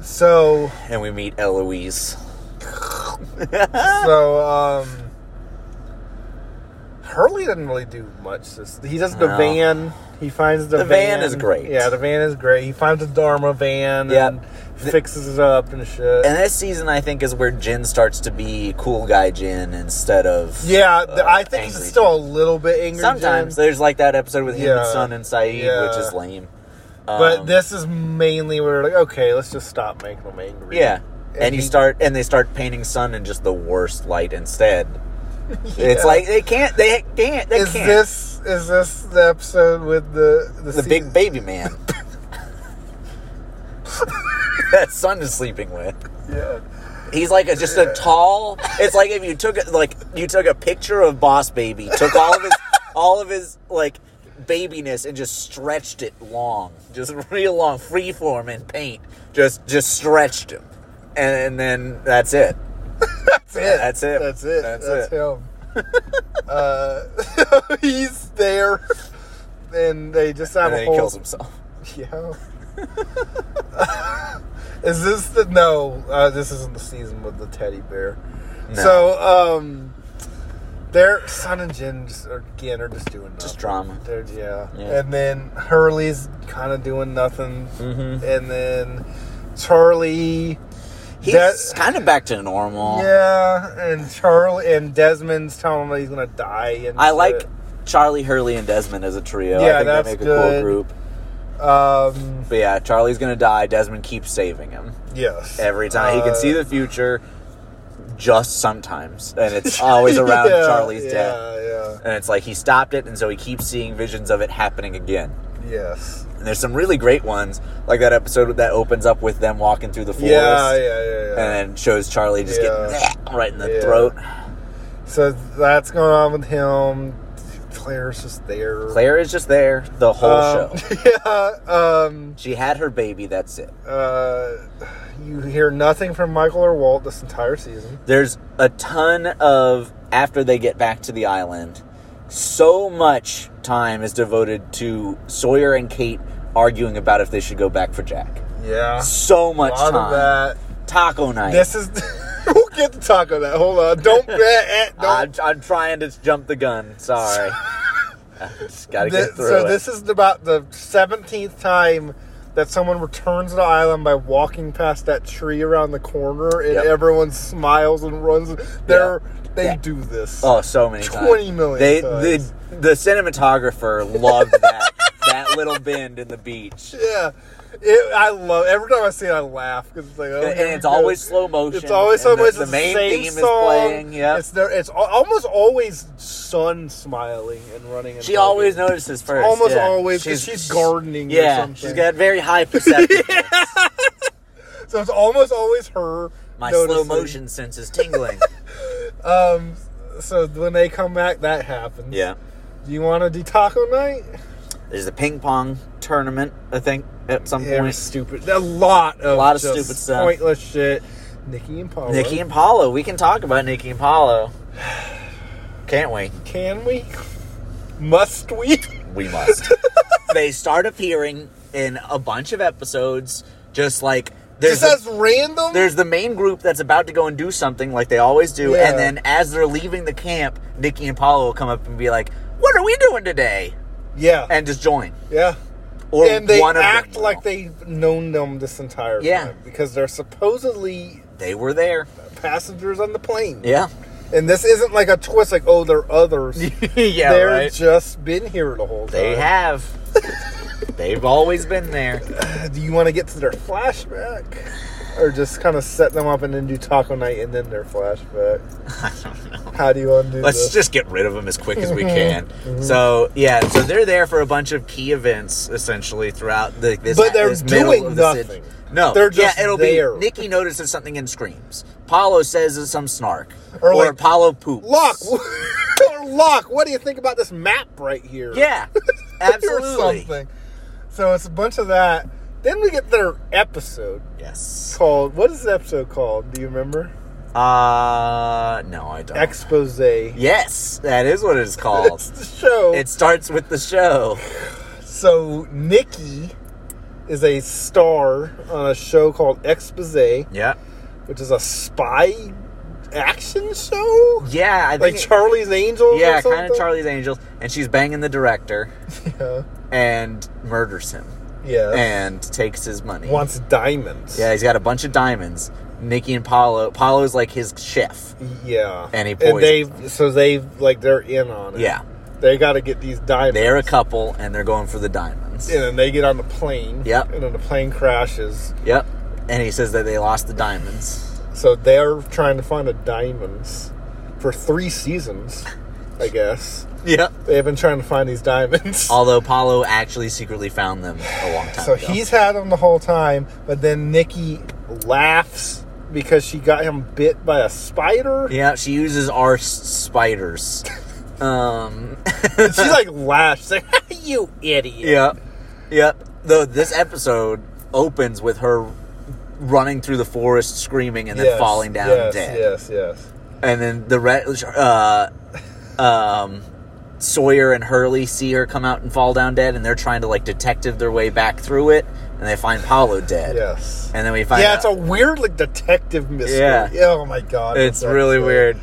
Speaker 2: so
Speaker 1: and we meet eloise
Speaker 2: so um Hurley doesn't really do much. This he does the
Speaker 1: No.
Speaker 2: van. He finds the,
Speaker 1: The van is great.
Speaker 2: Yeah, the van is great. He finds a Dharma van
Speaker 1: Yep.
Speaker 2: and fixes it up and shit.
Speaker 1: and this season i think is where jin starts to be cool guy jin instead of
Speaker 2: yeah, th-
Speaker 1: uh,
Speaker 2: I think he's
Speaker 1: angry
Speaker 2: still a little bit angry.
Speaker 1: sometimes
Speaker 2: Jim,
Speaker 1: there's like that episode with him
Speaker 2: Yeah.
Speaker 1: and son and saeed which
Speaker 2: Yeah.
Speaker 1: is lame
Speaker 2: but
Speaker 1: Um,
Speaker 2: this is mainly where like, okay, let's just stop making him angry.
Speaker 1: Yeah. And,
Speaker 2: And
Speaker 1: you
Speaker 2: he-
Speaker 1: start and they start painting sun in just the worst light instead.
Speaker 2: Yeah.
Speaker 1: It's like they can't they can't they
Speaker 2: is
Speaker 1: can't
Speaker 2: this is this the episode with the the,
Speaker 1: the
Speaker 2: se-
Speaker 1: big baby man. that sun is sleeping with.
Speaker 2: Yeah.
Speaker 1: He's like a, just a tall. It's like if you took a, like you took a picture of Boss Baby, took all of his all of his like babiness and just stretched it long, just real long, free form in paint. Just just stretched him, and, and then that's it.
Speaker 2: That's it.
Speaker 1: That's it.
Speaker 2: That's it. That's,
Speaker 1: That's it.
Speaker 2: him. uh, he's there, and they just have
Speaker 1: And
Speaker 2: a
Speaker 1: then he
Speaker 2: whole.
Speaker 1: kills himself.
Speaker 2: Yeah. Is this the no? Uh, this isn't the season with the teddy bear.
Speaker 1: No.
Speaker 2: So, um, their son and Jin just, are, again are just doing nothing.
Speaker 1: Just drama.
Speaker 2: They're, yeah.
Speaker 1: Yeah.
Speaker 2: and then Hurley's kind of doing nothing,
Speaker 1: Mm-hmm.
Speaker 2: and then Charlie.
Speaker 1: He's
Speaker 2: That-
Speaker 1: kind of back to normal.
Speaker 2: Yeah, and Charlie and Desmond's telling him he's gonna die. And
Speaker 1: I like
Speaker 2: shit.
Speaker 1: Charlie Hurley and Desmond as a trio.
Speaker 2: Yeah,
Speaker 1: I think
Speaker 2: that's
Speaker 1: they make a
Speaker 2: good.
Speaker 1: cool group.
Speaker 2: Um,
Speaker 1: But yeah, Charlie's gonna die. Desmond keeps saving him
Speaker 2: yes. Uh,
Speaker 1: every time. he can see the future, just sometimes, and it's always around
Speaker 2: Yeah,
Speaker 1: Charlie's
Speaker 2: yeah,
Speaker 1: death. And it's like he stopped it, and so he keeps seeing visions of it happening again.
Speaker 2: Yeah. Yes.
Speaker 1: And there's some really great ones, like that episode that opens up with them walking through the forest,
Speaker 2: Yeah, yeah, yeah, yeah.
Speaker 1: and then shows Charlie just
Speaker 2: Yeah.
Speaker 1: getting right in the
Speaker 2: Yeah.
Speaker 1: throat.
Speaker 2: so that's going on with him. Claire's just there.
Speaker 1: Claire is just there the whole
Speaker 2: um,
Speaker 1: show.
Speaker 2: Yeah. Um.
Speaker 1: She had her baby. That's it.
Speaker 2: Uh. You hear nothing from Michael or Walt this entire season.
Speaker 1: There's a ton of after they get back to the island. so much time is devoted to Sawyer and Kate arguing about if they should go back for Jack.
Speaker 2: Yeah.
Speaker 1: So much
Speaker 2: A lot
Speaker 1: time.
Speaker 2: of that.
Speaker 1: Taco night.
Speaker 2: This is. we'll get the taco that. Hold on. Don't. eh, eh, don't.
Speaker 1: I'm, I'm trying to jump the gun. Sorry. I just gotta
Speaker 2: Thi-
Speaker 1: get through
Speaker 2: so
Speaker 1: it.
Speaker 2: this is about the seventeenth time that someone returns to the island by walking past that tree around the corner, and
Speaker 1: Yep.
Speaker 2: everyone smiles and runs. They're, They
Speaker 1: Yeah.
Speaker 2: do this.
Speaker 1: oh, so many times.
Speaker 2: 20 million
Speaker 1: They
Speaker 2: times.
Speaker 1: the the cinematographer loved that that little bend in the beach.
Speaker 2: Yeah, it, I love. Every time I see it, I laugh because it's like, oh,
Speaker 1: And
Speaker 2: here we
Speaker 1: it's
Speaker 2: go.
Speaker 1: always slow motion.
Speaker 2: It's always so
Speaker 1: and the-
Speaker 2: much.
Speaker 1: The,
Speaker 2: it's
Speaker 1: main
Speaker 2: same
Speaker 1: theme
Speaker 2: song.
Speaker 1: is playing. Yeah,
Speaker 2: it's there. It's al- almost always sun smiling and running. And
Speaker 1: she always
Speaker 2: hugging.
Speaker 1: notices first.
Speaker 2: Almost
Speaker 1: yeah.
Speaker 2: always because she's, gardening.
Speaker 1: Yeah,
Speaker 2: or something.
Speaker 1: she's got very high perception.
Speaker 2: So it's almost always her.
Speaker 1: My slow
Speaker 2: noticing.
Speaker 1: motion sense is tingling.
Speaker 2: Um. So when they come back, that happens.
Speaker 1: yeah.
Speaker 2: Do you want to do taco night?
Speaker 1: There's the ping pong tournament, I think, at some
Speaker 2: Yeah,
Speaker 1: point.
Speaker 2: stupid. A lot of
Speaker 1: A lot of
Speaker 2: just
Speaker 1: stupid stuff.
Speaker 2: Pointless shit. Nikki and Paul.
Speaker 1: Nikki and Paulo. We can talk about Nikki and Paulo. Can't we?
Speaker 2: Can we? Must we?
Speaker 1: We must. they start appearing in a bunch of episodes, just like there's
Speaker 2: Just
Speaker 1: the,
Speaker 2: as random.
Speaker 1: there's the main group that's about to go and do something like they always do,
Speaker 2: Yeah.
Speaker 1: and then as they're leaving the camp, Nikki and Paulo will come up and be like, "What are we doing today?"
Speaker 2: Yeah.
Speaker 1: and just join.
Speaker 2: yeah.
Speaker 1: Or
Speaker 2: and they
Speaker 1: one of
Speaker 2: act
Speaker 1: them
Speaker 2: like
Speaker 1: will.
Speaker 2: they've known them this entire
Speaker 1: Yeah.
Speaker 2: time because they're supposedly
Speaker 1: they were there.
Speaker 2: passengers on the plane.
Speaker 1: Yeah,
Speaker 2: And this isn't like a twist, like oh, they're others.
Speaker 1: yeah,
Speaker 2: they're
Speaker 1: right.
Speaker 2: just been here the whole time.
Speaker 1: They have. They've always been there.
Speaker 2: Do you want to get to their flashback, or just kind of set them up and then do Taco Night and then their flashback?
Speaker 1: I don't know.
Speaker 2: How do you want to do
Speaker 1: Let's
Speaker 2: this?
Speaker 1: just get rid of them as quick as we
Speaker 2: Uh-huh.
Speaker 1: can. So yeah, so they're there for a bunch of key events essentially throughout the this.
Speaker 2: But they're
Speaker 1: this middle
Speaker 2: doing
Speaker 1: of the sit-
Speaker 2: nothing.
Speaker 1: No,
Speaker 2: They're just
Speaker 1: yeah, it'll
Speaker 2: there.
Speaker 1: be Nikki notices something and screams. Paulo says it's some snark,
Speaker 2: Or
Speaker 1: or,
Speaker 2: like,
Speaker 1: Paulo poops.
Speaker 2: Lock, lock. What do you think about this map right here?
Speaker 1: yeah,
Speaker 2: or
Speaker 1: absolutely.
Speaker 2: something. So it's a bunch of that. Then we get their episode
Speaker 1: Yes.
Speaker 2: called. What is the episode called? Do you remember?
Speaker 1: Uh, no, I don't.
Speaker 2: Expose.
Speaker 1: yes, that is what it's called.
Speaker 2: It's the show.
Speaker 1: it starts with the show.
Speaker 2: so Nikki is a star on a show called Expose,
Speaker 1: Yeah.
Speaker 2: which is a spy action show.
Speaker 1: Yeah, I
Speaker 2: like
Speaker 1: think.
Speaker 2: Charlie's Angels.
Speaker 1: yeah,
Speaker 2: or something?
Speaker 1: kind of Charlie's Angels, and she's banging the director
Speaker 2: Yeah,
Speaker 1: and murders him
Speaker 2: yeah.
Speaker 1: and takes his money.
Speaker 2: wants diamonds.
Speaker 1: Eh. Yeah, he's got a bunch of diamonds. Nikki and Paulo. Paulo's like his chef.
Speaker 2: yeah.
Speaker 1: And he
Speaker 2: and they
Speaker 1: poisons
Speaker 2: so they like they're in on it.
Speaker 1: Yeah,
Speaker 2: they got to get these diamonds.
Speaker 1: they're a couple, and they're going for the diamonds.
Speaker 2: and then they get on the plane.
Speaker 1: Yep.
Speaker 2: And then the plane crashes.
Speaker 1: Yep. And he says that they lost the diamonds.
Speaker 2: So they're trying to find the diamonds for three seasons, I guess.
Speaker 1: Yep.
Speaker 2: They've been trying to find these diamonds.
Speaker 1: Although Paulo actually secretly found them a long time
Speaker 2: So
Speaker 1: ago.
Speaker 2: he's had them the whole time, but then Nikki laughs because she got him bit by a spider.
Speaker 1: yeah, she uses our s- spiders. um.
Speaker 2: And she like laughs, like you idiot.
Speaker 1: Yep. Yep. Though this episode opens with her running through the forest screaming and then
Speaker 2: Yes,
Speaker 1: falling down
Speaker 2: yes,
Speaker 1: dead.
Speaker 2: Yes, yes.
Speaker 1: And then the red uh um Sawyer and Hurley see her come out and fall down dead and they're trying to like detective their way back through it and they find Paolo dead.
Speaker 2: Yes.
Speaker 1: And then we find
Speaker 2: yeah,
Speaker 1: out-
Speaker 2: it's a weird like detective mystery.
Speaker 1: Yeah.
Speaker 2: Oh my god.
Speaker 1: it's
Speaker 2: that's
Speaker 1: really
Speaker 2: so-
Speaker 1: weird.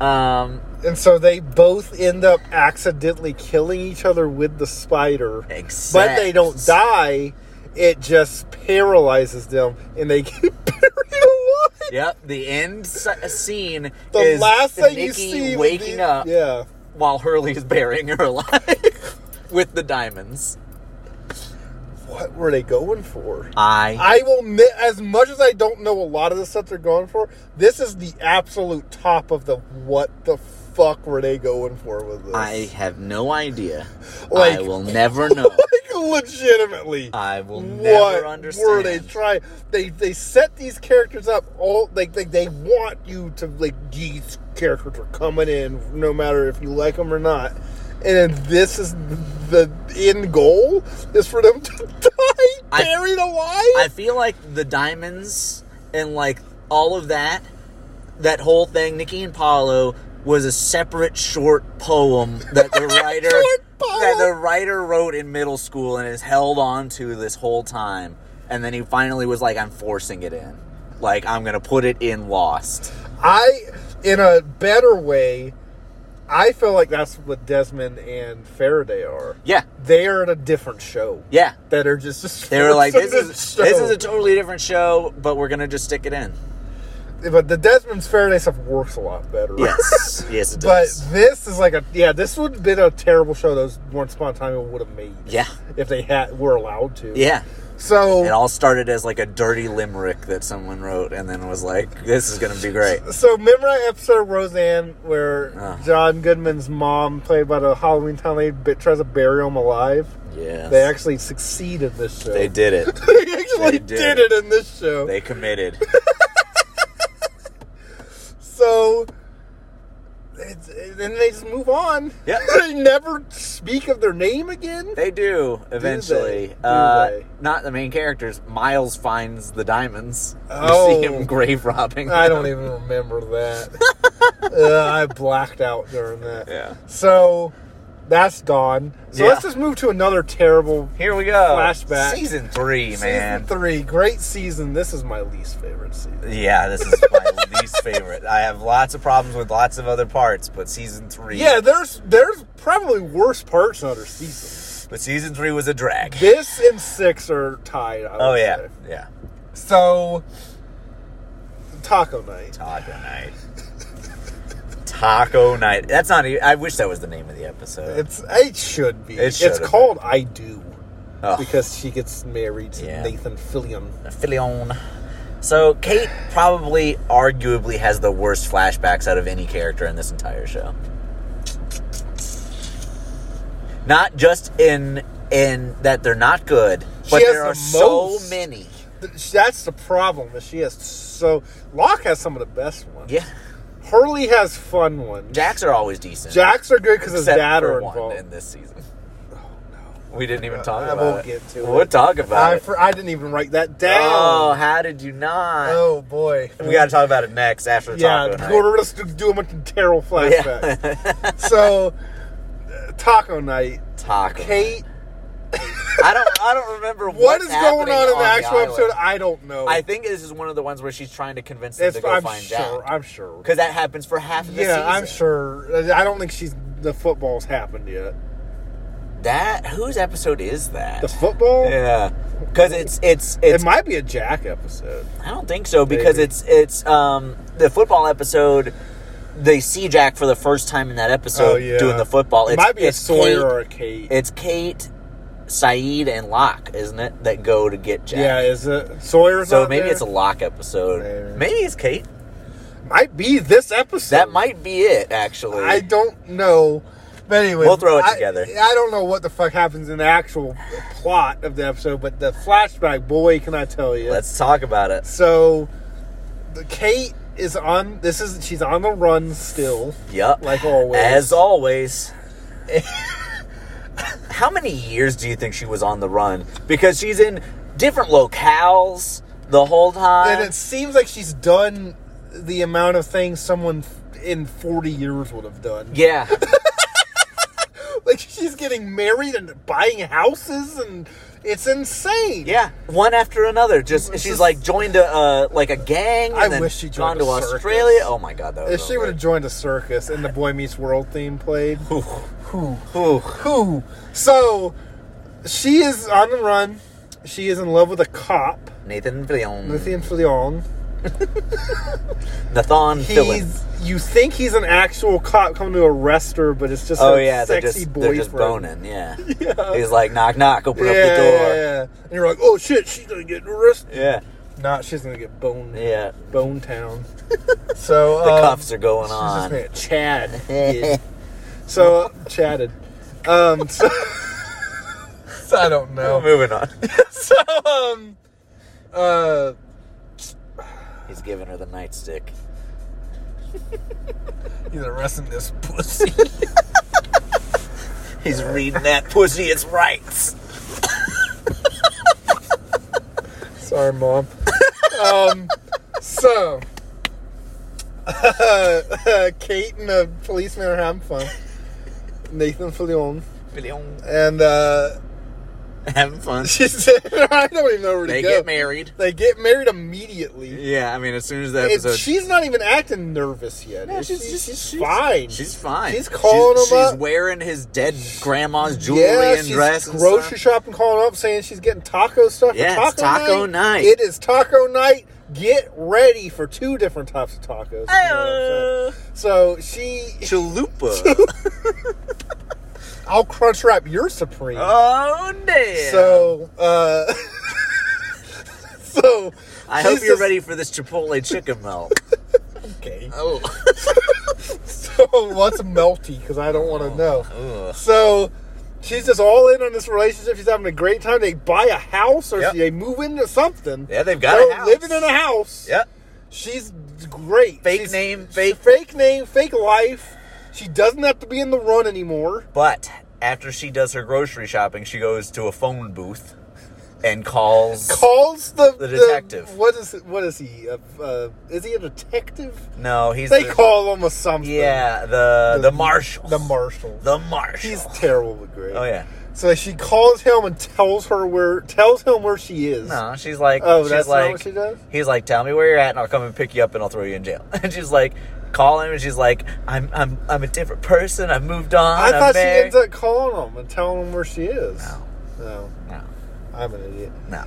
Speaker 1: Um
Speaker 2: And so they both end up accidentally killing each other with the spider.
Speaker 1: except
Speaker 2: But they don't die. It just paralyzes them and they get buried alive.
Speaker 1: Yep, the end s- scene
Speaker 2: The
Speaker 1: is
Speaker 2: last thing you
Speaker 1: Nikki
Speaker 2: see was
Speaker 1: waking
Speaker 2: the-
Speaker 1: up
Speaker 2: Yeah.
Speaker 1: while Hurley is burying her alive with the diamonds.
Speaker 2: What were they going for?
Speaker 1: I
Speaker 2: I will admit, as much as I don't know a lot of the stuff they're going for, this is the absolute top of the what the fuck were they going for with this?
Speaker 1: I have no idea.
Speaker 2: Like-
Speaker 1: I will never know.
Speaker 2: like legitimately.
Speaker 1: I will
Speaker 2: what
Speaker 1: never
Speaker 2: were they
Speaker 1: understand.
Speaker 2: trying? They they set these characters up all like they, they want you to like these characters are coming in no matter if you like them or not, and then this is the end goal is for them to die
Speaker 1: I-
Speaker 2: buried alive.
Speaker 1: I feel like the diamonds and like all of that, that whole thing, Nikki and Paolo was a separate short poem that the writer
Speaker 2: poem.
Speaker 1: that the writer wrote in middle school and has held on to this whole time. And then he finally was like, "I'm forcing it in. Like I'm gonna put it in Lost."
Speaker 2: I, in a better way, I feel like that's what Desmond and Faraday are.
Speaker 1: Yeah,
Speaker 2: They are at a different show.
Speaker 1: yeah.
Speaker 2: That are just, just
Speaker 1: They were like, "This
Speaker 2: a
Speaker 1: is
Speaker 2: show.
Speaker 1: this is a totally different show, but we're gonna just stick it in."
Speaker 2: but the Desmond's Faraday stuff works a lot better.
Speaker 1: Yes, yes, it
Speaker 2: But
Speaker 1: does.
Speaker 2: this is like a yeah. This would have been a terrible show. Those weren't spontaneous would have made
Speaker 1: yeah,
Speaker 2: if they had were allowed to.
Speaker 1: yeah.
Speaker 2: So
Speaker 1: It all started as like a dirty limerick that someone wrote, and then was like, "This is gonna be great."
Speaker 2: So remember that episode of Roseanne where
Speaker 1: Ugh.
Speaker 2: John Goodman's mom, played by the Halloween town lady, bit- tries to bury him alive?
Speaker 1: Yes,
Speaker 2: They actually succeeded in this show.
Speaker 1: they did it.
Speaker 2: They actually
Speaker 1: They
Speaker 2: did.
Speaker 1: did.
Speaker 2: it in this show.
Speaker 1: They committed.
Speaker 2: so, it's, then they just move on.
Speaker 1: Yep.
Speaker 2: they never speak of their name again.
Speaker 1: They do eventually.
Speaker 2: Do
Speaker 1: Uh,
Speaker 2: they?
Speaker 1: Not the main characters. Miles finds the diamonds.
Speaker 2: Oh.
Speaker 1: You see him grave robbing.
Speaker 2: I
Speaker 1: them.
Speaker 2: don't even remember that. uh, I blacked out during that.
Speaker 1: Yeah.
Speaker 2: So, that's Dawn. So
Speaker 1: Yeah.
Speaker 2: let's just move to another terrible
Speaker 1: Here we go.
Speaker 2: Flashback.
Speaker 1: Season three, man.
Speaker 2: Season three, great season. This is my least favorite season.
Speaker 1: Yeah, this is my least favorite. I have lots of problems with lots of other parts, but season three.
Speaker 2: Yeah, there's there's probably worse parts in other seasons.
Speaker 1: But season three was a drag.
Speaker 2: This and six are tied. I would
Speaker 1: Oh yeah,
Speaker 2: say.
Speaker 1: yeah.
Speaker 2: So Taco Night.
Speaker 1: Taco night. Taco night. That's not. Even, I wish that was the name of the episode.
Speaker 2: It's it should be.
Speaker 1: It should
Speaker 2: it's
Speaker 1: have
Speaker 2: called I Do
Speaker 1: Ugh.
Speaker 2: because she gets married to
Speaker 1: Yeah.
Speaker 2: Nathan Fillion.
Speaker 1: Filion. So Kate probably, arguably, has the worst flashbacks out of any character in this entire show. Not just in in that they're not good, but
Speaker 2: She has
Speaker 1: there
Speaker 2: the
Speaker 1: are so
Speaker 2: most.
Speaker 1: many.
Speaker 2: Th- That's the problem. Is she has so Locke has some of the best ones.
Speaker 1: Yeah,
Speaker 2: Hurley has fun ones.
Speaker 1: Jacks are always decent.
Speaker 2: Jacks are good because his
Speaker 1: except
Speaker 2: dad
Speaker 1: for
Speaker 2: are
Speaker 1: one
Speaker 2: involved. Oh,
Speaker 1: in this season. We didn't even talk
Speaker 2: I
Speaker 1: about
Speaker 2: won't
Speaker 1: it.
Speaker 2: get to
Speaker 1: we'll
Speaker 2: it.
Speaker 1: talk about
Speaker 2: I,
Speaker 1: it.
Speaker 2: for, I didn't even write that down.
Speaker 1: Oh, how did you not?
Speaker 2: Oh, boy.
Speaker 1: We got to talk about it next after the
Speaker 2: Yeah,
Speaker 1: taco night.
Speaker 2: we're just doing a bunch of terrible flashbacks. so, uh, Taco Night,
Speaker 1: Taco.
Speaker 2: Kate.
Speaker 1: I don't. I don't remember
Speaker 2: What
Speaker 1: what's
Speaker 2: is going
Speaker 1: happening
Speaker 2: on in the
Speaker 1: the
Speaker 2: actual
Speaker 1: island.
Speaker 2: episode? I don't know.
Speaker 1: I think this is one of the ones where she's trying to convince them
Speaker 2: it's,
Speaker 1: to go
Speaker 2: I'm
Speaker 1: find
Speaker 2: sure.
Speaker 1: out
Speaker 2: I'm sure.
Speaker 1: because that happens for half of the
Speaker 2: Yeah,
Speaker 1: season.
Speaker 2: I'm sure. I don't think she's the football's happened yet.
Speaker 1: That whose episode is that?
Speaker 2: The football.
Speaker 1: yeah, because it's it's
Speaker 2: It
Speaker 1: it's.
Speaker 2: might be a Jack episode.
Speaker 1: I don't think so because
Speaker 2: Maybe.
Speaker 1: it's it's um the football episode. They see Jack for the first time in that episode
Speaker 2: oh yeah,
Speaker 1: doing the football.
Speaker 2: It
Speaker 1: It's,
Speaker 2: might be a
Speaker 1: it's
Speaker 2: Sawyer
Speaker 1: Kate,
Speaker 2: or a Kate.
Speaker 1: It's Kate, Saeed, and Locke, isn't it? That go to get Jack.
Speaker 2: yeah, is it Sawyer's?
Speaker 1: So
Speaker 2: not
Speaker 1: maybe
Speaker 2: there?
Speaker 1: it's a Locke episode.
Speaker 2: Maybe.
Speaker 1: it's Kate.
Speaker 2: might be this episode.
Speaker 1: That might be it, actually.
Speaker 2: I don't know. But anyway,
Speaker 1: We'll throw it
Speaker 2: I-
Speaker 1: together.
Speaker 2: I, don't know what the fuck happens in the actual plot of the episode, but the flashback, boy, can I tell you.
Speaker 1: Let's talk about it.
Speaker 2: so, the Kate is on. This is she's on the run still,
Speaker 1: Yup.
Speaker 2: like always.
Speaker 1: As always. How many years do you think she was on the run? Because she's in different locales the whole time.
Speaker 2: and it seems like she's done the amount of things someone f- in forty years would have done.
Speaker 1: yeah.
Speaker 2: Like she's getting married and buying houses, and it's insane.
Speaker 1: Yeah. One after another. Just she's
Speaker 2: just-
Speaker 1: like joined a uh, like a gang and
Speaker 2: I
Speaker 1: then
Speaker 2: wish she
Speaker 1: gone
Speaker 2: joined
Speaker 1: to
Speaker 2: a circus.
Speaker 1: Australia. Oh my god, that was
Speaker 2: If she would have joined a circus and the Boy Meets World theme played, who,
Speaker 1: Ooh.
Speaker 2: who? So she is on the run. She is in love with a cop,
Speaker 1: Nathan Fillion.
Speaker 2: Nathan Fillion.
Speaker 1: Nathan Fillion.
Speaker 2: He's you think he's an actual cop coming to arrest her, but it's just
Speaker 1: Oh
Speaker 2: her
Speaker 1: yeah, they're
Speaker 2: sexy
Speaker 1: just
Speaker 2: boyfriend.
Speaker 1: they're just boning. Yeah. he's like knock knock, open
Speaker 2: Yeah,
Speaker 1: up the door.
Speaker 2: yeah, yeah. and you're like, oh shit, she's gonna get arrested.
Speaker 1: Yeah,
Speaker 2: Nah, she's gonna get boned.
Speaker 1: yeah.
Speaker 2: Bone Town. So
Speaker 1: The
Speaker 2: um,
Speaker 1: cuffs are going
Speaker 2: She's just
Speaker 1: on.
Speaker 2: named Chad. Yeah. so chatted. Um, so, so I don't know.
Speaker 1: Moving on.
Speaker 2: So um, uh,
Speaker 1: He's giving her the nightstick.
Speaker 2: he's arresting this pussy.
Speaker 1: He's reading that pussy its rights.
Speaker 2: Sorry, mom. um, so Kate and a policeman are having fun. Nathan Fillion. And uh,
Speaker 1: Having fun.
Speaker 2: she said, I don't even know where to
Speaker 1: They
Speaker 2: go.
Speaker 1: get married.
Speaker 2: They get married immediately.
Speaker 1: Yeah, I mean, as soon as the
Speaker 2: And
Speaker 1: episode,
Speaker 2: she's not even acting nervous yet.
Speaker 1: No,
Speaker 2: Is
Speaker 1: she's
Speaker 2: she?
Speaker 1: just-
Speaker 2: she's,
Speaker 1: she's-
Speaker 2: fine.
Speaker 1: she's fine.
Speaker 2: She's calling
Speaker 1: she's,
Speaker 2: him
Speaker 1: She's
Speaker 2: up.
Speaker 1: wearing his dead grandma's jewelry
Speaker 2: yeah,
Speaker 1: and
Speaker 2: she's
Speaker 1: dress. and
Speaker 2: grocery
Speaker 1: stuff.
Speaker 2: shopping, calling up saying she's getting taco stuff.
Speaker 1: Yeah,
Speaker 2: for
Speaker 1: it's taco night.
Speaker 2: It is taco night. Get ready for two different types of tacos. you know what I'm saying? so she,
Speaker 1: Chalupa.
Speaker 2: I'll crunch wrap your supreme.
Speaker 1: oh damn!
Speaker 2: So, uh, so
Speaker 1: I hope
Speaker 2: she's
Speaker 1: you're
Speaker 2: just-
Speaker 1: ready for this Chipotle chicken melt.
Speaker 2: Okay.
Speaker 1: oh,
Speaker 2: So what's melty? Because I don't want to know.
Speaker 1: Ugh.
Speaker 2: So she's just all in on this relationship. She's having a great time. They buy a house or
Speaker 1: Yep.
Speaker 2: they move into something.
Speaker 1: Yeah, they've got a
Speaker 2: They're
Speaker 1: house.
Speaker 2: living in a house.
Speaker 1: yep.
Speaker 2: She's great.
Speaker 1: Fake
Speaker 2: She's-
Speaker 1: name,
Speaker 2: she's
Speaker 1: fake-
Speaker 2: fake name, fake life. She doesn't have to be in the run anymore.
Speaker 1: But after she does her grocery shopping, she goes to a phone booth and calls.
Speaker 2: Calls the,
Speaker 1: The detective.
Speaker 2: what is what is he? Uh, uh, is he a detective?
Speaker 1: no, he's
Speaker 2: They
Speaker 1: the,
Speaker 2: call him a something.
Speaker 1: Yeah, the the, marshal.
Speaker 2: The marshal.
Speaker 1: The marshal.
Speaker 2: He's terrible but great.
Speaker 1: oh yeah.
Speaker 2: So she calls him and tells her where tells him where she is.
Speaker 1: No, she's like.
Speaker 2: Oh,
Speaker 1: she's
Speaker 2: that's not
Speaker 1: like,
Speaker 2: what she does?
Speaker 1: He's like, tell me where you're at, and I'll come and pick you up, and I'll throw you in jail. And she's like, call him, and she's like, I'm I'm I'm a different person. I've moved on.
Speaker 2: I
Speaker 1: I'm
Speaker 2: thought she
Speaker 1: married.
Speaker 2: ends up calling him and telling him where she is. No.
Speaker 1: No,
Speaker 2: I'm an idiot.
Speaker 1: no.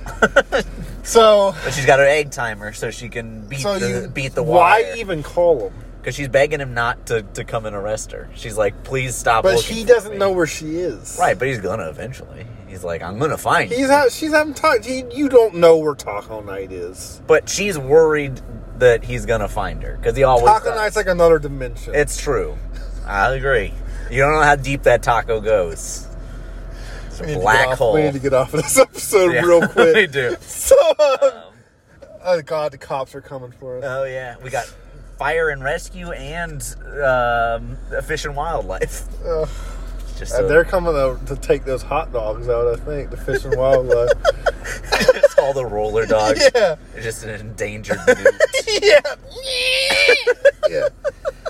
Speaker 2: So
Speaker 1: but she's got her egg timer, so she can beat
Speaker 2: so
Speaker 1: the
Speaker 2: you
Speaker 1: beat the
Speaker 2: why
Speaker 1: wire.
Speaker 2: even call him?
Speaker 1: Because she's begging him not to, to come and arrest her. She's like, please stop.
Speaker 2: But
Speaker 1: looking
Speaker 2: he
Speaker 1: for
Speaker 2: doesn't
Speaker 1: me."
Speaker 2: know where she is.
Speaker 1: Right, but he's gonna eventually. He's like, I'm gonna find
Speaker 2: He's
Speaker 1: you.
Speaker 2: ha- she's having talk. He, you don't know where Taco Night is.
Speaker 1: But she's worried that he's gonna find her because he always.
Speaker 2: Taco
Speaker 1: does.
Speaker 2: Night's like another dimension.
Speaker 1: It's true. I agree. You don't know how deep that taco goes. It's a
Speaker 2: We need to get
Speaker 1: black
Speaker 2: off-
Speaker 1: hole.
Speaker 2: We need to get off of this episode
Speaker 1: Yeah,
Speaker 2: real quick.
Speaker 1: we do.
Speaker 2: So, um, oh god, the cops are coming for us.
Speaker 1: Oh yeah, we got fire and rescue and um, fish and wildlife.
Speaker 2: Ugh.
Speaker 1: It's Just
Speaker 2: And
Speaker 1: so,
Speaker 2: Uh, they're coming to, to take those hot dogs out, I think, the fish and wildlife.
Speaker 1: it's all the roller dogs.
Speaker 2: yeah.
Speaker 1: They're Just an endangered. newt.
Speaker 2: yeah. yeah.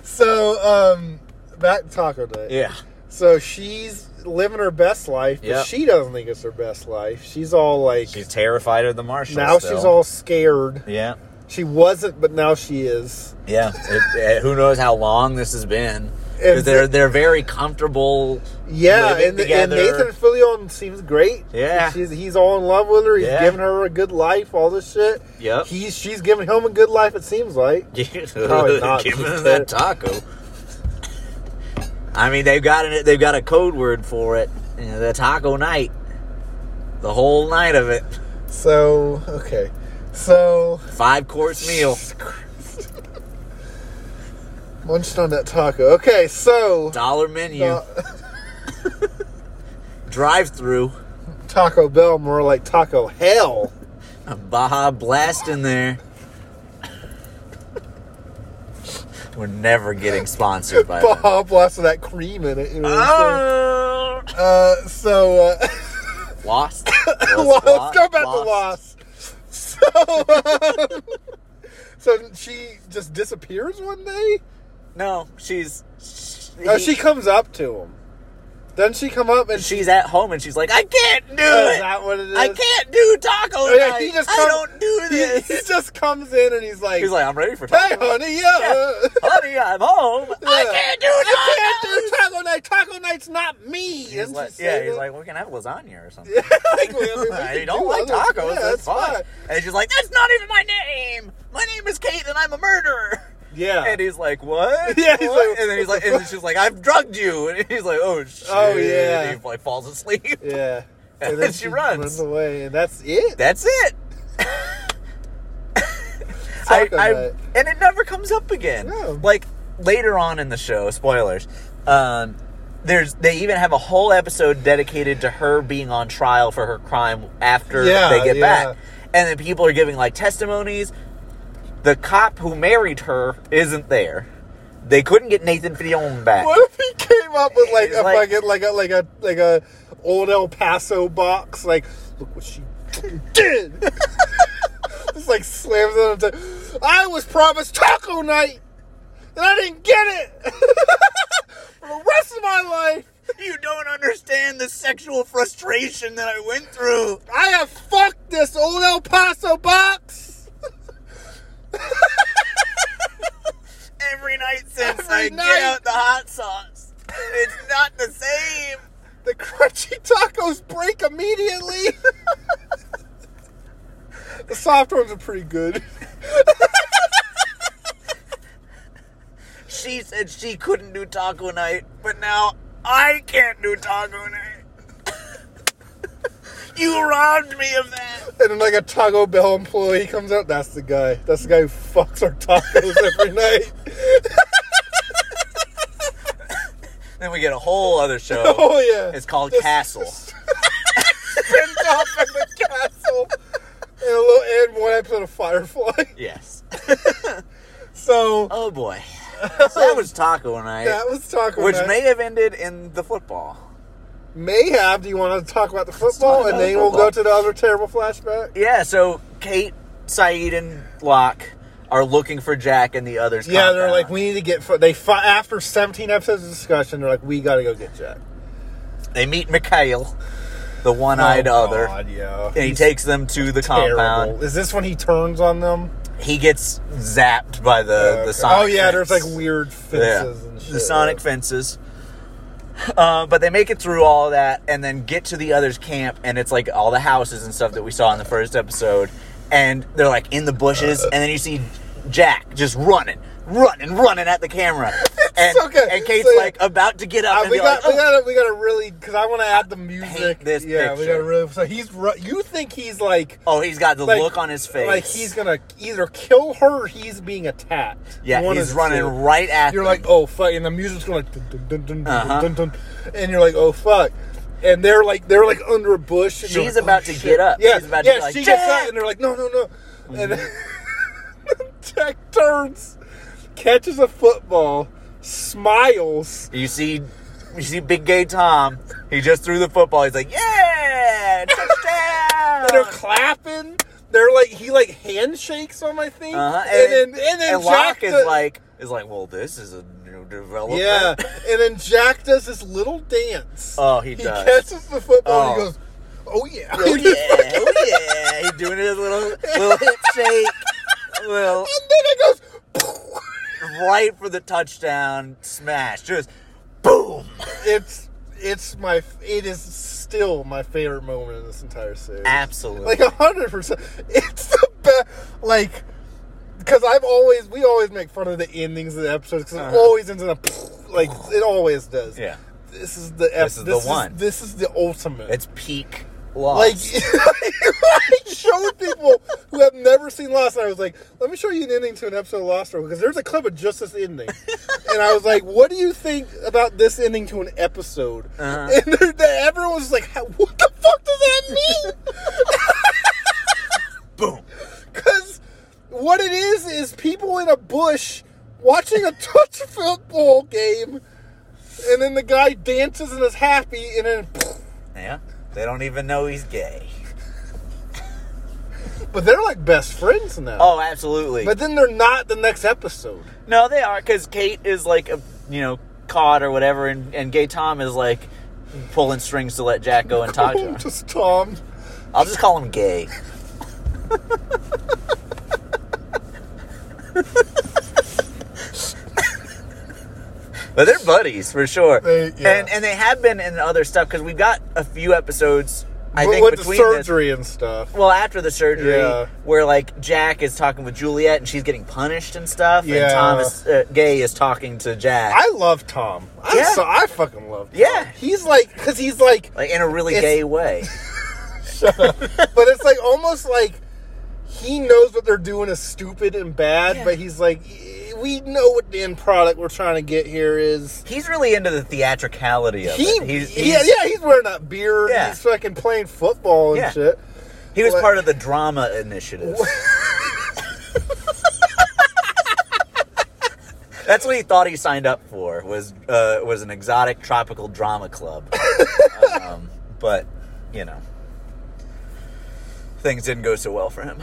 Speaker 2: So, um, back to Taco Day.
Speaker 1: yeah.
Speaker 2: So she's living her best life, but
Speaker 1: Yep.
Speaker 2: she doesn't think it's her best life. She's all like,
Speaker 1: She's terrified of the marshal.
Speaker 2: now
Speaker 1: still.
Speaker 2: she's all scared.
Speaker 1: Yeah.
Speaker 2: She wasn't, but now she is.
Speaker 1: Yeah, it, uh who knows how long this has been? Because
Speaker 2: And-
Speaker 1: they're they're very comfortable.
Speaker 2: Yeah,
Speaker 1: living
Speaker 2: and, and
Speaker 1: together.
Speaker 2: Nathan Fillion seems great.
Speaker 1: Yeah.
Speaker 2: she's, he's all in love with her. He's
Speaker 1: Yeah.
Speaker 2: giving her a good life. All this shit.
Speaker 1: Yep.
Speaker 2: he's she's giving him a good life. It seems like. Probably not.
Speaker 1: Give them that taco. I mean, they've got an, they've got a code word for it. You know, the taco night, the whole night of it,
Speaker 2: So okay, so
Speaker 1: five course meal.
Speaker 2: munched on that taco. Okay, so
Speaker 1: Dollar menu,
Speaker 2: uh,
Speaker 1: drive through,
Speaker 2: Taco Bell, more like Taco Hell.
Speaker 1: a Baja Blast in there. We're never getting sponsored by them.
Speaker 2: Baja Blast with that cream in it. You know what I'm saying?
Speaker 1: Oh!
Speaker 2: Uh, so uh,
Speaker 1: Lost.
Speaker 2: Lost.
Speaker 1: Lost.
Speaker 2: Go back
Speaker 1: Lost.
Speaker 2: to Lost. So, um, so she just disappears one day.
Speaker 1: No, she's.
Speaker 2: No,
Speaker 1: he-
Speaker 2: she comes up to him. Doesn't she come up and she?
Speaker 1: she's at home and she's like, I can't do
Speaker 2: Oh,
Speaker 1: it.
Speaker 2: is that what it is?
Speaker 1: I can't do taco
Speaker 2: Oh, yeah,
Speaker 1: night.
Speaker 2: he just
Speaker 1: I
Speaker 2: come-
Speaker 1: don't do
Speaker 2: He,
Speaker 1: this.
Speaker 2: he just comes in and he's like,
Speaker 1: He's like, I'm ready for taco.
Speaker 2: "Hey, honey, yeah, uh,
Speaker 1: honey, I'm home. I
Speaker 2: Yeah.
Speaker 1: can't do
Speaker 2: I
Speaker 1: tacos.
Speaker 2: can't do taco night. Taco night's not me."
Speaker 1: He's
Speaker 2: Didn't
Speaker 1: like,
Speaker 2: she say
Speaker 1: yeah, he's
Speaker 2: that?
Speaker 1: like, we can have lasagna or something.
Speaker 2: Yeah, like, well, I mean, we
Speaker 1: I
Speaker 2: can
Speaker 1: don't
Speaker 2: do
Speaker 1: like
Speaker 2: other-
Speaker 1: tacos.
Speaker 2: yeah,
Speaker 1: that's fine. And she's like, that's not even my name. My name is Kate, and I'm a murderer.
Speaker 2: Yeah.
Speaker 1: And he's like, what?
Speaker 2: Yeah, he's
Speaker 1: What?"
Speaker 2: like,
Speaker 1: and then he's
Speaker 2: "What
Speaker 1: like,
Speaker 2: the
Speaker 1: and then she's like, I've drugged you. And he's like, oh shit.
Speaker 2: Oh, yeah.
Speaker 1: And he like falls asleep.
Speaker 2: yeah.
Speaker 1: And she runs.
Speaker 2: away, and that's it.
Speaker 1: That's it. I,
Speaker 2: Taco
Speaker 1: I,
Speaker 2: night.
Speaker 1: and it never comes up again.
Speaker 2: No.
Speaker 1: Like later on in the show, spoilers. Um, there's they even have a whole episode dedicated to her being on trial for her crime after
Speaker 2: Yeah,
Speaker 1: they get
Speaker 2: yeah.
Speaker 1: back, and then people are giving like testimonies. The cop who married her isn't there. They couldn't get Nathan Fillion back.
Speaker 2: What if he came up with like
Speaker 1: He's
Speaker 2: a
Speaker 1: like-
Speaker 2: fucking like a like a like a old El Paso box? Like, look what she did. Just like slams it on the. I was promised taco night. and I didn't get it for the rest of my life.
Speaker 1: You don't understand the sexual frustration that I went through.
Speaker 2: I have fucked this old El Paso box
Speaker 1: every night since
Speaker 2: Every
Speaker 1: I
Speaker 2: night.
Speaker 1: get out the hot sauce. It's not the same.
Speaker 2: the crunchy tacos break immediately. the soft ones are pretty good.
Speaker 1: She said she couldn't do taco night, but now I can't do taco night. you robbed me of that.
Speaker 2: And then like a Taco Bell employee comes out. That's the guy. That's the guy who fucks our tacos every night.
Speaker 1: Then we get a whole other show.
Speaker 2: Oh yeah.
Speaker 1: It's called
Speaker 2: This-
Speaker 1: Castle.
Speaker 2: Pinned up in the castle. And a little and one episode of Firefly.
Speaker 1: Yes.
Speaker 2: So
Speaker 1: Oh boy. So that was taco night.
Speaker 2: that was Taco
Speaker 1: which
Speaker 2: Night.
Speaker 1: may have ended in the football.
Speaker 2: may have. Do you want to talk about the football,
Speaker 1: about
Speaker 2: and then
Speaker 1: the
Speaker 2: we'll
Speaker 1: football.
Speaker 2: go to the other terrible flashback?
Speaker 1: Yeah, so Kate, Saeed, and Locke are looking for Jack and the others.
Speaker 2: Yeah, they're
Speaker 1: compound.
Speaker 2: like, we need to get. Fo-. They fi- after 17 episodes of discussion, they're like, we got to go get Jack.
Speaker 1: They meet Mikhail, the one-eyed
Speaker 2: Oh,
Speaker 1: other,
Speaker 2: God, yeah.
Speaker 1: and he
Speaker 2: He's
Speaker 1: takes them to the compound.
Speaker 2: terrible. Is this when he turns on them?
Speaker 1: He gets zapped by the
Speaker 2: Okay.
Speaker 1: the sonic.
Speaker 2: oh yeah,
Speaker 1: fence.
Speaker 2: there's like weird fences
Speaker 1: yeah,
Speaker 2: and shit.
Speaker 1: the sonic fences. Uh, but they make it through all that and then get to the others' camp, and it's like all the houses and stuff that we saw in the first episode, and they're like in the bushes,
Speaker 2: Uh.
Speaker 1: and then you see Jack just running, running, running at the camera, and,
Speaker 2: okay.
Speaker 1: and Kate's
Speaker 2: So, yeah.
Speaker 1: like about to get up,
Speaker 2: Uh,
Speaker 1: and
Speaker 2: we
Speaker 1: be like,
Speaker 2: got, we
Speaker 1: "Oh,
Speaker 2: got, to, we got to really, because I want to add the music.
Speaker 1: this
Speaker 2: yeah, we got to
Speaker 1: picture.
Speaker 2: really. So he's, ru- you think he's like,
Speaker 1: oh, he's got the
Speaker 2: like-
Speaker 1: look on his face,
Speaker 2: like he's gonna either kill her, or he's being attacked.
Speaker 1: yeah,
Speaker 2: One of
Speaker 1: he's
Speaker 2: the
Speaker 1: running
Speaker 2: two.
Speaker 1: right at
Speaker 2: You're
Speaker 1: them.
Speaker 2: like, oh fuck, and the music's going like, dun, dun, dun, dun, dun,
Speaker 1: Uh-huh.
Speaker 2: dun, dun, and you're like, oh fuck, and they're like, they're like under a bush. And you're
Speaker 1: She's
Speaker 2: like,
Speaker 1: about
Speaker 2: oh,
Speaker 1: to
Speaker 2: shit.
Speaker 1: get up.
Speaker 2: Yeah,
Speaker 1: She's about to
Speaker 2: yeah,
Speaker 1: be like,
Speaker 2: she gets
Speaker 1: "Jack!" Mm-hmm.
Speaker 2: up, and they're like, no, no, no, and Jack turns, catches a football, smiles.
Speaker 1: You see, you see, big gay Tom. He just threw the football. He's like, "Yeah,
Speaker 2: And they're
Speaker 1: touchdown!"
Speaker 2: clapping. They're like he like handshakes them, I think.
Speaker 1: Uh-huh.
Speaker 2: And, then and then
Speaker 1: and
Speaker 2: Jack
Speaker 1: Locke is
Speaker 2: does-
Speaker 1: like, is like, "Well, this is a new development."
Speaker 2: yeah. and then Jack does this little dance.
Speaker 1: Oh, he
Speaker 2: he
Speaker 1: does.
Speaker 2: catches the football. and
Speaker 1: Oh.
Speaker 2: He goes, oh yeah,
Speaker 1: Oh yeah, oh yeah. He's doing his little little hip shake, little
Speaker 2: and then it goes. "Poof."
Speaker 1: right for the touchdown smash. Just boom.
Speaker 2: It's it's my it is still my favorite moment in this entire series.
Speaker 1: Absolutely.
Speaker 2: Like a hundred percent. It's the best. Like, because I've always we always make fun of the endings of the episodes because
Speaker 1: Uh-huh.
Speaker 2: it always ends in a like it always does.
Speaker 1: Yeah.
Speaker 2: This is the
Speaker 1: This is the one.
Speaker 2: this is the ultimate.
Speaker 1: it's peak loss.
Speaker 2: like I showed people who have never seen Lost, and I was like, "Let me show you an ending to an episode of Lost," because there's a clip of just this ending, and I was like, "What do you think about this ending to an episode?"
Speaker 1: Uh-huh.
Speaker 2: And they're- they- everyone was like, "How- "What the fuck does that mean?"
Speaker 1: boom.
Speaker 2: Because what it is is people in a bush watching a touch football game, and then the guy dances and is happy, and then.
Speaker 1: Yeah. They don't even know he's gay.
Speaker 2: But they're like best friends now.
Speaker 1: Oh, absolutely.
Speaker 2: But then they're not the next episode.
Speaker 1: No, they are because Kate is like a you know caught or whatever, and and Gay Tom is like pulling strings to let Jack go and talk to her.
Speaker 2: Just Tom.
Speaker 1: I'll just call him Gay. But they're buddies for sure,
Speaker 2: They- yeah.
Speaker 1: and and they have been in other stuff because we got a few episodes. I
Speaker 2: But
Speaker 1: think
Speaker 2: with the
Speaker 1: between this-
Speaker 2: surgery and stuff.
Speaker 1: well, after the surgery,
Speaker 2: Yeah.
Speaker 1: where like Jack is talking with Juliet and she's getting punished and stuff, and
Speaker 2: Yeah.
Speaker 1: Thomas uh, Gay is talking to Jack.
Speaker 2: I love Tom. I
Speaker 1: Yeah.
Speaker 2: so I fucking love. Tom.
Speaker 1: Yeah.
Speaker 2: he's like because he's like,
Speaker 1: like in a really
Speaker 2: It's-
Speaker 1: gay way.
Speaker 2: but it's like almost like he knows what they're doing is stupid and bad,
Speaker 1: Yeah.
Speaker 2: but he's like, "Eh, we know what the end product we're trying to get here is.
Speaker 1: He's really into the theatricality of
Speaker 2: He,
Speaker 1: it. He's,
Speaker 2: yeah,
Speaker 1: he's-
Speaker 2: yeah, he's wearing that beard.
Speaker 1: Yeah.
Speaker 2: He's fucking playing football and
Speaker 1: Yeah.
Speaker 2: shit.
Speaker 1: He was
Speaker 2: What-
Speaker 1: part of the drama initiative. That's what he thought he signed up for was uh, was an exotic tropical drama club. um, but you know, things didn't go so well for him.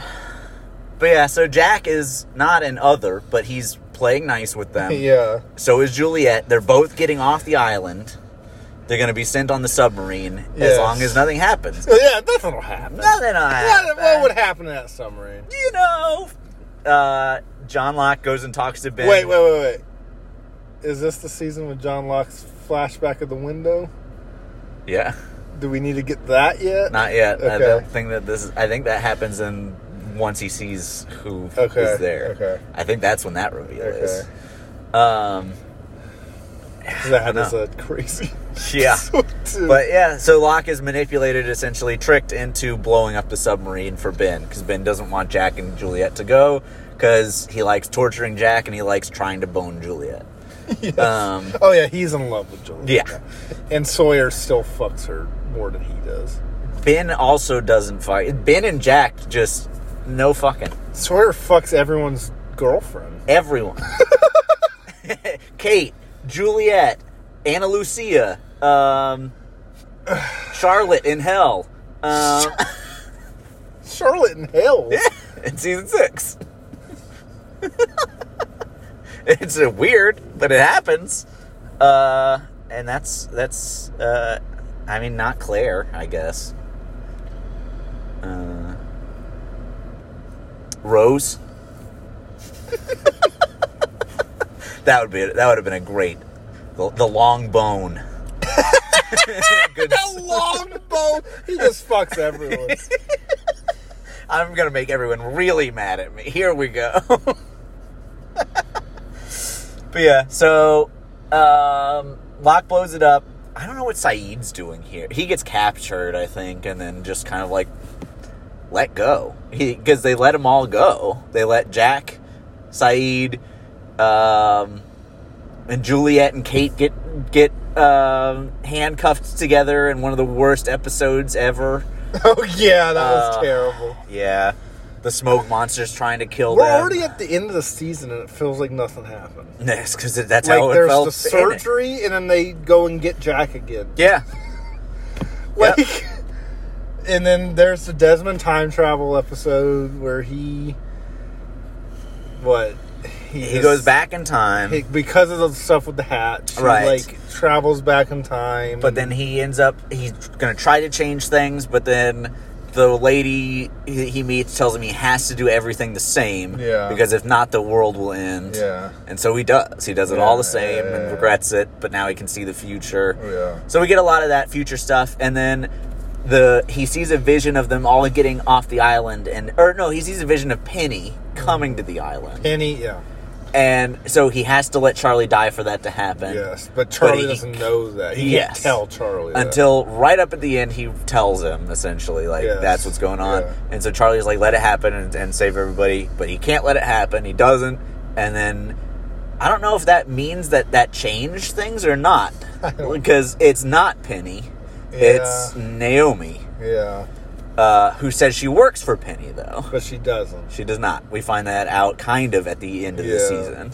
Speaker 1: But yeah, so Jack is not an other, but he's playing nice with them.
Speaker 2: Yeah.
Speaker 1: So is Juliet. They're both getting off the island. They're going to be sent on the submarine as
Speaker 2: Yes.
Speaker 1: long as nothing happens.
Speaker 2: Yeah, nothing will happen.
Speaker 1: nothing will
Speaker 2: What-
Speaker 1: happen.
Speaker 2: what would happen to that submarine?
Speaker 1: you know? Uh, John Locke goes and talks to Ben.
Speaker 2: Wait, wait, wait, wait. Is this the season with John Locke's flashback of the window?
Speaker 1: Yeah,
Speaker 2: Do we need to get that yet?
Speaker 1: not yet. I
Speaker 2: Okay.
Speaker 1: don't think that this. Is, I think that happens in once he sees who is
Speaker 2: Okay,
Speaker 1: there.
Speaker 2: okay.
Speaker 1: I think that's when that reveal is.
Speaker 2: Okay.
Speaker 1: Um,
Speaker 2: 'Cause That
Speaker 1: No.
Speaker 2: is a crazy.
Speaker 1: yeah.
Speaker 2: episode,
Speaker 1: But yeah, so Locke is manipulated, essentially tricked into blowing up the submarine for Ben because Ben doesn't want Jack and Juliet to go because he likes torturing Jack and he likes trying to bone Juliet.
Speaker 2: too. Yes.
Speaker 1: um,
Speaker 2: oh yeah, he's in love with Julia.
Speaker 1: Yeah.
Speaker 2: And Sawyer still fucks her more than he does.
Speaker 1: Ben also doesn't fight. Ben and Jack just no fucking
Speaker 2: Sawyer fucks everyone's girlfriend.
Speaker 1: everyone. Kate, Juliet, Anna Lucia, um, Charlotte in Hell. Um,
Speaker 2: Charlotte in Hell.
Speaker 1: in season six. it's uh, weird, but it happens. Uh, and that's that's. Uh, I mean, not Claire, I guess. Uh, Rose. that would be that would have been a great, the, the long bone. Good-
Speaker 2: The long bone. He just fucks everyone.
Speaker 1: I'm gonna make everyone really mad at me. Here we go. but yeah, so um, Locke blows it up. I don't know what Saeed's doing here. He gets captured, I think, and then just kind of like let go. Because they let them all go. They let Jack, Saeed, um, and Juliet and Kate get get um, handcuffed together in one of the worst episodes ever.
Speaker 2: oh yeah, that was
Speaker 1: Uh,
Speaker 2: terrible.
Speaker 1: Yeah. The smoke monster's trying to kill
Speaker 2: We're
Speaker 1: them.
Speaker 2: already at the end of the season and it feels like nothing happened.
Speaker 1: Yes, because that's how
Speaker 2: like
Speaker 1: it
Speaker 2: there's
Speaker 1: felt.
Speaker 2: the
Speaker 1: in it.
Speaker 2: surgery and then they go and get Jack again.
Speaker 1: Yeah.
Speaker 2: Like and then there's the Desmond time travel episode where he what he,
Speaker 1: He
Speaker 2: just-
Speaker 1: goes back in time,
Speaker 2: he- because of the stuff with the hat he
Speaker 1: Right.
Speaker 2: like travels back in time
Speaker 1: but then he ends up, he's going to try to change things, but then the lady he he meets tells him he has to do everything the same.
Speaker 2: Yeah.
Speaker 1: Because if not, the world will end.
Speaker 2: yeah
Speaker 1: And so he does. He does it all the
Speaker 2: Yeah,
Speaker 1: same
Speaker 2: yeah,
Speaker 1: and
Speaker 2: yeah.
Speaker 1: regrets it, but now he can see the future.
Speaker 2: yeah
Speaker 1: So we get a lot of that future stuff, and then the he sees a vision of them all getting off the island, and or no, he sees a vision of Penny coming to the island,
Speaker 2: Penny yeah
Speaker 1: and so he has to let Charlie die for that to happen.
Speaker 2: yes but Charlie
Speaker 1: he-
Speaker 2: doesn't know that he
Speaker 1: Yes.
Speaker 2: can't tell Charlie that.
Speaker 1: Until right up at the end, he tells him essentially like
Speaker 2: Yes.
Speaker 1: that's what's going on,
Speaker 2: Yeah.
Speaker 1: and so Charlie's like, "Let it happen and, and save everybody," but he can't let it happen. He doesn't, and then I don't know if that means that that changed things or not, because it's not Penny, it's Naomi.
Speaker 2: yeah
Speaker 1: uh, who says she works for Penny, though.
Speaker 2: but she doesn't
Speaker 1: She does not. We find that out kind of at the end of the
Speaker 2: Yeah.
Speaker 1: season.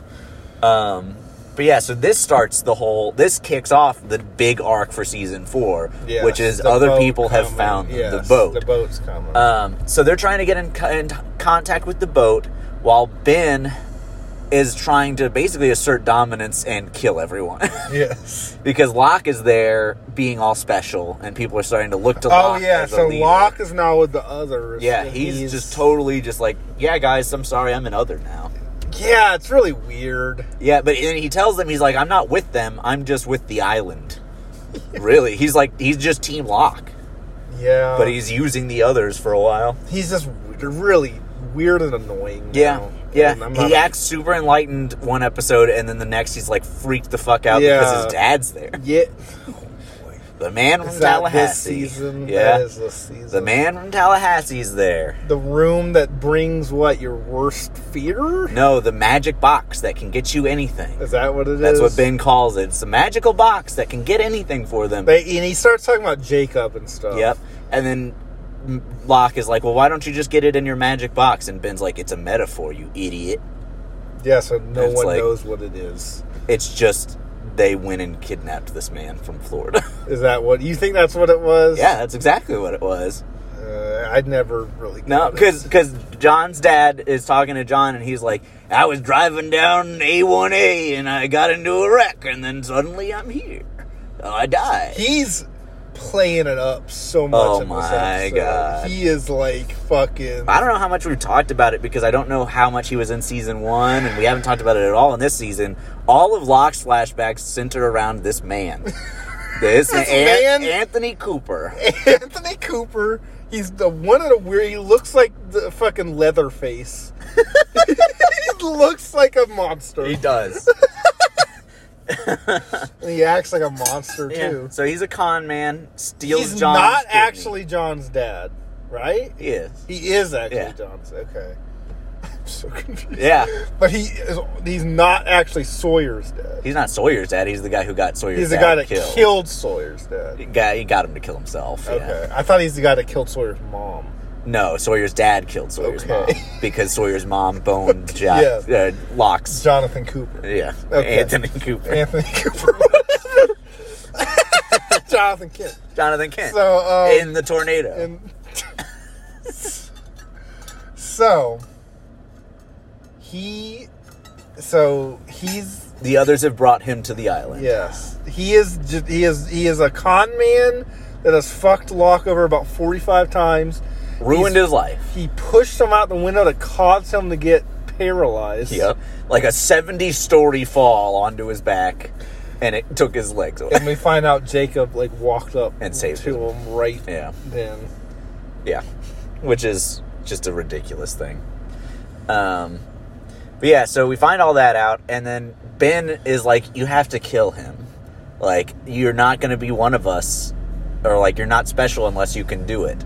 Speaker 1: Um, but yeah, so this starts the whole, this kicks off the big arc for season four,
Speaker 2: Yes,
Speaker 1: which is
Speaker 2: the
Speaker 1: other
Speaker 2: boat
Speaker 1: people have
Speaker 2: coming.
Speaker 1: found
Speaker 2: Yes,
Speaker 1: the boat.
Speaker 2: the boat's coming
Speaker 1: Um, so they're trying to get in, co- in contact with the boat while Ben is trying to basically assert dominance and kill everyone.
Speaker 2: yes
Speaker 1: because Locke is there being all special and people are starting to look to
Speaker 2: oh
Speaker 1: Locke.
Speaker 2: yeah
Speaker 1: as a
Speaker 2: so
Speaker 1: leader.
Speaker 2: Locke is now with the others
Speaker 1: Yeah,
Speaker 2: and
Speaker 1: he's, just totally just like, yeah, guys, I'm sorry, I'm an other now.
Speaker 2: yeah it's really weird
Speaker 1: Yeah, but then he tells them he's like, I'm not with them, I'm just with the island. really, he's like, he's just Team Lock,
Speaker 2: yeah
Speaker 1: but he's using the others for a while.
Speaker 2: he's just really weird and annoying.
Speaker 1: Yeah,
Speaker 2: now.
Speaker 1: yeah.
Speaker 2: And I'm not-
Speaker 1: He acts super enlightened one episode, and then the next he's like freaked the fuck out because
Speaker 2: Yeah.
Speaker 1: his dad's there.
Speaker 2: Yeah,
Speaker 1: The man from
Speaker 2: is that this
Speaker 1: Tallahassee.
Speaker 2: season?
Speaker 1: Yeah,
Speaker 2: that is this season.
Speaker 1: the man from Tallahassee's there.
Speaker 2: the room that brings what your worst fear?
Speaker 1: No, the magic box that can get you anything.
Speaker 2: Is that what it is?
Speaker 1: That's what Ben calls it. It's a magical box that can get anything for them.
Speaker 2: They, and he starts talking about Jacob and stuff.
Speaker 1: Yep. And then M- Locke is like, "Well, why don't you just get it in your magic box?" And Ben's like, "It's a metaphor, you idiot.
Speaker 2: Yeah, so no
Speaker 1: It's
Speaker 2: one
Speaker 1: like-
Speaker 2: knows what it is.
Speaker 1: It's just they went and kidnapped this man from Florida."
Speaker 2: Is that what you think? That's what it was?
Speaker 1: yeah, that's exactly what it was.
Speaker 2: Uh, Uh, I'd never really.
Speaker 1: No,
Speaker 2: got it.
Speaker 1: because John's dad is talking to John, and he's like, "I was driving down A1A, and I got into a wreck, and then suddenly I'm here. Oh, I died."
Speaker 2: he's playing it up so much.
Speaker 1: Oh
Speaker 2: in this
Speaker 1: my
Speaker 2: episode.
Speaker 1: God.
Speaker 2: He is like fucking.
Speaker 1: I don't know how much we've talked about it because I don't know how much he was in season one, and we haven't talked about it at all in this season. All of Locke's flashbacks center around this man, this,
Speaker 2: man?
Speaker 1: An- Anthony Cooper.
Speaker 2: Anthony Cooper. He's the one of the weird. He looks like the fucking Leatherface. he looks like a monster.
Speaker 1: He
Speaker 2: He,
Speaker 1: does.
Speaker 2: he acts like a monster
Speaker 1: Yeah.
Speaker 2: too.
Speaker 1: So he's a con man. Steals
Speaker 2: He's
Speaker 1: John's
Speaker 2: not
Speaker 1: kidney.
Speaker 2: actually John's dad, right?
Speaker 1: He is.
Speaker 2: He is actually
Speaker 1: Yeah.
Speaker 2: John's. Okay. I'm so confused.
Speaker 1: Yeah.
Speaker 2: But he is, he's not actually Sawyer's dad.
Speaker 1: He's not Sawyer's dad. He's the guy who got Sawyer's
Speaker 2: He's the
Speaker 1: dad
Speaker 2: guy that
Speaker 1: killed.
Speaker 2: killed, Sawyer's dad.
Speaker 1: Guy, he got him to kill himself. yeah.
Speaker 2: Okay. I thought he's the guy that killed Sawyer's mom.
Speaker 1: No, Sawyer's dad killed Sawyer's
Speaker 2: Okay.
Speaker 1: mom because Sawyer's mom boned Jack
Speaker 2: Yeah.
Speaker 1: uh, locks.
Speaker 2: Jonathan Cooper.
Speaker 1: Yeah,
Speaker 2: Okay.
Speaker 1: Anthony Cooper,
Speaker 2: Anthony Cooper. whatever. Jonathan Kent.
Speaker 1: Jonathan Kent
Speaker 2: So, um,
Speaker 1: in the tornado.
Speaker 2: And so he so he's
Speaker 1: the others have brought him to the island.
Speaker 2: Yes, he is. ju- He is. He is a con man that has fucked Locke over about forty-five times.
Speaker 1: ruined
Speaker 2: He's-
Speaker 1: his life.
Speaker 2: He pushed him out the window that caused him to get paralyzed.
Speaker 1: Yep, like a seventy-story fall onto his back, and it took his legs away.
Speaker 2: And we find out Jacob like walked up
Speaker 1: And saved
Speaker 2: to him, right
Speaker 1: Yeah,
Speaker 2: then.
Speaker 1: yeah, which is just a ridiculous thing. Um, but yeah, so we find all that out, and then Ben is like, "You have to kill him. Like, you're not going to be one of us, or like, you're not special unless you can do it."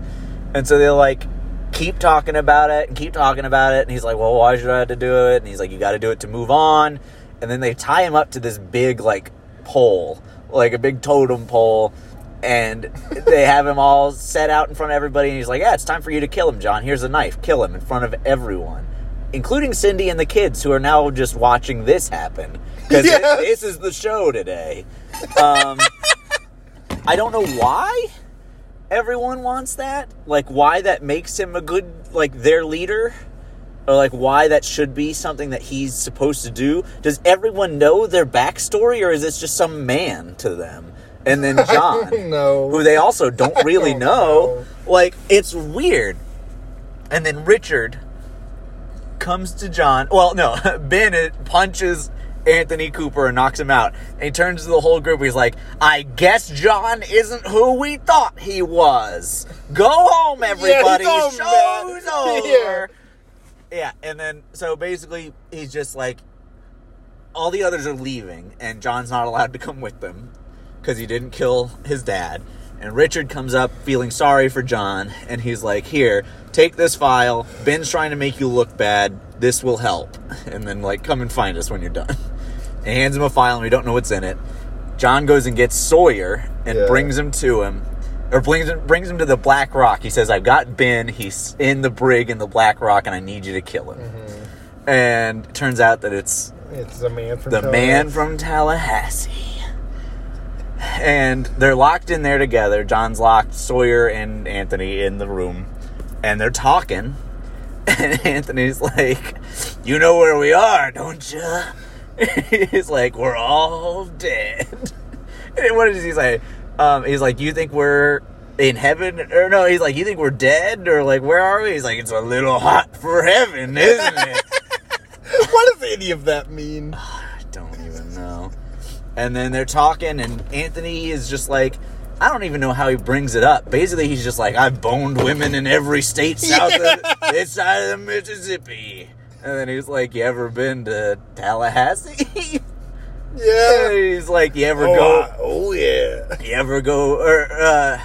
Speaker 1: And so they like keep talking about it and keep talking about it, and he's like, "Well, why should I have to do it?" And he's like, "You got to do it to move on." And then they tie him up to this big like pole, like a big totem pole. And they have him all set out in front of everybody, and he's like, "Yeah, it's time for you to kill him, John. Here's a knife. Kill him in front of everyone." including Cindy and the kids who are now just watching this happen because
Speaker 2: Yes.
Speaker 1: this is the show today. Um, I don't know why everyone wants that. Like, why that makes him a good like their leader, or like why that should be something that he's supposed to do. Does everyone know their backstory, or is this just some man to them? And then John,
Speaker 2: No.
Speaker 1: who they also don't really
Speaker 2: don't
Speaker 1: know. Like, it's weird. And then Richard comes to John. Well, no, Ben it punches Anthony Cooper and knocks him out. And he turns to the whole group. He's like, I guess John isn't who we thought he was. Go home, everybody.
Speaker 2: all
Speaker 1: Show's
Speaker 2: mad.
Speaker 1: over. yeah, and then, so basically, he's just like, all the others are leaving, and John's not allowed to come with them because he didn't kill his dad. And Richard comes up feeling sorry for John, and he's like, "Here, take this file. Ben's trying to make you look bad. This will help." And then like, come and find us when you're done. And he hands him a file, and we don't know what's in it. John goes and gets Sawyer and
Speaker 2: Yeah.
Speaker 1: brings him to him, or brings him, brings him to the Black Rock. He says, "I've got Ben. He's in the brig in the Black Rock, and I need you to kill him." And it turns out that it's
Speaker 2: It's the man from
Speaker 1: the
Speaker 2: Tell-
Speaker 1: man from Tallahassee. And they're locked in there together. John's locked, Sawyer and Anthony in the room. And they're talking. And Anthony's like, You know where we are, don't you? he's like, We're all dead. And what does he say? Um, he's like, You think we're in heaven? Or no, he's like, You think we're dead? Or like, Where are we? He's like, It's a little hot for heaven, isn't it?
Speaker 2: What does any of that mean?
Speaker 1: I don't even know. And then they're talking, and Anthony is just like, I don't even know how he brings it up. Basically, he's just like, I've boned women in every state south of this side of the Mississippi. And then he's like, You ever been to Tallahassee?
Speaker 2: Yeah.
Speaker 1: And he's like, You ever
Speaker 2: Oh,
Speaker 1: go?
Speaker 2: I- oh yeah.
Speaker 1: You ever go? Or, uh,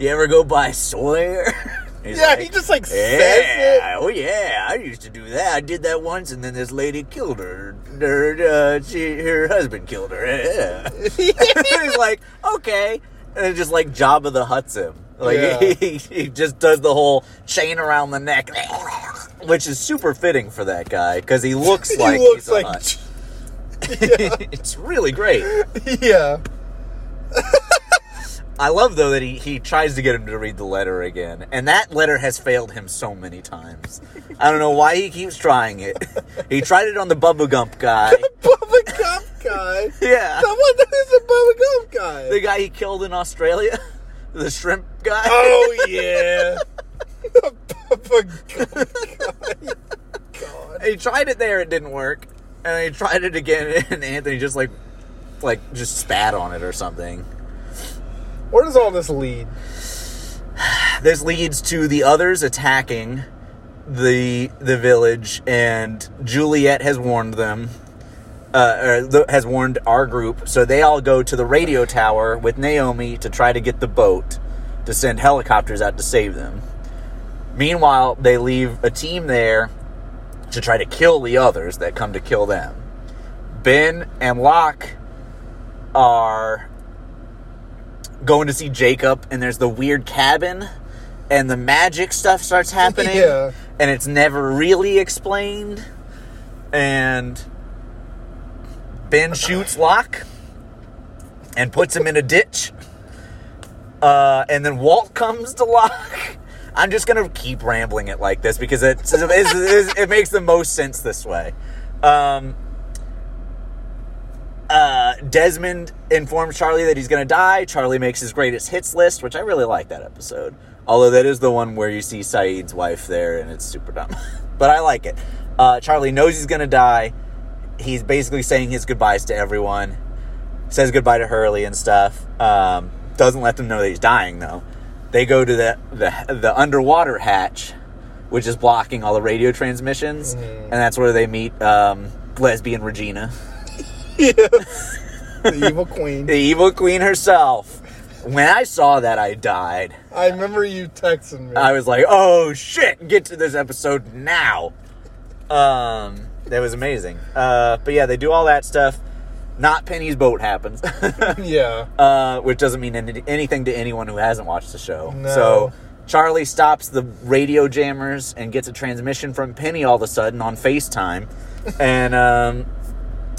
Speaker 1: you ever go by Sawyer? He's
Speaker 2: Yeah,
Speaker 1: like,
Speaker 2: he just like says it.
Speaker 1: yeah. Oh yeah. I used to do that. I did that once, and then this lady killed her. Her, uh, she, her husband killed her. Yeah. He's like, okay, and it just like Jabba the Hutt's him. Like
Speaker 2: Yeah.
Speaker 1: he, he just does the whole chain around the neck, which is super fitting for that guy because he looks
Speaker 2: He
Speaker 1: like
Speaker 2: looks
Speaker 1: he's a
Speaker 2: like
Speaker 1: Hutt. it's really great.
Speaker 2: yeah.
Speaker 1: I love though that he, he tries to get him to read the letter again, and that letter has failed him so many times. I don't know why he keeps trying it. he tried it on the Bubba Gump guy.
Speaker 2: Bubba Gump guy.
Speaker 1: Yeah.
Speaker 2: Someone that is a Bubba Gump guy.
Speaker 1: The guy he killed in Australia, the shrimp guy.
Speaker 2: oh yeah. Bubba Gump guy. God.
Speaker 1: He tried it there, it didn't work, and he tried it again, and Anthony just like, like just spat on it or something.
Speaker 2: Where does all this lead?
Speaker 1: This leads to the others attacking the the village, and Juliet has warned them, uh, or the, has warned our group. So they all go to the radio tower with Naomi to try to get the boat to send helicopters out to save them. Meanwhile, they leave a team there to try to kill the others that come to kill them. Ben and Locke are going to see Jacob, and there's the weird cabin, and the magic stuff starts happening,
Speaker 2: Yeah.
Speaker 1: and it's never really explained. And Ben shoots Locke and puts him in a ditch. Uh, and then Walt comes to Locke. I'm just gonna keep rambling it like this because it's, it's, it's- it makes the most sense this way. Um, uh, Desmond informs Charlie that he's going to die. Charlie makes his greatest hits list, which I really like that episode. Although that is the one where you see Saeed's wife there, and it's super dumb. but I like it. Uh, Charlie knows he's going to die. He's basically saying his goodbyes to everyone. Says goodbye to Hurley and stuff. Um, doesn't let them know that he's dying though. They go to the the, the underwater hatch, which is blocking all the radio transmissions, and that's where they meet um, lesbian Regina.
Speaker 2: The evil queen.
Speaker 1: the evil queen herself. When I saw that, I died.
Speaker 2: I remember you texting me.
Speaker 1: I was like, "Oh shit, get to this episode now." Um, that was amazing. Uh, but yeah, they do all that stuff. Not Penny's boat happens,
Speaker 2: yeah.
Speaker 1: uh, which doesn't mean any- anything to anyone who hasn't watched the show.
Speaker 2: No.
Speaker 1: So Charlie stops the radio jammers and gets a transmission from Penny all of a sudden on FaceTime, and um,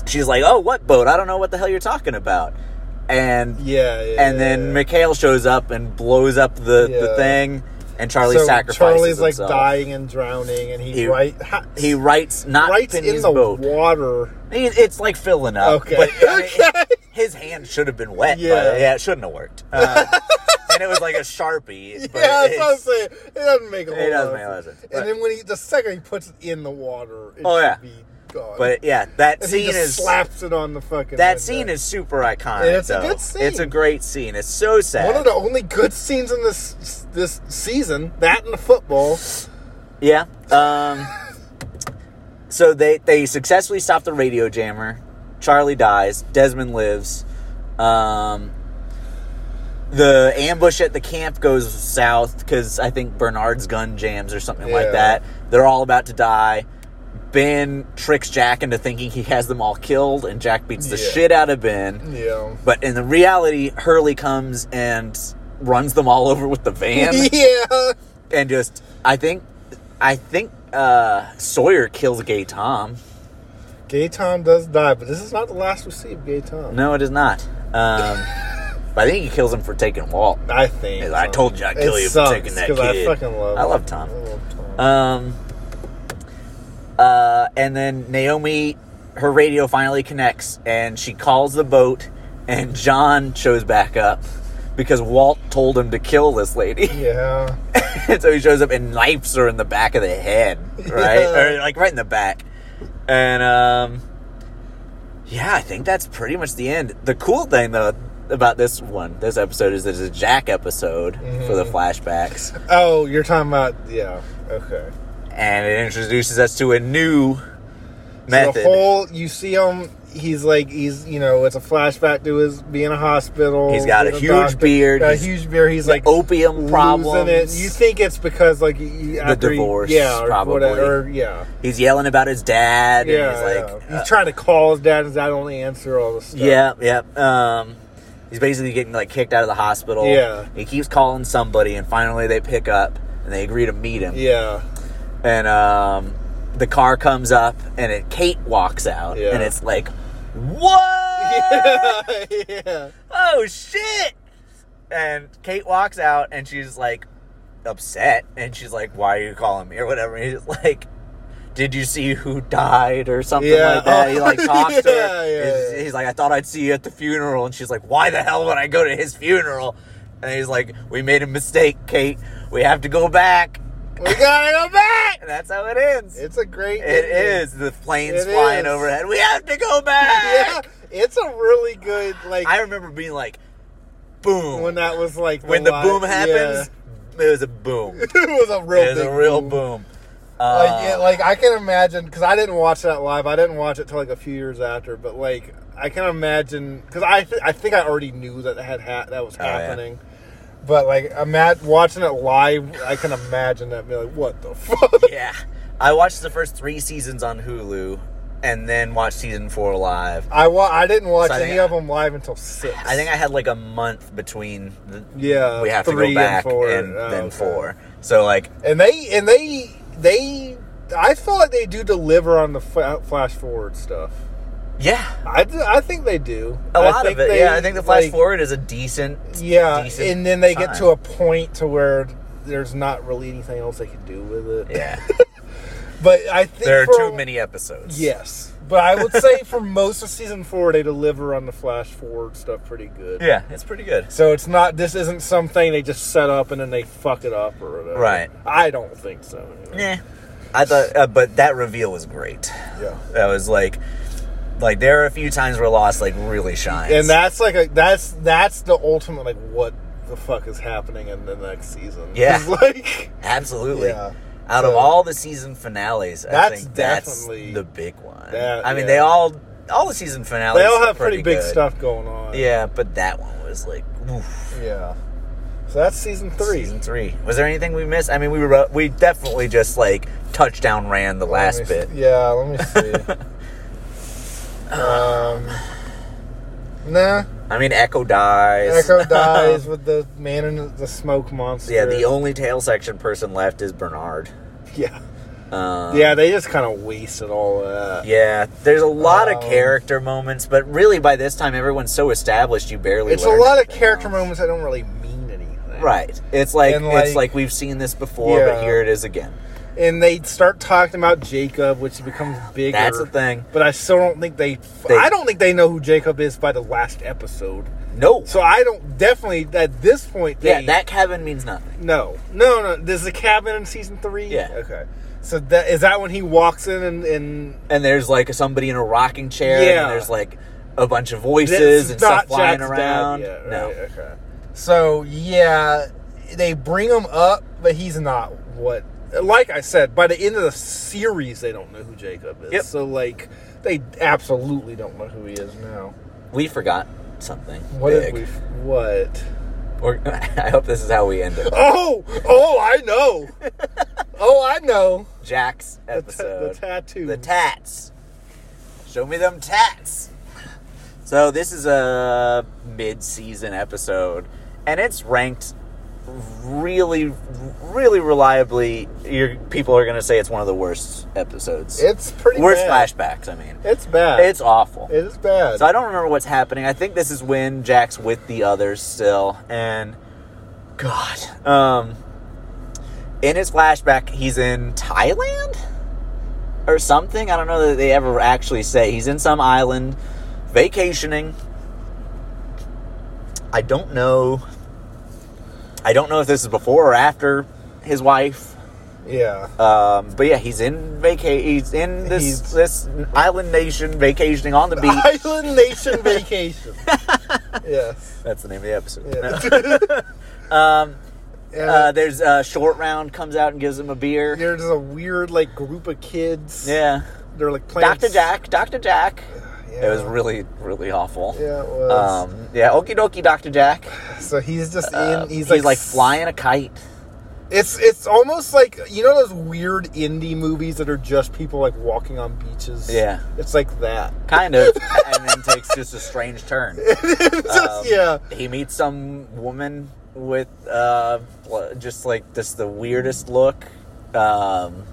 Speaker 1: she's like, "Oh, what boat? I don't know what the hell you're talking about." And
Speaker 2: Yeah, yeah.
Speaker 1: and then Mikhail shows up and blows up the, the
Speaker 2: Yeah.
Speaker 1: thing, and Charlie
Speaker 2: so
Speaker 1: sacrifices
Speaker 2: Charlie's like
Speaker 1: himself.
Speaker 2: dying and drowning, and he,
Speaker 1: He-
Speaker 2: right ha-
Speaker 1: He writes not
Speaker 2: writes in
Speaker 1: Penny's
Speaker 2: the
Speaker 1: boat.
Speaker 2: water.
Speaker 1: He- It's like filling up.
Speaker 2: Okay.
Speaker 1: but, I mean,
Speaker 2: Okay.
Speaker 1: His hand should have been wet. Yeah,
Speaker 2: Yeah.
Speaker 1: yeah, it shouldn't have worked. Uh, and it was like a sharpie. but
Speaker 2: yeah, that's
Speaker 1: it's-
Speaker 2: what I'm saying. It doesn't make a whole
Speaker 1: It doesn't
Speaker 2: lot
Speaker 1: make a
Speaker 2: of
Speaker 1: lot of
Speaker 2: sense.
Speaker 1: sense, but-
Speaker 2: And then when he, the second he puts it in the water, it
Speaker 1: Oh,
Speaker 2: should
Speaker 1: yeah.
Speaker 2: be gone.
Speaker 1: but yeah, that
Speaker 2: and he
Speaker 1: scene
Speaker 2: just
Speaker 1: is
Speaker 2: slaps it on the fucking.
Speaker 1: that
Speaker 2: window.
Speaker 1: scene is super iconic.
Speaker 2: And it's a
Speaker 1: though.
Speaker 2: good scene.
Speaker 1: It's a great scene. It's so sad.
Speaker 2: one of the only good scenes in this this season. That and the football.
Speaker 1: Yeah. Um, so they they successfully stop the radio jammer. Charlie dies. Desmond lives. Um, the ambush at the camp goes south because I think Bernard's gun jams or something like
Speaker 2: Yeah.
Speaker 1: that. They're all about to die. Ben tricks Jack into thinking he has them all killed, and Jack beats the
Speaker 2: Yeah.
Speaker 1: shit out of Ben.
Speaker 2: Yeah.
Speaker 1: But in the reality, Hurley comes and runs them all over with the van
Speaker 2: yeah.
Speaker 1: and just I think I think uh, Sawyer kills Gay Tom.
Speaker 2: Gay Tom does die, but this is not the last we see of Gay Tom.
Speaker 1: No, it is not. Um, but I think he kills him for taking Walt.
Speaker 2: I think.
Speaker 1: I told you I'd kill
Speaker 2: It
Speaker 1: you for
Speaker 2: sucks,
Speaker 1: taking that
Speaker 2: 'cause
Speaker 1: kid.
Speaker 2: I fucking love.
Speaker 1: I love
Speaker 2: him.
Speaker 1: Tom.
Speaker 2: I love Tom.
Speaker 1: Um, uh, and then Naomi, her radio finally connects, and she calls the boat, and John shows back up because Walt told him to kill this lady.
Speaker 2: yeah.
Speaker 1: and so he shows up and knifes her in the back of the head, right?
Speaker 2: Yeah.
Speaker 1: Or like right in the back. And um yeah, I think that's pretty much the end. The cool thing though about this one, this episode is that it's a Jack episode for
Speaker 2: Mm-hmm.
Speaker 1: the flashbacks,
Speaker 2: Oh, you're talking about yeah. Okay.
Speaker 1: and it introduces us to a new
Speaker 2: So
Speaker 1: method.
Speaker 2: The whole you see him. He's like he's you know it's a flashback to his being in a hospital.
Speaker 1: He's got a
Speaker 2: being
Speaker 1: huge beard,
Speaker 2: got A
Speaker 1: he's-
Speaker 2: huge beard. He's like
Speaker 1: opium
Speaker 2: losing
Speaker 1: problems.
Speaker 2: It. You think it's because like you, after he-
Speaker 1: divorce,
Speaker 2: yeah, or
Speaker 1: probably.
Speaker 2: Whatever, or, yeah,
Speaker 1: he's yelling about his dad,
Speaker 2: yeah,
Speaker 1: and he's
Speaker 2: yeah.
Speaker 1: like, uh,
Speaker 2: he's trying to call his dad. and His dad only answer all the stuff.
Speaker 1: Yeah, yeah. Um, he's basically getting like kicked out of the hospital.
Speaker 2: Yeah.
Speaker 1: He keeps calling somebody, and finally they pick up and they agree to meet him.
Speaker 2: yeah,
Speaker 1: And um, the car comes up, and it Kate walks out,
Speaker 2: Yeah.
Speaker 1: and it's like, what?
Speaker 2: yeah, yeah.
Speaker 1: Oh shit! And Kate walks out and she's like upset and she's like, Why are you calling me? or whatever. And he's like, Did you see who died or something
Speaker 2: Yeah.
Speaker 1: like that? He like talks to
Speaker 2: Yeah,
Speaker 1: her.
Speaker 2: yeah,
Speaker 1: He's-
Speaker 2: yeah.
Speaker 1: he's like, I thought I'd see you at the funeral and she's like, Why the hell would I go to his funeral? And he's like, We made a mistake, Kate. We have to go back.
Speaker 2: We gotta go back.
Speaker 1: And that's how it ends.
Speaker 2: It's a great.
Speaker 1: It
Speaker 2: ending.
Speaker 1: is. The planes
Speaker 2: It
Speaker 1: flying
Speaker 2: is.
Speaker 1: overhead. We have to go back.
Speaker 2: Yeah, it's a really good like
Speaker 1: I remember being like, boom.
Speaker 2: when
Speaker 1: When,
Speaker 2: that was like
Speaker 1: the
Speaker 2: li-
Speaker 1: boom happens, it was a boom.
Speaker 2: Yeah. it was a real.
Speaker 1: It was a
Speaker 2: big
Speaker 1: real
Speaker 2: boom. Oh,
Speaker 1: boom.
Speaker 2: Like, yeah,
Speaker 1: Uh,
Speaker 2: like I can imagine because I didn't watch that live. I didn't watch it till like a few years after, but like I can imagine because I th- I think I already knew that had ha- that was
Speaker 1: Oh, yeah.
Speaker 2: happening. But like, I'm at watching it live. I can imagine that. Be like, what the fuck?
Speaker 1: yeah. I watched the first three seasons on Hulu and then watched season four live.
Speaker 2: I wa- I didn't watch
Speaker 1: So I
Speaker 2: any
Speaker 1: think-
Speaker 2: of them live until six.
Speaker 1: I think I had like a month between the,
Speaker 2: yeah,
Speaker 1: we have to
Speaker 2: three
Speaker 1: go back and,
Speaker 2: Oh,
Speaker 1: then
Speaker 2: okay.
Speaker 1: four. So, like,
Speaker 2: And they and they they. I feel like they do deliver on the fa- flash forward stuff.
Speaker 1: yeah.
Speaker 2: I, do- I think they do.
Speaker 1: A
Speaker 2: I
Speaker 1: lot of
Speaker 2: think
Speaker 1: it.
Speaker 2: they,
Speaker 1: yeah, I think the flash
Speaker 2: like,
Speaker 1: forward is a decent.
Speaker 2: Yeah,
Speaker 1: decent
Speaker 2: and then they get
Speaker 1: time.
Speaker 2: to a point to where there's not really anything else they can do with it.
Speaker 1: Yeah.
Speaker 2: But I think
Speaker 1: There are
Speaker 2: for-
Speaker 1: too many episodes.
Speaker 2: Yes, but I would say for most of season four, they deliver on the flash forward stuff pretty good.
Speaker 1: Yeah, it's pretty good.
Speaker 2: So it's not. This isn't something they just set up and then they fuck it up or whatever.
Speaker 1: Right.
Speaker 2: I don't think so. anyway.
Speaker 1: Nah. I thought, uh, but that reveal was great.
Speaker 2: Yeah.
Speaker 1: That was like, like there are a few times where Lost like really shines.
Speaker 2: And that's like a that's that's the ultimate like what the fuck is happening in the next season.
Speaker 1: Yeah.
Speaker 2: It's like
Speaker 1: absolutely.
Speaker 2: Yeah.
Speaker 1: Out of
Speaker 2: So-
Speaker 1: all the season finales, I
Speaker 2: That's
Speaker 1: think that's
Speaker 2: definitely-
Speaker 1: the big one.
Speaker 2: That-
Speaker 1: I mean,
Speaker 2: yeah.
Speaker 1: they all all the season finales
Speaker 2: they all
Speaker 1: are
Speaker 2: have pretty, big
Speaker 1: good.
Speaker 2: stuff going on.
Speaker 1: Yeah, but that one was like, oof,
Speaker 2: Yeah. So that's season three.
Speaker 1: season three. Was there anything we missed? I mean, we were uh, we definitely just like touchdown ran the last
Speaker 2: Let me s-
Speaker 1: bit.
Speaker 2: Yeah, let me see. um, nah,
Speaker 1: I mean, Echo dies.
Speaker 2: Echo dies with the man in the- the smoke monster.
Speaker 1: yeah, the only tail section person left is Bernard.
Speaker 2: yeah,
Speaker 1: Um,
Speaker 2: yeah. They just kind of wasted all that.
Speaker 1: Yeah, there's a lot of
Speaker 2: Um,
Speaker 1: character moments, but really by this time everyone's so established you barely.
Speaker 2: it's a
Speaker 1: learn
Speaker 2: lot of
Speaker 1: anything
Speaker 2: character
Speaker 1: else.
Speaker 2: moments that don't really mean anything.
Speaker 1: Right. It's like,
Speaker 2: And,
Speaker 1: it's
Speaker 2: like-
Speaker 1: like we've seen this before, but
Speaker 2: Yeah.
Speaker 1: here it is again.
Speaker 2: And they start talking about Jacob, which becomes bigger.
Speaker 1: That's the thing.
Speaker 2: But I still don't think they,
Speaker 1: They-
Speaker 2: I don't think they know who Jacob is by the last episode.
Speaker 1: No.
Speaker 2: So I don't definitely at this point. They,
Speaker 1: yeah, that cabin means nothing.
Speaker 2: No, no, no. There's a cabin in season three.
Speaker 1: Yeah.
Speaker 2: Okay. So that is that when he walks in and, and
Speaker 1: And there's like somebody in a rocking chair.
Speaker 2: Yeah.
Speaker 1: And there's like a bunch of voices
Speaker 2: this
Speaker 1: and stuff flying
Speaker 2: Jack's dad
Speaker 1: around.
Speaker 2: yet, right?
Speaker 1: No.
Speaker 2: Okay. So yeah, they bring him up, but he's not what. Like I said, by the end of the series, they don't know who Jacob is.
Speaker 1: Yep.
Speaker 2: So like, they absolutely don't know who he is now.
Speaker 1: We forgot something.
Speaker 2: What did
Speaker 1: big.
Speaker 2: we? What?
Speaker 1: We're- I hope this is how we end it.
Speaker 2: Oh, oh, I know. oh, I know.
Speaker 1: Jack's
Speaker 2: The, ta-
Speaker 1: episode.
Speaker 2: the tattoo.
Speaker 1: The tats. Show me them tats. So this is a mid-season episode, and it's ranked really, really reliably. Your people are gonna say it's one of the worst episodes.
Speaker 2: it's pretty.
Speaker 1: worst
Speaker 2: bad.
Speaker 1: flashbacks. I mean,
Speaker 2: It's bad.
Speaker 1: it's awful.
Speaker 2: It is bad.
Speaker 1: So I don't remember what's happening. I think this is when Jack's with the others still, and God, um, in his flashback, he's in Thailand or something. I don't know that they ever actually say he's in some island vacationing. I don't know. I don't know if this is before or after his wife.
Speaker 2: yeah.
Speaker 1: Um, but yeah, he's in vaca- he's in this
Speaker 2: He's-
Speaker 1: this island nation vacationing on the beach.
Speaker 2: Island Nation Vacation. yes.
Speaker 1: That's the name of the episode.
Speaker 2: Yeah.
Speaker 1: Um,
Speaker 2: And
Speaker 1: uh, there's uh, short round comes out and gives him a beer.
Speaker 2: there's a weird like group of kids.
Speaker 1: Yeah,
Speaker 2: They're like playing.
Speaker 1: Doctor Jack, Doctor Jack.
Speaker 2: Yeah.
Speaker 1: It was really, really awful.
Speaker 2: Yeah, it was.
Speaker 1: Um, yeah, okie dokie, Doctor Jack.
Speaker 2: so he's just
Speaker 1: Uh,
Speaker 2: in. He's,
Speaker 1: like,
Speaker 2: s-
Speaker 1: flying a kite.
Speaker 2: It's it's almost like you know those weird indie movies that are just people like walking on beaches.
Speaker 1: Yeah.
Speaker 2: It's like that.
Speaker 1: Kind of, and then takes just a strange turn.
Speaker 2: It's just-
Speaker 1: Um,
Speaker 2: yeah.
Speaker 1: He meets some woman with uh, bl- just like this the weirdest look. Um,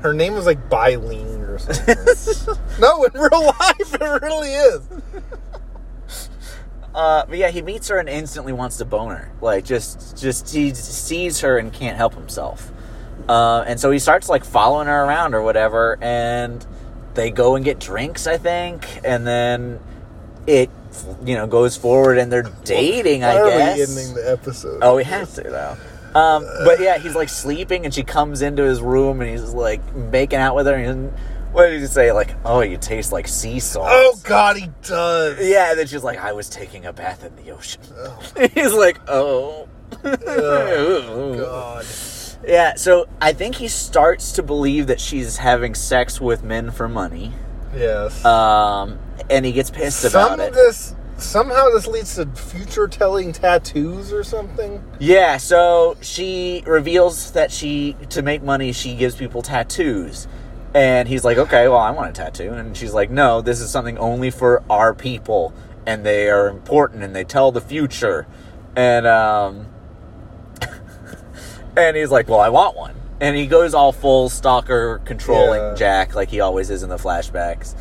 Speaker 2: Her name was like Bileen or something. no, in real life it really is.
Speaker 1: Uh, but yeah, he meets her and instantly wants to bone her. Like just just he sees her and can't help himself. Uh, and so he starts like following her around or whatever, and they go and get drinks, I think, and then it you know goes forward and they're dating. I
Speaker 2: Why are
Speaker 1: guess.
Speaker 2: we ending the episode?
Speaker 1: Oh, we have to though. Um, but yeah, he's like sleeping, and she comes into his room, and he's like making out with her. And what did he say? Like, oh, you taste like sea salt.
Speaker 2: Oh God, he does.
Speaker 1: yeah. And then she's like, I was taking a bath in the ocean. he's like, oh. Ooh.
Speaker 2: God.
Speaker 1: Yeah. So I think he starts to believe that she's having sex with men for money,
Speaker 2: Yes.
Speaker 1: um, and he gets pissed about
Speaker 2: Some
Speaker 1: it.
Speaker 2: of this somehow this leads to future telling tattoos or something.
Speaker 1: Yeah, so she reveals that she to make money she gives people tattoos. And he's like, "Okay, well, I want a tattoo." And she's like, "No, this is something only for our people and they are important and they tell the future." And um and he's like, "Well, I want one." And he goes all full stalker controlling
Speaker 2: Yeah.
Speaker 1: Jack like he always is in the flashbacks.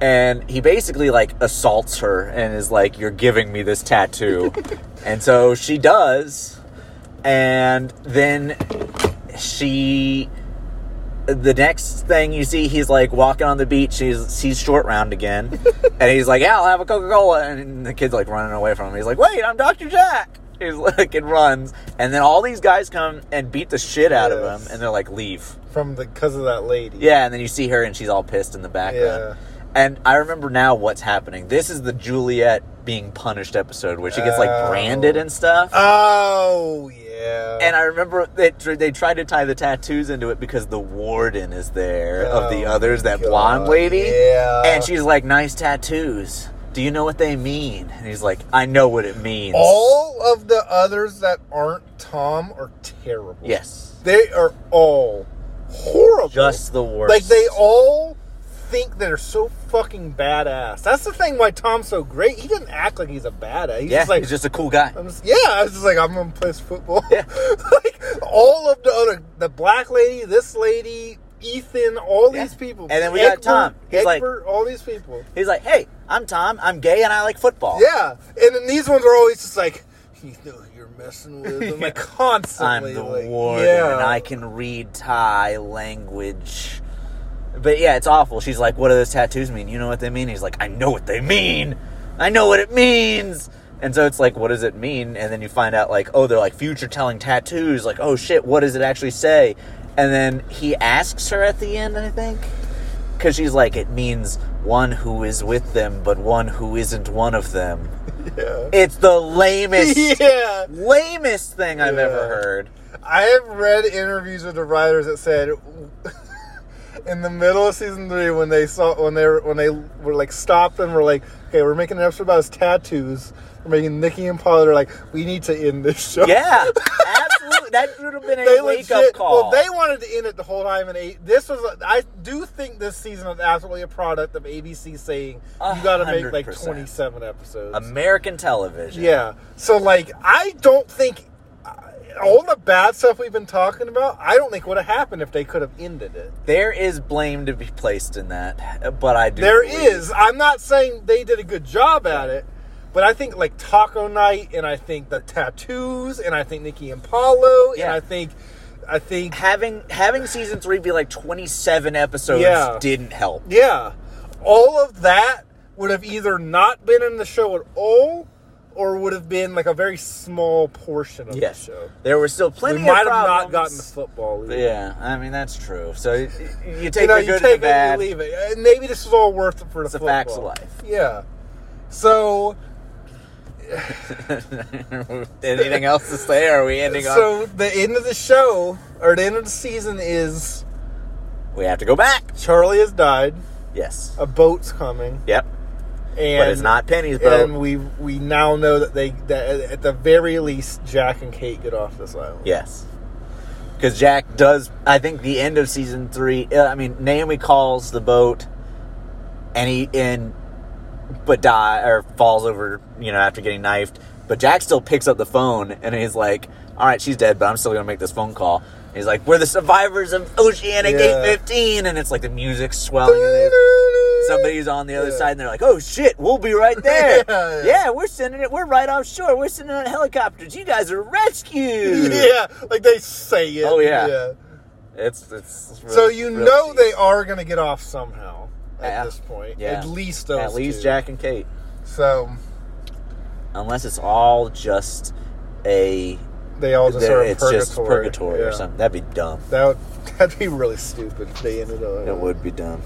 Speaker 1: And he basically like assaults her and is like, "You're giving me this tattoo." and so she does. And then she the next thing you see, he's like walking on the beach. He's he's short round again, and he's like, "Yeah, I'll have a Coca Cola." And the kid's like running away from him. He's like, "Wait, I'm Doctor Jack." He's like and runs, and then all these guys come and beat the shit out of
Speaker 2: Yes.
Speaker 1: him, and they're like, "Leave."
Speaker 2: From the because of that lady.
Speaker 1: Yeah, and then you see her, and she's all pissed in the background. And I remember now what's happening. This is the Juliet being punished episode where she gets like
Speaker 2: Oh.
Speaker 1: branded and stuff.
Speaker 2: Oh yeah.
Speaker 1: And I remember they tr- they tried to tie the tattoos into it because the warden is there of the
Speaker 2: Oh,
Speaker 1: others, that
Speaker 2: God,
Speaker 1: blonde lady.
Speaker 2: yeah.
Speaker 1: And she's like, "Nice tattoos. Do you know what they mean?" And he's like, "I know what it means."
Speaker 2: all of the others that aren't Tom are terrible.
Speaker 1: yes,
Speaker 2: They are all horrible.
Speaker 1: just the worst.
Speaker 2: like they all think they're so fucking badass. That's the thing why Tom's so great. He doesn't act like he's a badass. He's
Speaker 1: yeah,
Speaker 2: just like
Speaker 1: he's just a cool guy.
Speaker 2: I'm just, yeah, I was just like, I'm gonna play this football.
Speaker 1: Yeah.
Speaker 2: like all of the other, the black lady, this lady, Ethan, all
Speaker 1: Yeah.
Speaker 2: these people,
Speaker 1: And then we got Tom. He's like-
Speaker 2: Egbert, all these people.
Speaker 1: He's like, "Hey, I'm Tom. I'm gay and I like football.
Speaker 2: Yeah, and then these ones are always just like, you know, who you're messing with, I'm like
Speaker 1: I'm
Speaker 2: constantly.
Speaker 1: the
Speaker 2: like,
Speaker 1: warden
Speaker 2: yeah.
Speaker 1: and I can read Thai language." But yeah, it's awful. She's like, "What do those tattoos mean? You know what they mean?" He's like, "I know what they mean. I know what it means." And so it's like, "What does it mean?" And then you find out like, "Oh, they're like future telling tattoos." Like, "Oh shit, what does it actually say?" And then he asks her at the end, I think, cuz she's like, "It means one who is with them, but one who isn't one of them."
Speaker 2: yeah.
Speaker 1: It's the lamest
Speaker 2: Yeah,
Speaker 1: lamest thing I've ever
Speaker 2: Yeah.
Speaker 1: heard.
Speaker 2: I have read interviews with the writers that said, in the middle of season three, when they saw when they were, when they were like stopped and were like, "Okay, we're making an episode about his tattoos." We're making Nikki and Paula are like, "We need to end this show."
Speaker 1: Yeah, absolutely. That would have been a
Speaker 2: They
Speaker 1: wake up
Speaker 2: legit-
Speaker 1: call.
Speaker 2: Well, they wanted to end it the whole time, and eight. This was, a- I do think this season was absolutely a product of ABC saying
Speaker 1: A
Speaker 2: you got to make like
Speaker 1: 100%.
Speaker 2: twenty-seven episodes.
Speaker 1: American television.
Speaker 2: Yeah. So like, I don't think uh, all the bad stuff we've been talking about. I don't think would have happened if they could have ended it.
Speaker 1: There is blame to be placed in that, but I do.
Speaker 2: There
Speaker 1: believe-
Speaker 2: is. I'm not saying they did a good job at it, but I think like Taco Night, and I think the tattoos, and I think Nikki and Paulo, and
Speaker 1: Yeah.
Speaker 2: I think, I think,
Speaker 1: Having having season three be like twenty seven episodes
Speaker 2: Yeah.
Speaker 1: didn't help.
Speaker 2: yeah, all of that would have either not been in the show at all, or would have been like a very small portion of
Speaker 1: Yes,
Speaker 2: the show.
Speaker 1: there were still plenty.
Speaker 2: We might
Speaker 1: of
Speaker 2: have not
Speaker 1: problems.
Speaker 2: gotten the football. either.
Speaker 1: Yeah, I mean that's true. So you, you take
Speaker 2: you know,
Speaker 1: the
Speaker 2: you
Speaker 1: good
Speaker 2: take
Speaker 1: and the bad.
Speaker 2: it, you leave it. And Maybe this is all worth it for the,
Speaker 1: It's the
Speaker 2: football.
Speaker 1: facts of life.
Speaker 2: Yeah. So
Speaker 1: Anything else to say? Or are we ending on?
Speaker 2: So the end of the show or the end of the season is
Speaker 1: We have to go back.
Speaker 2: Charlie has died.
Speaker 1: Yes.
Speaker 2: A boat's coming,
Speaker 1: Yep.
Speaker 2: and
Speaker 1: but it's not Penny's boat.
Speaker 2: And we we now know that they that at the very least Jack and Kate get off this island.
Speaker 1: Yes. Because Jack does, I think the end of season three. uh, I mean, Naomi calls the boat, and he and but die or falls over, you know, after getting knifed. But Jack still picks up the phone and he's like, "All right, she's dead, but I'm still gonna make this phone call." And he's like, "We're the survivors of Oceanic
Speaker 2: Yeah.
Speaker 1: 815," and it's like the music swelling. in the- somebody's on the other
Speaker 2: Yeah.
Speaker 1: side and they're like, "Oh shit, we'll be right there."
Speaker 2: Yeah,
Speaker 1: yeah.
Speaker 2: yeah.
Speaker 1: we're sending it. We're right offshore. We're sending out helicopters. You guys are rescued.
Speaker 2: yeah, like they say it.
Speaker 1: Oh, yeah. It's it's. really-
Speaker 2: so you
Speaker 1: really
Speaker 2: know
Speaker 1: cheap.
Speaker 2: they are going to get off somehow at
Speaker 1: Yeah.
Speaker 2: this point.
Speaker 1: Yeah.
Speaker 2: At least those.
Speaker 1: At least
Speaker 2: two.
Speaker 1: Jack and Kate,
Speaker 2: So
Speaker 1: unless it's all just a.
Speaker 2: they all just are in
Speaker 1: It's
Speaker 2: purgatory.
Speaker 1: just purgatory
Speaker 2: Yeah.
Speaker 1: or something. That'd be dumb.
Speaker 2: That would, that'd be really stupid. if They ended up.
Speaker 1: It would be dumb.